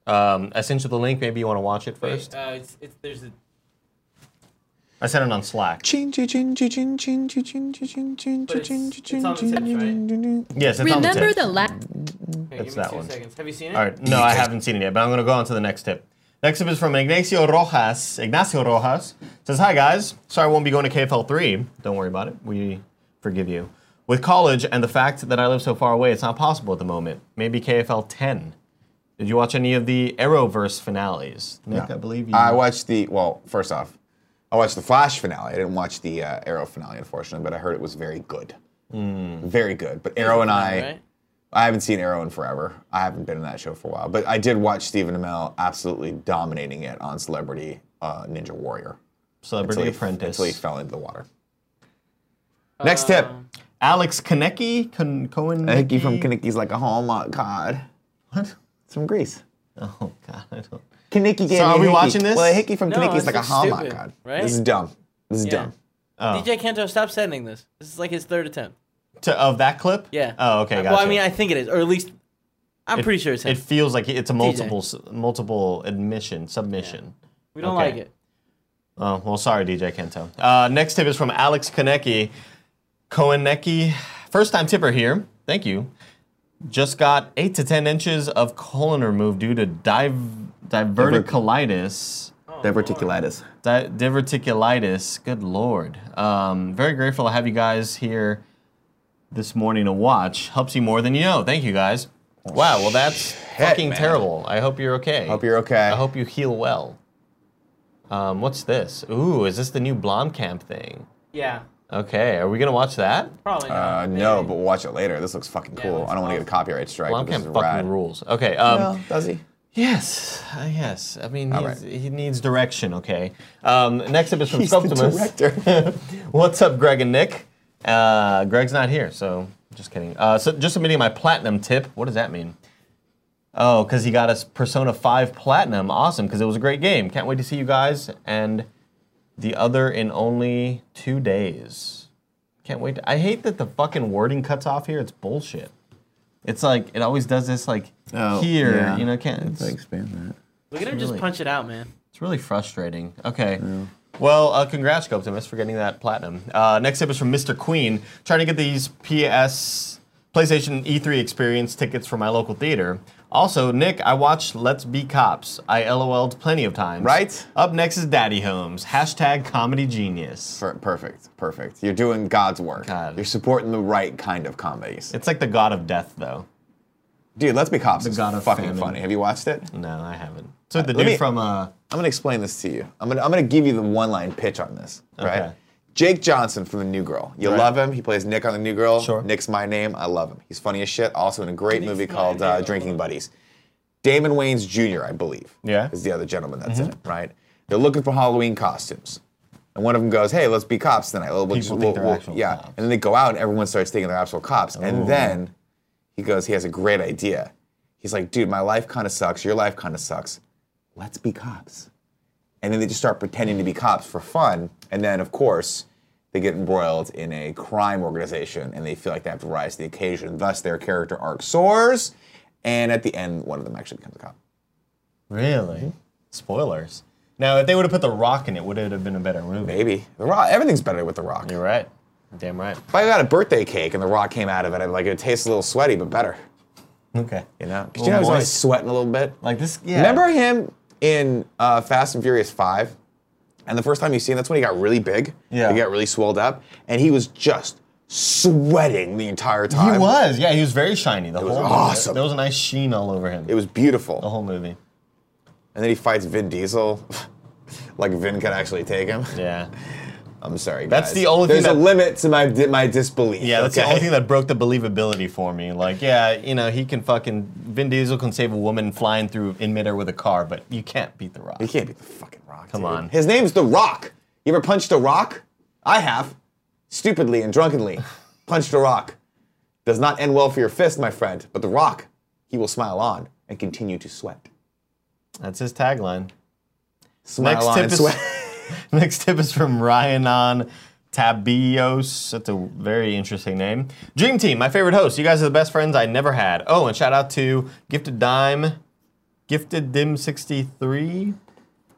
[SPEAKER 4] Um, I sent you the link. Maybe you want to watch it first.
[SPEAKER 3] Wait, uh, it's, it's, there's a
[SPEAKER 4] I sent it on Slack. Yes, it's on the
[SPEAKER 10] Remember
[SPEAKER 4] tip.
[SPEAKER 10] the last.
[SPEAKER 3] Okay, give
[SPEAKER 4] It's
[SPEAKER 3] me
[SPEAKER 4] that
[SPEAKER 3] two
[SPEAKER 4] one.
[SPEAKER 3] seconds. Have you seen it?
[SPEAKER 4] All right, no, I haven't seen it yet, but I'm gonna go on to the next tip. Next tip is from Ignacio Rojas. Ignacio Rojas says, "Hi guys, sorry I won't be going to KFL three. Don't worry about it. We forgive you. With college and the fact that I live so far away, it's not possible at the moment. Maybe KFL ten. Did you watch any of the Arrowverse finales? Nick, I believe you.
[SPEAKER 2] I watched the well. First off, I watched the Flash finale. I didn't watch the uh, Arrow finale, unfortunately, but I heard it was very good, very good. But Arrow and I,
[SPEAKER 3] Right?
[SPEAKER 2] I haven't seen Arrow in forever. I haven't been in that show for a while, but I did watch Stephen Amell absolutely dominating it on Celebrity uh, Ninja Warrior
[SPEAKER 4] Celebrity
[SPEAKER 2] until he,
[SPEAKER 4] Apprentice.
[SPEAKER 2] until he fell into the water.
[SPEAKER 3] Oh.
[SPEAKER 2] Next tip.
[SPEAKER 4] Alex Konecki, Kon- Cohen.
[SPEAKER 2] A hickey from Kanicki's like a hallmark card.
[SPEAKER 4] What?
[SPEAKER 2] It's from Greece.
[SPEAKER 4] Oh God, I don't.
[SPEAKER 2] Kanicki gave me
[SPEAKER 4] So are
[SPEAKER 2] a
[SPEAKER 4] we
[SPEAKER 2] hickey.
[SPEAKER 4] watching this?
[SPEAKER 2] Well, a hickey from
[SPEAKER 3] No,
[SPEAKER 2] Kanicki's
[SPEAKER 3] this
[SPEAKER 2] like a
[SPEAKER 3] is
[SPEAKER 2] hallmark
[SPEAKER 3] stupid,
[SPEAKER 2] card.
[SPEAKER 3] right?
[SPEAKER 2] This is dumb. This is
[SPEAKER 3] Yeah.
[SPEAKER 2] dumb.
[SPEAKER 4] Oh.
[SPEAKER 3] DJ Kanto, stop sending this. This is like his third attempt.
[SPEAKER 4] To, of that clip?
[SPEAKER 3] Yeah.
[SPEAKER 4] Oh, okay. Gotcha.
[SPEAKER 3] Well, I mean, I think it is, or at least I'm
[SPEAKER 4] It-
[SPEAKER 3] pretty sure it's him.
[SPEAKER 4] It feels like it's a multiple s multiple admission submission.
[SPEAKER 3] we don't
[SPEAKER 4] okay.
[SPEAKER 3] like it.
[SPEAKER 4] Oh well, sorry, DJ Kento. Uh, next tip is from Alex Konecki. Konecki, first time tipper here. Thank you. Just got eight to ten inches of colon removed due to div- diverticulitis.
[SPEAKER 3] Oh.
[SPEAKER 2] Diverticulitis.
[SPEAKER 4] Di- diverticulitis. Good lord. Um, very grateful to have you guys here this morning to watch. Helps you more than you know. Thank you guys. Wow. Well, that's fucking
[SPEAKER 2] man.
[SPEAKER 4] terrible. I hope you're okay.
[SPEAKER 2] Hope you're okay.
[SPEAKER 4] I hope you heal well. Um, what's this? Ooh, is this the new Blomkamp thing?
[SPEAKER 3] Yeah,
[SPEAKER 4] Okay, are we gonna watch that?
[SPEAKER 3] probably not.
[SPEAKER 4] Oh,
[SPEAKER 2] Uh, no,
[SPEAKER 3] maybe.
[SPEAKER 2] but we'll watch it later. This looks fucking
[SPEAKER 3] Yeah, it
[SPEAKER 2] cool.
[SPEAKER 3] looks
[SPEAKER 2] I don't want to get a copyright strike. but this
[SPEAKER 4] Blomkamp
[SPEAKER 2] is
[SPEAKER 4] fucking
[SPEAKER 2] rad.
[SPEAKER 4] rules. Okay. Um,
[SPEAKER 2] Well, does he?
[SPEAKER 4] Yes, uh, yes. I mean,
[SPEAKER 2] All
[SPEAKER 4] he's, he needs direction. Okay. Um, next up is from
[SPEAKER 2] He's the
[SPEAKER 4] Sculptimus.
[SPEAKER 2] director.
[SPEAKER 4] What's up, Greg and Nick? Uh, Greg's not here, so just kidding. Uh, so just submitting my platinum tip. What does that mean? Oh, because he got us Persona 5 Platinum. Awesome, because it was a great game. Can't wait to see you guys and the other in only two days. Can't wait. To, I hate that the fucking wording cuts off here. It's bullshit. It's like it always does this like here.
[SPEAKER 2] Oh, yeah.
[SPEAKER 4] You know, can't. It's,
[SPEAKER 2] expand that.
[SPEAKER 3] Look at him just
[SPEAKER 4] really-
[SPEAKER 3] punch it out, man.
[SPEAKER 4] it's really frustrating. Okay. Well, uh, congrats, Optimus, for getting that platinum. Uh, next tip is from Mr. Queen. Trying to get these PS, PlayStation E3 experience tickets for my local theater. Also, Nick, I watched Let's Be Cops. I LOL'd plenty of times.
[SPEAKER 2] Right?
[SPEAKER 4] Up next is Daddy Homes. Hashtag comedy genius.
[SPEAKER 2] Per- perfect, perfect. You're doing God's work.
[SPEAKER 4] God.
[SPEAKER 2] You're supporting the right kind of comedies.
[SPEAKER 4] It's like the god of death, though.
[SPEAKER 2] Dude, Let's Be Cops
[SPEAKER 4] The
[SPEAKER 2] is
[SPEAKER 4] God of
[SPEAKER 2] fucking
[SPEAKER 4] Famine.
[SPEAKER 2] funny. Have you watched it?
[SPEAKER 4] No, I haven't. So the
[SPEAKER 2] let
[SPEAKER 4] dude
[SPEAKER 2] me-
[SPEAKER 4] from uh,
[SPEAKER 2] I'm gonna explain this to you. I'm gonna I'm gonna give you the one line pitch on this, right?
[SPEAKER 4] Okay.
[SPEAKER 2] Jake Johnson from The New Girl. You
[SPEAKER 4] Right.
[SPEAKER 2] love him. He plays Nick on The New Girl.
[SPEAKER 4] Sure.
[SPEAKER 2] Nick's my name. I love him. He's funny as shit. Also in a great movie
[SPEAKER 3] my
[SPEAKER 2] called uh,
[SPEAKER 3] name.
[SPEAKER 2] Drinking Buddies. Damon Wayans Jr. I believe.
[SPEAKER 4] Yeah. Mm-hmm.
[SPEAKER 2] Is the other gentleman that's in it, right? They're looking for Halloween costumes, and one of them goes, "Hey, let's be cops tonight." We'll- we'll
[SPEAKER 4] People
[SPEAKER 2] just-
[SPEAKER 4] think
[SPEAKER 2] we'll-
[SPEAKER 4] they're
[SPEAKER 2] we'll-
[SPEAKER 4] actual
[SPEAKER 2] yeah.
[SPEAKER 4] cops. Oh.
[SPEAKER 2] And then they go out, and everyone starts thinking they're actual cops, and then he goes, he has a great idea. He's like, dude, my life kind of sucks. Your life kind of sucks. Let's be cops. And then they just start pretending to be cops for fun. And then, of course, they get embroiled in a crime organization and they feel like they have to rise to the occasion. Thus, their character arc soars. And at the end, one of them actually becomes a cop.
[SPEAKER 4] really Hmm? spoilers. Now, if they would have put the Rock in it, would it have been a better movie?
[SPEAKER 2] Maybe. The Rock, everything's better with The Rock.
[SPEAKER 4] You're right. Damn right.
[SPEAKER 2] If I got a birthday cake and The Rock came out of it, I'd be like, it tastes a little sweaty, but better.
[SPEAKER 4] Okay.
[SPEAKER 2] You know? 'Cause
[SPEAKER 4] Well,
[SPEAKER 2] you know, he's always
[SPEAKER 4] moist.
[SPEAKER 2] sweating a little bit.
[SPEAKER 4] Like this. Yeah.
[SPEAKER 2] Remember him in uh, Fast and Furious Five, and the first time you see him, that's when he got really big.
[SPEAKER 4] Yeah.
[SPEAKER 2] he got really swelled up, and he was just sweating the entire time.
[SPEAKER 4] He was. Yeah, he was very shiny. The
[SPEAKER 2] was
[SPEAKER 4] whole
[SPEAKER 2] awesome.
[SPEAKER 4] Movie. There was a nice sheen all over him.
[SPEAKER 2] It was
[SPEAKER 4] the
[SPEAKER 2] beautiful.
[SPEAKER 4] whole movie.
[SPEAKER 2] And then he fights Vin Diesel. like Vin could actually take him.
[SPEAKER 4] Yeah.
[SPEAKER 2] I'm sorry,
[SPEAKER 4] That's
[SPEAKER 2] guys.
[SPEAKER 4] the only
[SPEAKER 2] There's
[SPEAKER 4] thing
[SPEAKER 2] a
[SPEAKER 4] that-
[SPEAKER 2] limit to my di- my disbelief.
[SPEAKER 4] Yeah, that's the
[SPEAKER 2] okay?
[SPEAKER 4] only thing that broke the believability for me. Like, yeah, you know, he can fucking Vin Diesel can save a woman flying through in midair with a car, but you can't beat the Rock.
[SPEAKER 2] You can't beat the fucking Rock.
[SPEAKER 4] Come
[SPEAKER 2] dude.
[SPEAKER 4] on.
[SPEAKER 2] His name's The Rock. You ever punched a rock? I have. Stupidly and drunkenly. Punched a rock. Does not end well for your fist, my friend, but The Rock, he will smile on and continue to sweat.
[SPEAKER 4] That's his tagline.
[SPEAKER 2] Smile
[SPEAKER 4] Next
[SPEAKER 2] on
[SPEAKER 4] tip
[SPEAKER 2] and
[SPEAKER 4] is-
[SPEAKER 2] sweat.
[SPEAKER 4] Next tip is from Ryanon Tabios. That's a very interesting name. Dream Team, my favorite host. You guys are the best friends I never had. Oh, and shout out to Gifted Dime, Gifted Dim63,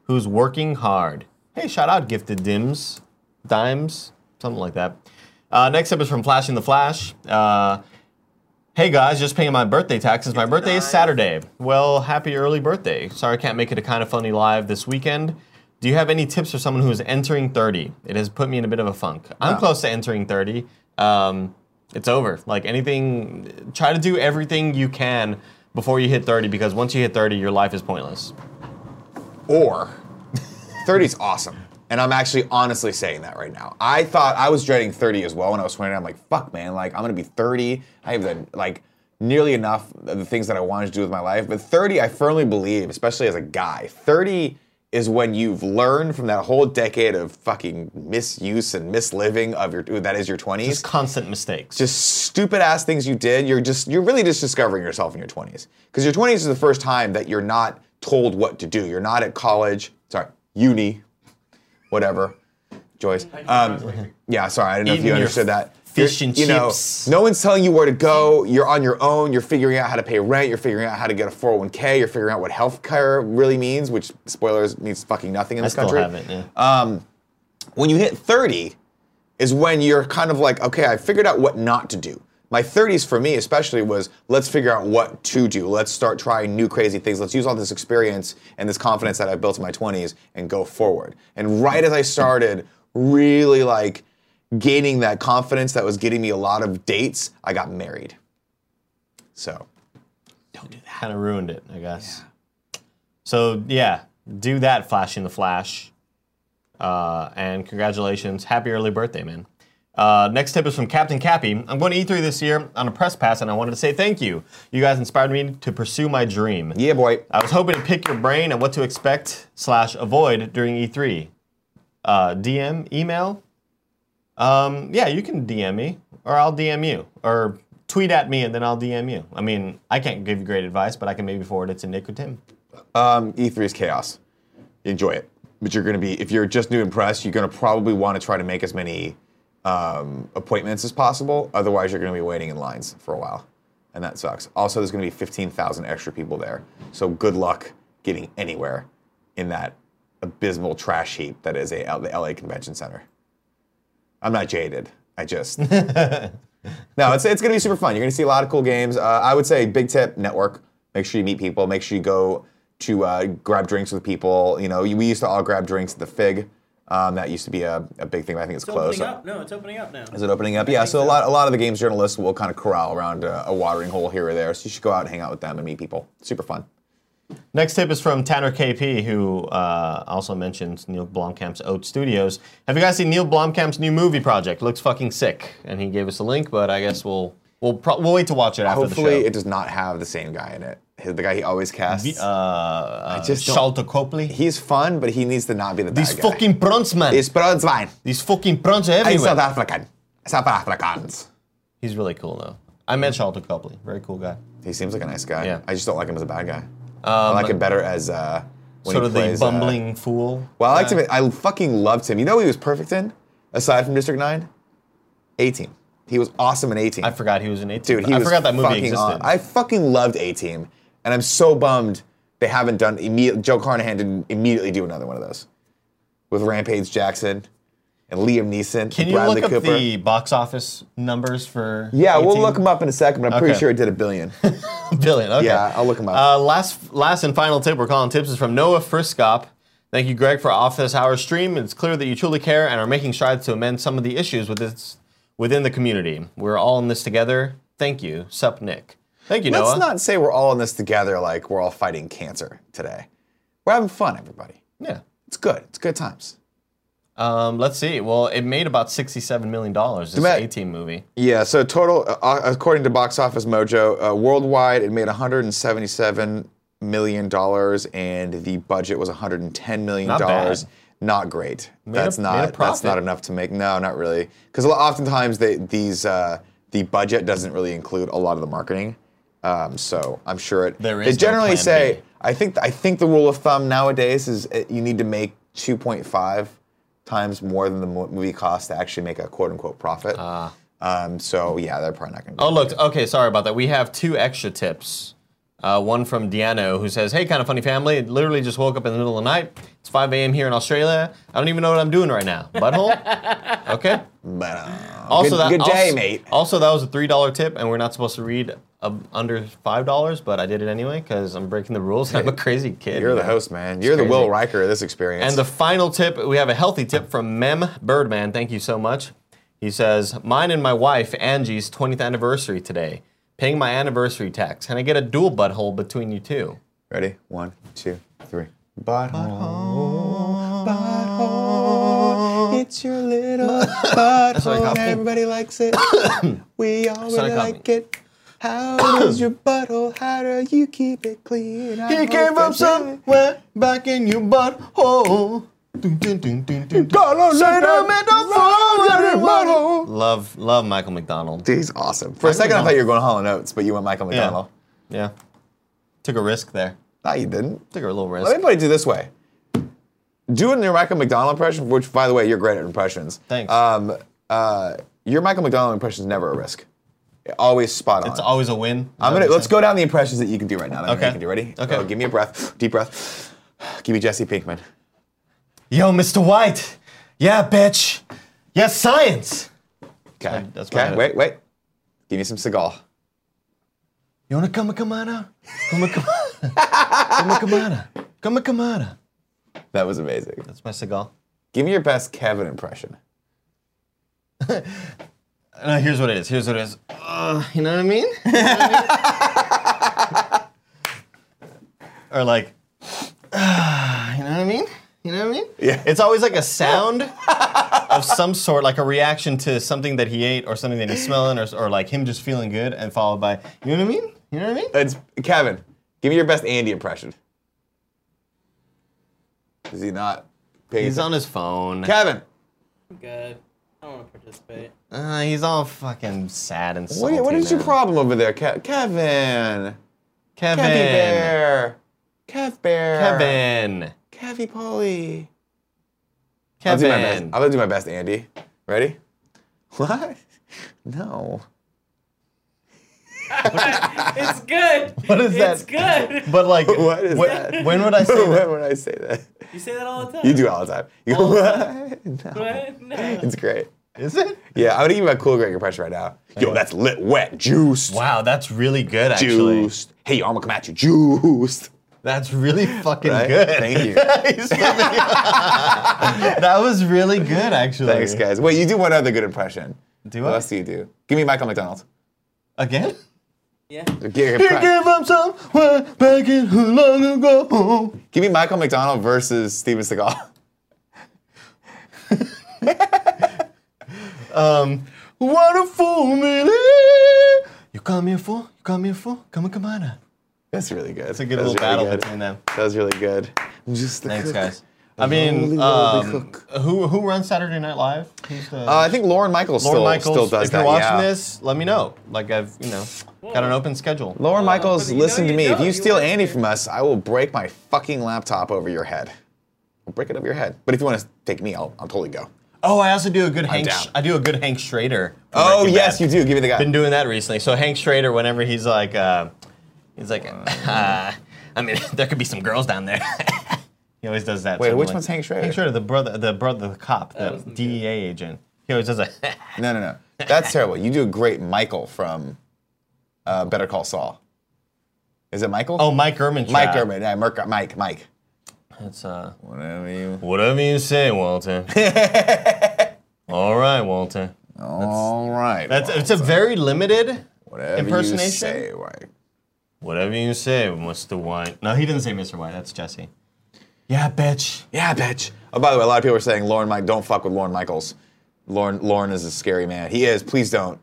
[SPEAKER 4] who's working hard. Hey, shout out Gifted Dims, Dimes, something like that. Uh, next up is from Flashing the Flash. Uh, hey guys, just paying my birthday taxes. My birthday is Saturday. Well, happy early birthday. Sorry I can't make it a kind of funny live this weekend. Do you have any tips for someone who is entering 30? It has put me in a bit of a funk. I'm close to entering 30. Um, it's over. Like anything, try to do everything you can before you hit 30 because once you hit 30, your life is pointless.
[SPEAKER 2] or 30's awesome. And I'm actually honestly saying that right now. I thought I was dreading 30 as well when I was 29. I'm like, fuck, man, like I'm gonna be 30. I have the like nearly enough of the things that I wanted to do with my life. But 30, I firmly believe, especially as a guy, 30 is when you've learned from that whole decade of fucking misuse and misliving of your that is your 20s
[SPEAKER 4] It's constant mistakes.
[SPEAKER 2] just stupid ass things you did. You're just you're really just discovering yourself in your 20s because your 20s is the first time that you're not told what to do. You're not at college, sorry, uni, whatever. Joyce, um, yeah, sorry, I didn't know if
[SPEAKER 4] Eating
[SPEAKER 2] you
[SPEAKER 4] your
[SPEAKER 2] understood that.
[SPEAKER 4] fish
[SPEAKER 2] You're-
[SPEAKER 4] and
[SPEAKER 2] you know,
[SPEAKER 4] chips.
[SPEAKER 2] no one's telling you where to go. You're on your own. You're figuring out how to pay rent. You're figuring out how to get a 401k. You're figuring out what health care really means, which spoilers means fucking nothing in
[SPEAKER 4] I
[SPEAKER 2] this
[SPEAKER 4] still
[SPEAKER 2] country
[SPEAKER 4] haven't. Yeah.
[SPEAKER 2] when you hit 30 is when you're kind of like, okay, I figured out what not to do. My 30s for me, especially, was let's figure out what to do. Let's start trying new crazy things. Let's use all this experience and this confidence that I built in my 20s and go forward. And right as I started really like gaining that confidence that was getting me a lot of dates, I got married. So,
[SPEAKER 4] kind of ruined it, I guess. So yeah, do that, Flash in the Flash. Uh, and congratulations, happy early birthday, man. Uh, next tip is from Captain Cappy. I'm going to E3 this year on a press pass, and I wanted to say thank you. You guys inspired me to pursue my dream.
[SPEAKER 2] yeah, boy.
[SPEAKER 4] I was hoping to pick your brain on what to expect slash avoid during E3. Uh, DM, email. Um, yeah, you can DM me, or I'll DM you, or tweet at me, and then I'll DM you. I mean, I can't give you great advice, but I can maybe forward it to Nick or Tim.
[SPEAKER 2] Um, E3 is chaos. Enjoy it. But you're going to be, if you're just new and press, you're going to probably want to try to make as many um, appointments as possible. Otherwise, you're going to be waiting in lines for a while. And that sucks. Also, there's going to be 15,000 extra people there. So good luck getting anywhere in that abysmal trash heap that is a, the LA Convention Center. I'm not jaded. I just. No, it's, it's going to be super fun. You're going to see a lot of cool games. Uh, I would say big tip network. Make sure you meet people. Make sure you go to uh, grab drinks with people. You know, we used to all grab drinks at the Fig. Um, that used to be a, a big thing. But I think it's,
[SPEAKER 3] It's
[SPEAKER 2] closed.
[SPEAKER 3] opening up. No, it's opening up now.
[SPEAKER 2] Is it opening up? Yeah. So a lot a lot of the games journalists will kind of corral around a, a watering hole here or there. So you should go out and hang out with them and meet people. Super fun.
[SPEAKER 4] Next tip is from Tanner KP, who uh, also mentions Neil Blomkamp's Oat Studios. Have you guys seen Neil Blomkamp's new movie project? Looks fucking sick. And he gave us a link, but I guess we'll we'll, pro- we'll wait to watch it after
[SPEAKER 2] Hopefully,
[SPEAKER 4] the
[SPEAKER 2] it does not have the same guy in it. His- The guy he always casts.
[SPEAKER 4] show. uh, uh,
[SPEAKER 2] just don't-
[SPEAKER 4] Shalta Copley.
[SPEAKER 2] He's fun, but he needs to not be the
[SPEAKER 4] These
[SPEAKER 2] bad guy.
[SPEAKER 4] fucking prawns, man.
[SPEAKER 2] It's but it's fine.
[SPEAKER 4] These fucking prawns are
[SPEAKER 2] I'm South
[SPEAKER 4] everywhere.
[SPEAKER 2] African. South Africans.
[SPEAKER 4] He's really cool though. I met Charlton Copley, very cool guy.
[SPEAKER 2] He seems like a nice guy.
[SPEAKER 4] Yeah. Um,
[SPEAKER 2] I just don't like him as a bad guy. I like him better as uh, when
[SPEAKER 4] sort
[SPEAKER 2] he
[SPEAKER 4] of
[SPEAKER 2] plays,
[SPEAKER 4] the
[SPEAKER 2] uh,
[SPEAKER 4] bumbling fool.
[SPEAKER 2] well, I liked him. I fucking loved him. You know, who he was perfect in, aside from District Nine, eighteen. He was awesome in eighteen.
[SPEAKER 4] I forgot he was an 18.
[SPEAKER 2] Dude, he
[SPEAKER 4] I
[SPEAKER 2] was
[SPEAKER 4] forgot that movie
[SPEAKER 2] fucking
[SPEAKER 4] existed.
[SPEAKER 2] on. I fucking loved A Team, and I'm so bummed they haven't done. Immediate, Joe Carnahan didn't immediately do another one of those with Rampage Jackson and Liam Neeson,
[SPEAKER 4] Can
[SPEAKER 2] and
[SPEAKER 4] you
[SPEAKER 2] Bradley
[SPEAKER 4] look up
[SPEAKER 2] Cooper.
[SPEAKER 4] the box office numbers for?
[SPEAKER 2] yeah, we'll
[SPEAKER 4] 18?
[SPEAKER 2] look him up in a second, but I'm pretty
[SPEAKER 4] Okay.
[SPEAKER 2] sure it did a billion.
[SPEAKER 4] Billion. Okay.
[SPEAKER 2] Yeah, I'll look 'em up.
[SPEAKER 4] Uh, last, last and final tip we're calling tips is from Noah Friskop. Thank you, Greg, for Office Hours stream. It's clear that you truly care and are making strides to amend some of the issues with this, within the community. We're all in this together. Thank you, Sup Nick. Thank you,
[SPEAKER 2] Let's
[SPEAKER 4] Noah.
[SPEAKER 2] not say we're all in this together like we're all fighting cancer today. We're having fun, everybody.
[SPEAKER 4] yeah.
[SPEAKER 2] It's good. It's good times.
[SPEAKER 4] Um, let's see. Well, it made about sixty-seven million dollars. This
[SPEAKER 2] Matt-
[SPEAKER 4] eighteen movie.
[SPEAKER 2] Yeah. So total, uh, according to Box Office Mojo, uh, worldwide it made 177 million dollars, and the budget was 110 million
[SPEAKER 4] Not bad.
[SPEAKER 2] dollars. Not great.
[SPEAKER 4] a-
[SPEAKER 2] that's
[SPEAKER 4] made a
[SPEAKER 2] not. That's
[SPEAKER 4] profit.
[SPEAKER 2] not enough to make. No, not really. Because oftentimes they, these uh, the budget doesn't really include a lot of the marketing. Um, so I'm sure it.
[SPEAKER 4] There
[SPEAKER 2] they
[SPEAKER 4] is no
[SPEAKER 2] generally
[SPEAKER 4] plan
[SPEAKER 2] say.
[SPEAKER 4] B.
[SPEAKER 2] I think I think the rule of thumb nowadays is uh, you need to make 2.5 times more than the mo- movie costs to actually make a quote unquote profit.
[SPEAKER 4] Ah.
[SPEAKER 2] Um, so yeah, they're probably not going to.
[SPEAKER 4] Oh, look. Okay, sorry about that. We have two extra tips. Uh, one from Deano who says, "Hey, kind of funny family. It literally just woke up in the middle of the night. It's 5 a.m. here in Australia. I don't even know what I'm doing right now. Butthole. Okay. Also,
[SPEAKER 2] uh, Good-
[SPEAKER 4] that,
[SPEAKER 2] good day,
[SPEAKER 4] also-
[SPEAKER 2] mate.
[SPEAKER 4] Also, that was a three dollar tip, and we're not supposed to read uh, under five dollars, but I did it anyway because I'm breaking the rules. I'm a crazy kid.
[SPEAKER 2] You're
[SPEAKER 4] you
[SPEAKER 2] the
[SPEAKER 4] know?
[SPEAKER 2] host, man. You're the
[SPEAKER 4] crazy.
[SPEAKER 2] Will Riker of this experience.
[SPEAKER 4] And the final tip, we have a healthy tip from Mem Birdman. Thank you so much. He says, "Mine and my wife Angie's 20th anniversary today. Paying my anniversary tax, and I get a dual butthole between you two.
[SPEAKER 2] Ready? One, two, three. Butthole. Butthole. It's your little
[SPEAKER 4] what I
[SPEAKER 2] butthole.
[SPEAKER 4] call me.
[SPEAKER 2] Everybody likes it. we all
[SPEAKER 4] what I
[SPEAKER 2] really
[SPEAKER 4] call
[SPEAKER 2] like it. How is your butthole? How do you keep it clean? I
[SPEAKER 4] He
[SPEAKER 2] hope
[SPEAKER 4] came from
[SPEAKER 2] that you-
[SPEAKER 4] somewhere back in your butthole. Dun, dun, dun, dun, dun, dun.
[SPEAKER 2] Gotta let it
[SPEAKER 4] Sentimental
[SPEAKER 2] roll in your
[SPEAKER 4] butthole.
[SPEAKER 2] butthole.
[SPEAKER 4] Love, love Michael McDonald.
[SPEAKER 2] Dude, he's awesome. For a second, I thought you were going Hall and Oates, but you went Michael McDonald.
[SPEAKER 4] Yeah. Took a risk there.
[SPEAKER 2] No, you didn't.
[SPEAKER 4] Took a little risk.
[SPEAKER 2] Let me put it to you this way. Do an Michael McDonald impression, which, by the way, you're great at impressions.
[SPEAKER 4] Thanks.
[SPEAKER 2] Um, uh, your Michael McDonald impression is never a risk. Always spot on.
[SPEAKER 4] it's always a win. Is
[SPEAKER 2] I'm
[SPEAKER 4] that
[SPEAKER 2] gonna
[SPEAKER 4] what you
[SPEAKER 2] let's
[SPEAKER 4] said?
[SPEAKER 2] go down the impressions that you can do right now. That okay.
[SPEAKER 4] Okay.
[SPEAKER 2] You can do ready.
[SPEAKER 4] Okay.
[SPEAKER 2] So give me a breath. Deep breath. Give me Jesse Pinkman.
[SPEAKER 4] Yo, Mr. White. Yeah, bitch. Yeah, science.
[SPEAKER 2] Okay.
[SPEAKER 4] that's
[SPEAKER 2] okay.
[SPEAKER 4] my-
[SPEAKER 2] Wait, wait. Give me some Seagal.
[SPEAKER 4] You wanna come a kamana? Come a kamana. Come a kamana. Come a kamana.
[SPEAKER 2] That was amazing.
[SPEAKER 4] That's my cigar.
[SPEAKER 2] Give me your best Kevin impression.
[SPEAKER 4] No, here's what it is. Here's what it is. Uh, you know what I mean? You know what I mean? or like, uh, you know what I mean? You know what I mean?
[SPEAKER 2] Yeah.
[SPEAKER 4] It's always like a sound of some sort, like a reaction to something that he ate or something that he's smelling or, or like him just feeling good and followed by, you know what I mean? You know what I mean?
[SPEAKER 2] It's Kevin. Give me your best Andy impression. Is he not? paying
[SPEAKER 4] He's
[SPEAKER 2] atten-
[SPEAKER 4] on his phone.
[SPEAKER 2] Kevin.
[SPEAKER 3] I'm good. I don't want to participate.
[SPEAKER 4] Uh, he's all fucking sad and salty.
[SPEAKER 2] What, what is your
[SPEAKER 4] now.
[SPEAKER 2] problem over there, Ke- Kevin? Kevy
[SPEAKER 4] Kevin?
[SPEAKER 2] Bear. Kev Bear.
[SPEAKER 4] Kevin.
[SPEAKER 2] Kevy Polly. I'll do my best.
[SPEAKER 4] Kevin.
[SPEAKER 2] I'll do my best, Andy. Ready? What? No.
[SPEAKER 3] It's good.
[SPEAKER 4] What is that?
[SPEAKER 3] It's good.
[SPEAKER 4] But like,
[SPEAKER 2] What is
[SPEAKER 4] wh-
[SPEAKER 2] that?
[SPEAKER 4] when would I say that?
[SPEAKER 2] when would I say that?
[SPEAKER 3] You say that all the time.
[SPEAKER 2] You do it all the time. You go, what? No.
[SPEAKER 3] What? No.
[SPEAKER 2] It's great.
[SPEAKER 4] Is it?
[SPEAKER 2] Yeah, I'm gonna give you my cool Greg impression right now. Yo, that's lit, wet, juiced,
[SPEAKER 4] Wow, that's really good, actually.
[SPEAKER 2] juiced. Hey, I'm gonna come at you, juiced.
[SPEAKER 4] That's really fucking
[SPEAKER 2] Right?
[SPEAKER 4] good.
[SPEAKER 2] Thank you.
[SPEAKER 4] He's flipping you off. that was really good, actually.
[SPEAKER 2] Thanks, guys. Wait, you do one other good impression.
[SPEAKER 4] Oh, Do
[SPEAKER 2] What
[SPEAKER 4] I?
[SPEAKER 2] else do you do? Give me Michael McDonald.
[SPEAKER 4] Again?
[SPEAKER 3] Yeah.
[SPEAKER 2] Give,
[SPEAKER 4] You give up somewhere back in who long ago.
[SPEAKER 2] give me Michael McDonald versus Steven Seagal.
[SPEAKER 4] Um, what a fool, minute. You come here for, you come here for, come on, come on. now.
[SPEAKER 2] That's really good. That's
[SPEAKER 4] a good little battle between them.
[SPEAKER 2] That was really good. I'm just the
[SPEAKER 4] Thanks,
[SPEAKER 2] cook.
[SPEAKER 4] guys. I mean,
[SPEAKER 2] Holy moly
[SPEAKER 4] um,
[SPEAKER 2] cook.
[SPEAKER 4] who who runs Saturday Night Live? Who's the
[SPEAKER 2] Uh, I think Lauren Michaels,
[SPEAKER 4] Lauren
[SPEAKER 2] still,
[SPEAKER 4] Michaels?
[SPEAKER 2] still does
[SPEAKER 4] if
[SPEAKER 2] that.
[SPEAKER 4] you're watching
[SPEAKER 2] yeah.
[SPEAKER 4] this, let me know. Like I've you know got an open schedule.
[SPEAKER 2] Lauren Michaels,
[SPEAKER 3] but you know
[SPEAKER 2] listen to
[SPEAKER 3] you
[SPEAKER 2] me. If
[SPEAKER 3] know,
[SPEAKER 2] you
[SPEAKER 3] you
[SPEAKER 2] steal
[SPEAKER 3] work
[SPEAKER 2] Andy
[SPEAKER 3] here.
[SPEAKER 2] from us, I will break my fucking laptop over your head. I'll break it over your head. But if you want to take me, I'll, I'll totally go.
[SPEAKER 4] Oh, I also do a good Hank.
[SPEAKER 2] down.
[SPEAKER 4] Sh- I do a good Hank Schrader. from
[SPEAKER 2] Oh,
[SPEAKER 4] Breaking
[SPEAKER 2] yes,
[SPEAKER 4] Bad.
[SPEAKER 2] you do. Give me the guy.
[SPEAKER 4] Been doing that recently. So Hank Schrader, whenever he's like, uh, he's like, uh, I mean, there could be some girls down there. he always does that.
[SPEAKER 2] Wait,
[SPEAKER 4] I'm
[SPEAKER 2] which one's Hank Schrader?
[SPEAKER 4] Hank Schrader, the brother, the brother, the cop, the
[SPEAKER 3] wasn't
[SPEAKER 4] DEA agent. He always does a.
[SPEAKER 2] No, no, no. That's terrible. You do a great Michael from uh, Better Call Saul. Is it Michael?
[SPEAKER 4] oh, Mike Erman.
[SPEAKER 2] Mike
[SPEAKER 4] trap.
[SPEAKER 2] Erman. Yeah, Merc- Mike, Mike.
[SPEAKER 4] It's uh,
[SPEAKER 2] Whatever you.
[SPEAKER 4] whatever you say, Walter. All right, Walter.
[SPEAKER 2] All right.
[SPEAKER 4] That's
[SPEAKER 2] well,
[SPEAKER 4] it's a very limited
[SPEAKER 2] whatever
[SPEAKER 4] impersonation.
[SPEAKER 2] You say, right.
[SPEAKER 4] Whatever you say, Mr. White. No, he didn't say Mr. White. That's Jesse. Yeah, bitch.
[SPEAKER 2] Yeah, bitch. Oh, by the way, a lot of people are saying Lauren Mike. Don't fuck with Lauren Michaels. Lauren Lauren is a scary man. He is. Please don't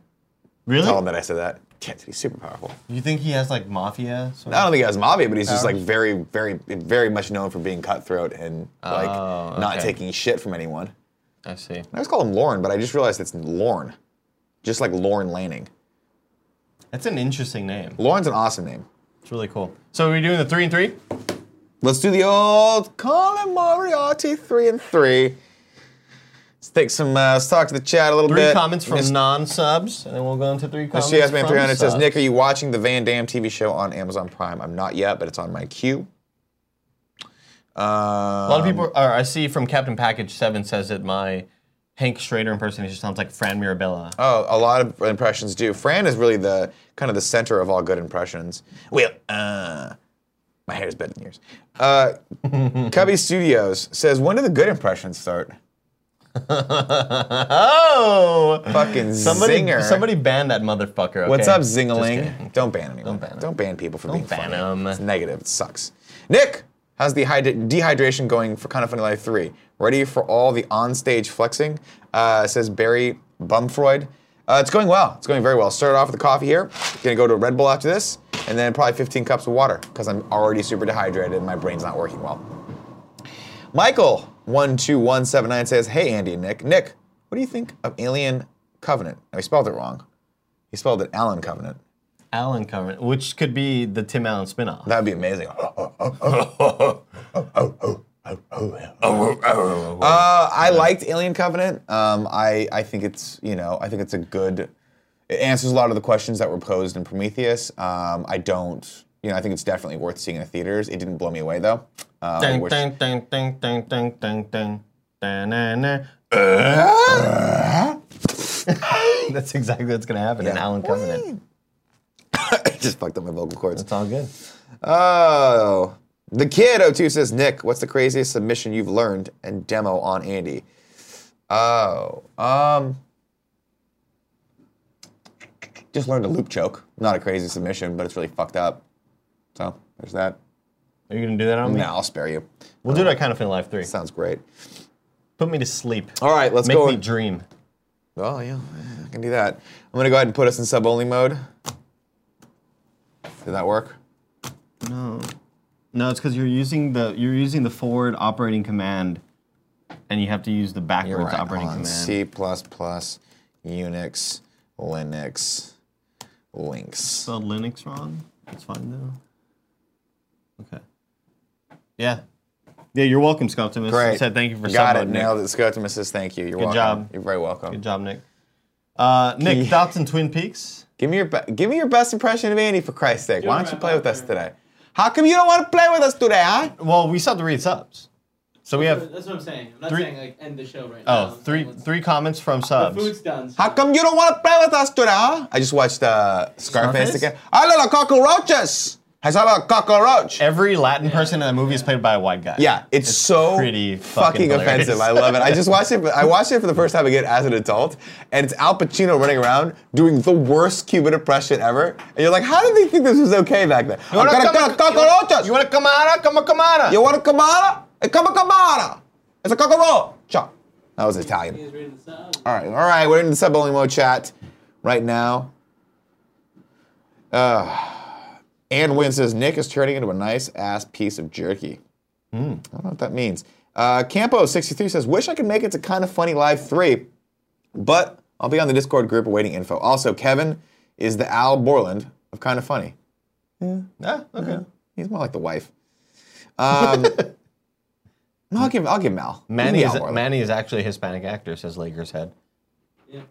[SPEAKER 4] Really?
[SPEAKER 2] tell him that I said that. Can't. He's super powerful.
[SPEAKER 4] You think he has like mafia? Sort
[SPEAKER 2] I
[SPEAKER 4] of?
[SPEAKER 2] don't think he has mafia, but he's just like very, very, very much known for being cutthroat and like
[SPEAKER 4] Oh,
[SPEAKER 2] not
[SPEAKER 4] okay.
[SPEAKER 2] taking shit from anyone.
[SPEAKER 4] I see.
[SPEAKER 2] I always call him Lauren, but I just realized it's Lorne, just like Lauren Lanning.
[SPEAKER 4] That's an interesting name.
[SPEAKER 2] Lauren's an awesome name.
[SPEAKER 4] It's really cool. So are we doing the three and three?
[SPEAKER 2] Let's do the old Colin Moriarty three and three. Let's take some. Uh, let's talk to the chat a little
[SPEAKER 4] Three
[SPEAKER 2] bit.
[SPEAKER 4] comments from
[SPEAKER 2] Miss-
[SPEAKER 4] non-subs, and then we'll go into three
[SPEAKER 2] Miss
[SPEAKER 4] comments
[SPEAKER 2] She asked me on
[SPEAKER 4] from
[SPEAKER 2] Patreon. It says,
[SPEAKER 4] subs.
[SPEAKER 2] "Nick, are you watching the Van Damme TV show on Amazon Prime?" I'm not yet, but it's on my queue.
[SPEAKER 4] A lot of people, or I see from Captain Package Seven says that my Hank Schrader impersonation sounds like Fran Mirabella.
[SPEAKER 2] Oh, a lot of impressions do. Fran is really the kind of the center of all good impressions. Well, uh, my hair is better than yours. Uh, Cubby Studios says, when do the good impressions start?
[SPEAKER 4] oh,
[SPEAKER 2] Fucking
[SPEAKER 4] somebody,
[SPEAKER 2] zinger.
[SPEAKER 4] somebody ban that motherfucker. Okay?
[SPEAKER 2] What's up,
[SPEAKER 4] Just kidding.
[SPEAKER 2] Zingaling? Don't ban anyone. Don't
[SPEAKER 4] ban 'em.
[SPEAKER 2] people for
[SPEAKER 4] Don't
[SPEAKER 2] being
[SPEAKER 4] ban
[SPEAKER 2] funny.
[SPEAKER 4] 'em.
[SPEAKER 2] It's negative. It sucks. Nick, how's the hyd- dehydration going for Kind of Funny Life 3? Ready for all the onstage flexing? Uh, says Barry Bumfroyd. Uh, it's going well. It's going very well. Started off with a coffee here. Gonna go to a Red Bull after this, and then probably 15 cups of water because I'm already super dehydrated and my brain's not working well. Michael one two one seven nine says, "Hey Andy and Nick, Nick, what do you think of Alien Covenant?" I spelled it wrong. He spelled it Allen Covenant.
[SPEAKER 4] Alan Covenant, which could be the Tim Allen spinoff.
[SPEAKER 2] That would be amazing. Uh, I liked Alien Covenant. Um, I I think it's you know I think it's a good. It answers a lot of the questions that were posed in Prometheus. Um, I don't you know I think it's definitely worth seeing in the theaters. It didn't blow me away though. Uh, I
[SPEAKER 4] Ding,
[SPEAKER 2] wish-
[SPEAKER 4] ding, ding, ding, ding, ding, ding, ding. Da-na-na.
[SPEAKER 2] Uh,
[SPEAKER 4] That's exactly what's gonna happen in Alan Covenant.
[SPEAKER 2] just fucked up my vocal cords.
[SPEAKER 4] It's all good.
[SPEAKER 2] Oh. The kid 02 says, Nick, what's the craziest submission you've learned and demo on Andy? Oh. Um. Just learned a loop choke. Not a crazy submission, but it's really fucked up. So there's that.
[SPEAKER 4] Are you gonna do that on me?
[SPEAKER 2] No, I'll spare you.
[SPEAKER 4] We'll do it on Kind of Funny Life Three.
[SPEAKER 2] Sounds great.
[SPEAKER 4] Put me to sleep.
[SPEAKER 2] All right, let's
[SPEAKER 4] Make
[SPEAKER 2] go.
[SPEAKER 4] me
[SPEAKER 2] and-
[SPEAKER 4] dream.
[SPEAKER 2] oh, yeah, I can do that. I'm going to go ahead and put us in sub only mode. Did that work?
[SPEAKER 4] No, it's because you're using the you're using the forward operating command, and you have to use the backwards
[SPEAKER 2] You're right.
[SPEAKER 4] operating
[SPEAKER 2] on
[SPEAKER 4] command.
[SPEAKER 2] C++, Unix, Linux, Links.
[SPEAKER 4] Spelled Linux wrong. That's fine though. Okay. Yeah. Yeah, you're welcome, Scott Thomas.
[SPEAKER 2] Great.
[SPEAKER 4] Said thank you for
[SPEAKER 2] Got it.
[SPEAKER 4] subbing, Nick.
[SPEAKER 2] Nailed it. Scott Mrs. Thank you. You're welcome.
[SPEAKER 4] job.
[SPEAKER 2] You're very welcome.
[SPEAKER 4] Good job, Nick. Uh, Nick, thoughts on Twin Peaks?
[SPEAKER 2] Give me your be- give me your best impression of Andy for Christ's sake. Why don't you
[SPEAKER 3] right,
[SPEAKER 2] play
[SPEAKER 3] I'll
[SPEAKER 2] with us
[SPEAKER 3] try.
[SPEAKER 2] today? How come you don't want to play with us today, huh?
[SPEAKER 4] Well, we still have to read subs, so we have
[SPEAKER 3] That's what I'm saying. I'm not
[SPEAKER 4] Three-
[SPEAKER 3] saying like end the show right now.
[SPEAKER 4] oh three
[SPEAKER 3] Let's-
[SPEAKER 4] three comments from
[SPEAKER 3] The
[SPEAKER 4] subs.
[SPEAKER 3] food's done. so-
[SPEAKER 2] How come you don't want to play with us today, huh? I just watched uh, Scarface
[SPEAKER 4] Scarface?
[SPEAKER 2] again. I little cockroaches. I saw a cockroach.
[SPEAKER 4] Every Latin person in that movie is played by a white guy.
[SPEAKER 2] Yeah, it's, so
[SPEAKER 4] pretty
[SPEAKER 2] fucking,
[SPEAKER 4] fucking hilarious.
[SPEAKER 2] offensive. I love it. I just watched it. I watched it for the first time again as an adult, and it's Al Pacino running around doing the worst Cuban impression ever. And you're like, how did they think this was okay back then? You
[SPEAKER 4] wanna come-
[SPEAKER 2] cockroaches.
[SPEAKER 4] You want to come out? Come on, come out.
[SPEAKER 2] You want a camara? "Eh, A cama camara. It's a cockroach. That was Italian.
[SPEAKER 3] He's reading the sub.
[SPEAKER 2] All right, all right. We're in the sub only mode chat right now. Uh, Ann Wynn says Nick is turning into a nice ass piece of jerky.
[SPEAKER 4] Hmm.
[SPEAKER 2] I don't know what that means. Uh, Campo63 says, Wish I could make it to Kind of Funny Live 3, but I'll be on the Discord group awaiting info. Also, Kevin is the Al Borland of Kind of Funny.
[SPEAKER 4] Yeah, okay.
[SPEAKER 2] He's more like the wife. Um, no, I'll give, I'll give him Al. He's
[SPEAKER 4] Manny
[SPEAKER 2] the
[SPEAKER 4] is,
[SPEAKER 2] Al Borland.
[SPEAKER 4] Manny is actually a Hispanic actor, says Laker's head.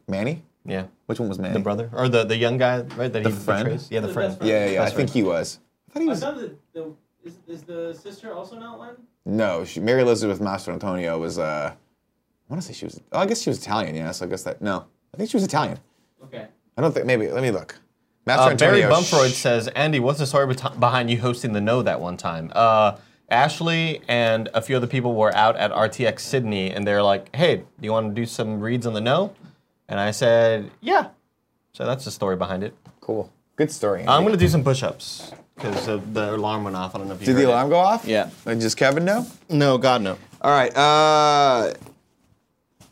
[SPEAKER 2] Manny?
[SPEAKER 4] Yeah.
[SPEAKER 2] Which one was Manny?
[SPEAKER 4] The brother or the, the young guy, right? That the he
[SPEAKER 2] friend?
[SPEAKER 4] betrays? Yeah, the
[SPEAKER 3] The
[SPEAKER 4] friend.
[SPEAKER 3] best friend.
[SPEAKER 2] Yeah, yeah, yeah. I
[SPEAKER 4] That's
[SPEAKER 2] think
[SPEAKER 4] right.
[SPEAKER 2] he was. I thought he
[SPEAKER 3] I
[SPEAKER 2] was.
[SPEAKER 3] saw the, the is, is the sister also an outline?
[SPEAKER 2] No, she, Mary Elizabeth Master Antonio was. Uh, I want to say she was. Oh, I guess she was Italian. Yeah, so I guess that. No, I think she was Italian.
[SPEAKER 3] Okay.
[SPEAKER 2] I don't think. Maybe let me look. Master
[SPEAKER 4] Uh, Barry
[SPEAKER 2] Antonio.
[SPEAKER 4] Bumfroyd
[SPEAKER 2] sh-
[SPEAKER 4] says, Andy, what's the story beti- behind you hosting the No that one time? Uh, Ashley and a few other people were out at RTX Sydney, and they're like, "Hey, do you want to do some reads on the No?" And I said, "Yeah." So that's the story behind it.
[SPEAKER 2] cool. Good story.
[SPEAKER 4] I'm
[SPEAKER 2] Andy.
[SPEAKER 4] gonna do some push-ups because the, the alarm went off. I don't know if you
[SPEAKER 2] Did
[SPEAKER 4] heard
[SPEAKER 2] the
[SPEAKER 4] it.
[SPEAKER 2] alarm go off?
[SPEAKER 4] Yeah.
[SPEAKER 2] Uh, Does Kevin know?
[SPEAKER 4] No, God no.
[SPEAKER 2] All right. Uh,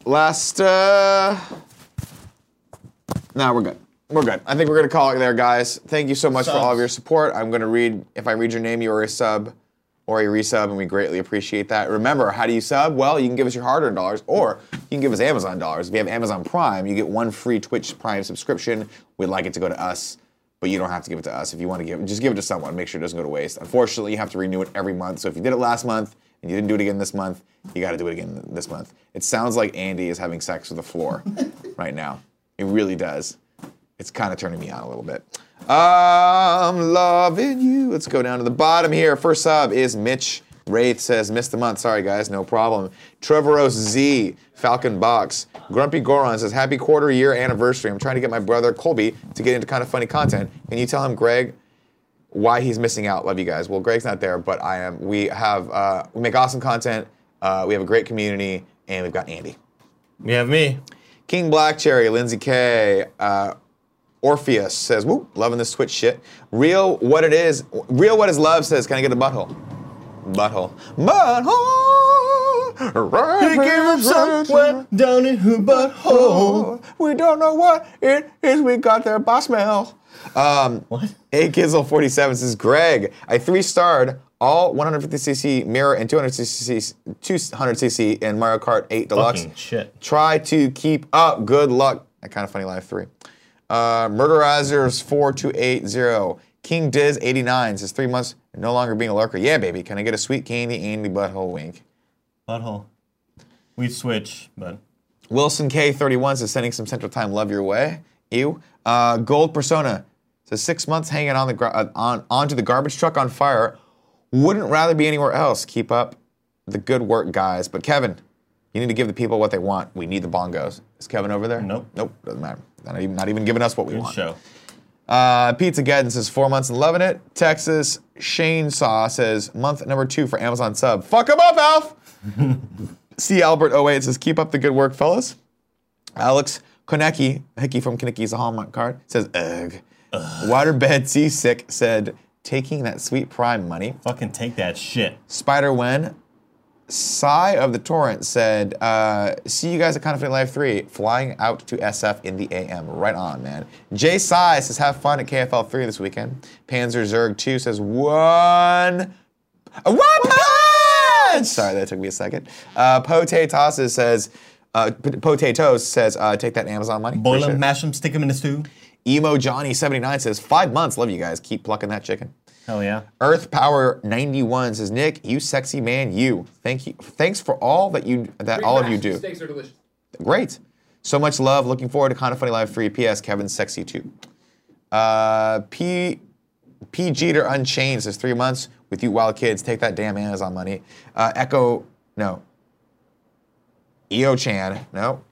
[SPEAKER 2] last. Uh, no, we're good. We're good. I think we're gonna call it there, guys. Thank you so much for all of
[SPEAKER 4] Subs.
[SPEAKER 2] your support. I'm gonna read. If I read your name, you are a sub or a resub, and we greatly appreciate that. Remember, how do you sub? Well, you can give us your hard-earned dollars, or you can give us Amazon dollars. If you have Amazon Prime, you get one free Twitch Prime subscription. We'd like it to go to us but you don't have to give it to us. If you want to give, just give it to someone. Make sure it doesn't go to waste. Unfortunately, you have to renew it every month. So if you did it last month and you didn't do it again this month, you got to do it again this month. It sounds like Andy is having sex with the floor right now. It really does. It's kind of turning me on a little bit. I'm loving you. Let's go down to the bottom here. First sub is Mitch Wraith says, missed the month. Sorry, guys, no problem. Trevoros Z, Falcon Box. Grumpy Goron says, happy quarter year anniversary. I'm trying to get my brother Colby to get into kind of funny content. Can you tell him, Greg, why he's missing out? Love you guys. Well, Greg's not there, but I am. We have, uh, we make awesome content. Uh, we have a great community, and we've got Andy.
[SPEAKER 4] You have me.
[SPEAKER 2] King Black Cherry, Lindsey K, uh, Orpheus says, "Whoop, loving this Twitch shit." Real what it is, real what is love says. Can I get a butthole? Butthole, butthole.
[SPEAKER 4] He gave up somewhere down in her butthole.
[SPEAKER 2] Oh, We don't know what it is. We got their boss mail. Um,
[SPEAKER 4] What?
[SPEAKER 2] A Kizzle 47 says, Greg, I three starred all 150cc mirror and 200cc 200cc in Mario Kart 8 Deluxe.
[SPEAKER 4] Fucking shit.
[SPEAKER 2] Try to keep up. Good luck. That kind of funny life three. Uh, Murderizers 4280. King Diz 89 says, three months no longer being a lurker. Yeah, baby. Can I get a sweet candy, Andy butthole wink?
[SPEAKER 4] Butthole. We'd switch, but
[SPEAKER 2] Wilson K31 says sending some Central Time love your way. Ew. Uh, Gold Persona says six months hanging on the gar- uh, on onto the garbage truck on fire. Wouldn't rather be anywhere else. Keep up the good work, guys. But Kevin, you need to give the people what they want. We need the bongos. Is Kevin over there?
[SPEAKER 4] Nope.
[SPEAKER 2] Nope. Doesn't matter. Not even, not even giving us what we
[SPEAKER 4] good
[SPEAKER 2] want.
[SPEAKER 4] show.
[SPEAKER 2] Uh, Pizza Geddon says four months and loving it. Texas Shane Saw says month number two for Amazon sub. Fuck 'em up, Alf. C Albert 08 says keep up the good work, fellas. Alex Konecki, Hickey from Konecki is a Hallmark card, says ugh. Waterbed Seasick said taking that sweet prime money.
[SPEAKER 4] Fucking take that shit.
[SPEAKER 2] Spider Wen, Sigh of the Torrent said, uh, see you guys at Confident Life 3, flying out to SF in the AM. Right on, man. Jay Sigh says, have fun at KFL 3 this weekend. Panzer Zerg 2 says, one. One punch! Sorry, that took me a second. Uh, Pote Tosses says, uh, P- Potatoes says, uh, take that Amazon money.
[SPEAKER 4] Boil
[SPEAKER 2] Appreciate it.
[SPEAKER 4] them, mash them, stick them in the stew.
[SPEAKER 2] Emo Johnny 79 says, five months. Love you guys. Keep plucking that chicken.
[SPEAKER 4] Hell Oh, yeah.
[SPEAKER 2] Earth Power 91 says, Nick, you sexy man, you. Thank you. Thanks for all that you that all of you do.
[SPEAKER 1] Steaks are delicious.
[SPEAKER 2] Great. So much love. Looking forward to Kind of Funny Live 3. P.S. Kevin's sexy too. Uh, P. P. Jeter Unchained says, three months with you wild kids. Take that damn Amazon money. Uh, Echo, no. EO Chan, no.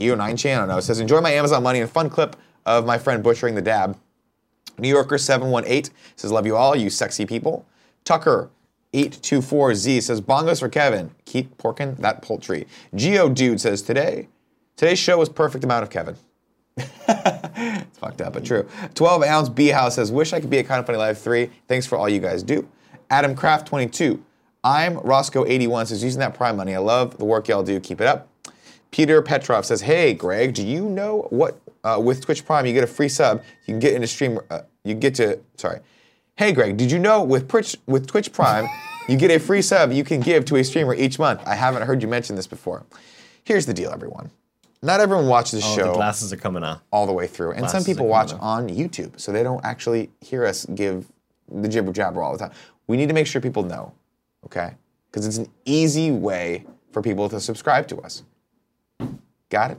[SPEAKER 2] EO 9 Chan, I don't know. Says, enjoy my Amazon money and fun clip of my friend butchering the dab. New Yorker 718 says, Love you all, you sexy people. Tucker 824Z says, Bongos for Kevin. Keep porking that poultry. Geo Dude says, Today, today's show was perfect amount of Kevin. it's fucked up, but true. 12 ounce B House says, Wish I could be at Kind of Funny Live 3. Thanks for all you guys do. Adam Kraft 22. I'm Roscoe81 says, Using that Prime money. I love the work y'all do. Keep it up. Peter Petrov says, "Hey, Greg, do you know what? Uh, with Twitch Prime, you get a free sub. You can get into stream. Uh, you get to sorry. Hey, Greg, did you know with Twitch with Twitch Prime, you get a free sub you can give to a streamer each month? I haven't heard you mention this before. Here's the deal, everyone. Not everyone watches the
[SPEAKER 4] Oh,
[SPEAKER 2] show
[SPEAKER 4] the glasses are coming off.
[SPEAKER 2] all the way through. And some
[SPEAKER 4] Glasses
[SPEAKER 2] people
[SPEAKER 4] are
[SPEAKER 2] watch
[SPEAKER 4] coming
[SPEAKER 2] on YouTube, so they don't actually hear us give the jibber jabber all the time. We need to make sure people know, okay? Because it's an easy way for people to subscribe to us. Got it?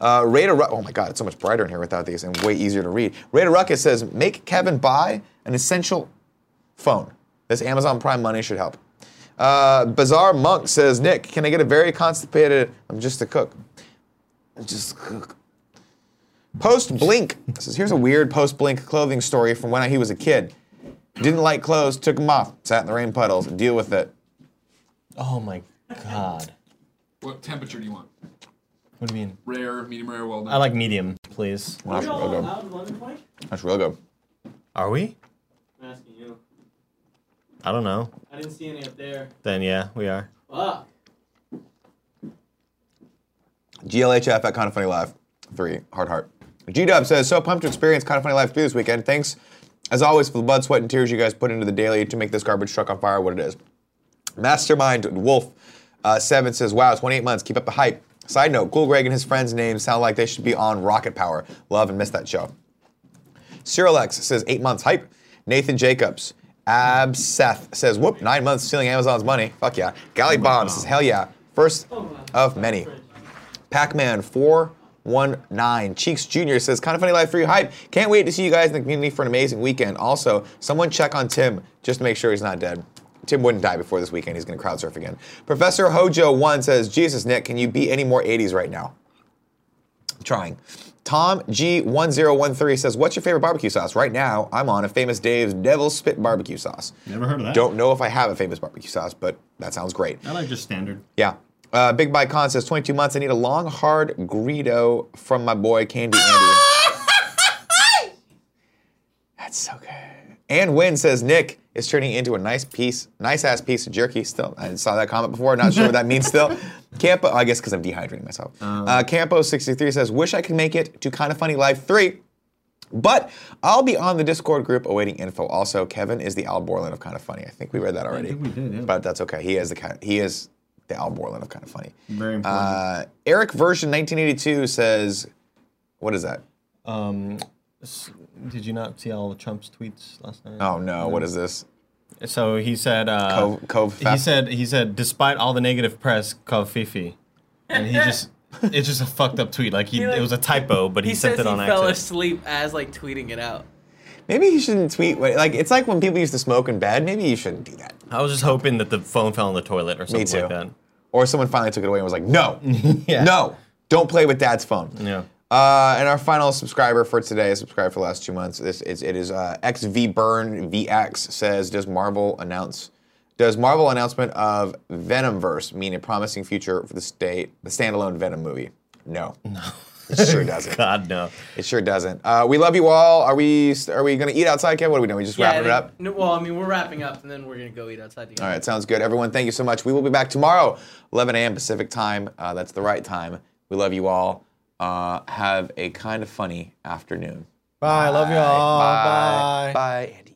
[SPEAKER 2] Uh, Raider Ru- oh my God, it's so much brighter in here without these and way easier to read. Raider Ruckus says, make Kevin buy an essential phone. This Amazon Prime money should help. Uh, Bizarre Monk says, Nick, can I get a very constipated, I'm just a cook. I'm just a cook. Post Blink says, here's a weird post Blink clothing story from when he was a kid. Didn't like clothes, took them off, sat in the rain puddles, deal with it.
[SPEAKER 4] Oh my god.
[SPEAKER 1] What temperature do you want?
[SPEAKER 4] What do you mean?
[SPEAKER 1] Rare, medium rare, well done.
[SPEAKER 4] I like medium, please.
[SPEAKER 3] Are
[SPEAKER 2] That's real
[SPEAKER 3] you all
[SPEAKER 2] good.
[SPEAKER 3] out in London Point?
[SPEAKER 2] That's real good.
[SPEAKER 4] Are we?
[SPEAKER 3] I'm asking you.
[SPEAKER 4] I don't know.
[SPEAKER 3] I didn't see any up there.
[SPEAKER 4] Then yeah, we are.
[SPEAKER 3] Fuck.
[SPEAKER 2] GLHF at Kind of Funny Live 3, Hard Heart. G Dub says, so pumped to experience Kind of Funny Live 3 this weekend. Thanks, as always, for the blood, sweat, and tears you guys put into the daily to make this garbage truck on fire what it is. Mastermind Wolf uh, Seven says, "Wow, 28 months. Keep up the hype." Side note: Cool Greg and his friends' names sound like they should be on Rocket Power. Love and miss that show. Cyrilex says eight months hype. Nathan Jacobs. Ab Seth says, whoop, nine months stealing Amazon's money. Fuck yeah. Galley Bomb says, hell yeah. First of many. Pac-Man 419. Cheeks Jr. says, kind of funny life for you hype. Can't wait to see you guys in the community for an amazing weekend. Also, someone check on Tim just to make sure he's not dead. Tim wouldn't die before this weekend. He's going to crowd surf again. Professor Hojo1 says, Jesus, Nick, can you be any more 80s right now? trying. Tom G1013 says, What's your favorite barbecue sauce? Right now, I'm on a Famous Dave's Devil Spit barbecue sauce.
[SPEAKER 4] Never heard of that.
[SPEAKER 2] Don't know if I have a famous barbecue sauce, but that sounds great.
[SPEAKER 4] I like just standard.
[SPEAKER 2] Yeah. Uh, Big Bike Con says, 22 months. I need a long, hard Greedo from my boy Candy Andy. That's so good. And Wynn says, Nick is turning into a nice piece, nice ass piece of jerky still. I saw that comment before, not sure what that means still. Campo, I guess because I'm dehydrating myself. Uh, Campo63 says, Wish I could make it to Kind of Funny Live 3. But I'll be on the Discord group awaiting info. Also, Kevin is the Al Borland of Kind of Funny. I think we read that already.
[SPEAKER 4] think we did, yeah.
[SPEAKER 2] But that's okay. He is the kind. He is the Al Borland of Kind of Funny.
[SPEAKER 4] Very important.
[SPEAKER 2] Uh, Eric version 1982 says, "What is that?
[SPEAKER 4] Um, s- did you not see all of Trump's tweets last night?
[SPEAKER 2] Oh no, what is this?
[SPEAKER 4] Oh. So he said. Uh,
[SPEAKER 2] Cove, Cove
[SPEAKER 4] He
[SPEAKER 2] Faf-
[SPEAKER 4] said. He said. Despite all the negative press, called Fifi, and he just. It's just a fucked up tweet. Like he,
[SPEAKER 3] like-
[SPEAKER 4] it was a typo, but he,
[SPEAKER 3] He
[SPEAKER 4] sent
[SPEAKER 3] says
[SPEAKER 4] it
[SPEAKER 3] he
[SPEAKER 4] on
[SPEAKER 3] fell
[SPEAKER 4] accident.
[SPEAKER 3] asleep as like tweeting it out.
[SPEAKER 2] Maybe he shouldn't tweet. what- Like it's like when people used to smoke in bed. Maybe you shouldn't do that.
[SPEAKER 4] I was just hoping that the phone fell in the toilet or
[SPEAKER 2] Me
[SPEAKER 4] something
[SPEAKER 2] too.
[SPEAKER 4] like that.
[SPEAKER 2] Or someone finally took it away and was like, "No,
[SPEAKER 4] Yeah.
[SPEAKER 2] no, don't play with Dad's phone."
[SPEAKER 4] Yeah.
[SPEAKER 2] Uh, and our final subscriber for today, subscribed for the last two months. This it's, it is uh, XV Burn VX says, "Does Marvel announce? Does Marvel announcement of Venomverse mean a promising future for the state the standalone Venom movie? No, no, it sure doesn't.
[SPEAKER 4] God no.
[SPEAKER 2] It sure doesn't. Uh, we love you all. Are we are we gonna eat outside, Kevin? What are we doing? We just
[SPEAKER 3] Yeah, I
[SPEAKER 2] wrapping it
[SPEAKER 3] think-
[SPEAKER 2] up.
[SPEAKER 3] No, well, I mean, we're wrapping up, and then we're gonna go eat outside together.
[SPEAKER 2] All right, sounds good. Everyone, thank you so much. We will be back tomorrow, 11 a.m. Pacific time. Uh, that's the right time. We love you all. Uh, have a kind of funny afternoon.
[SPEAKER 4] Bye. Love you all.
[SPEAKER 2] Bye, Andy.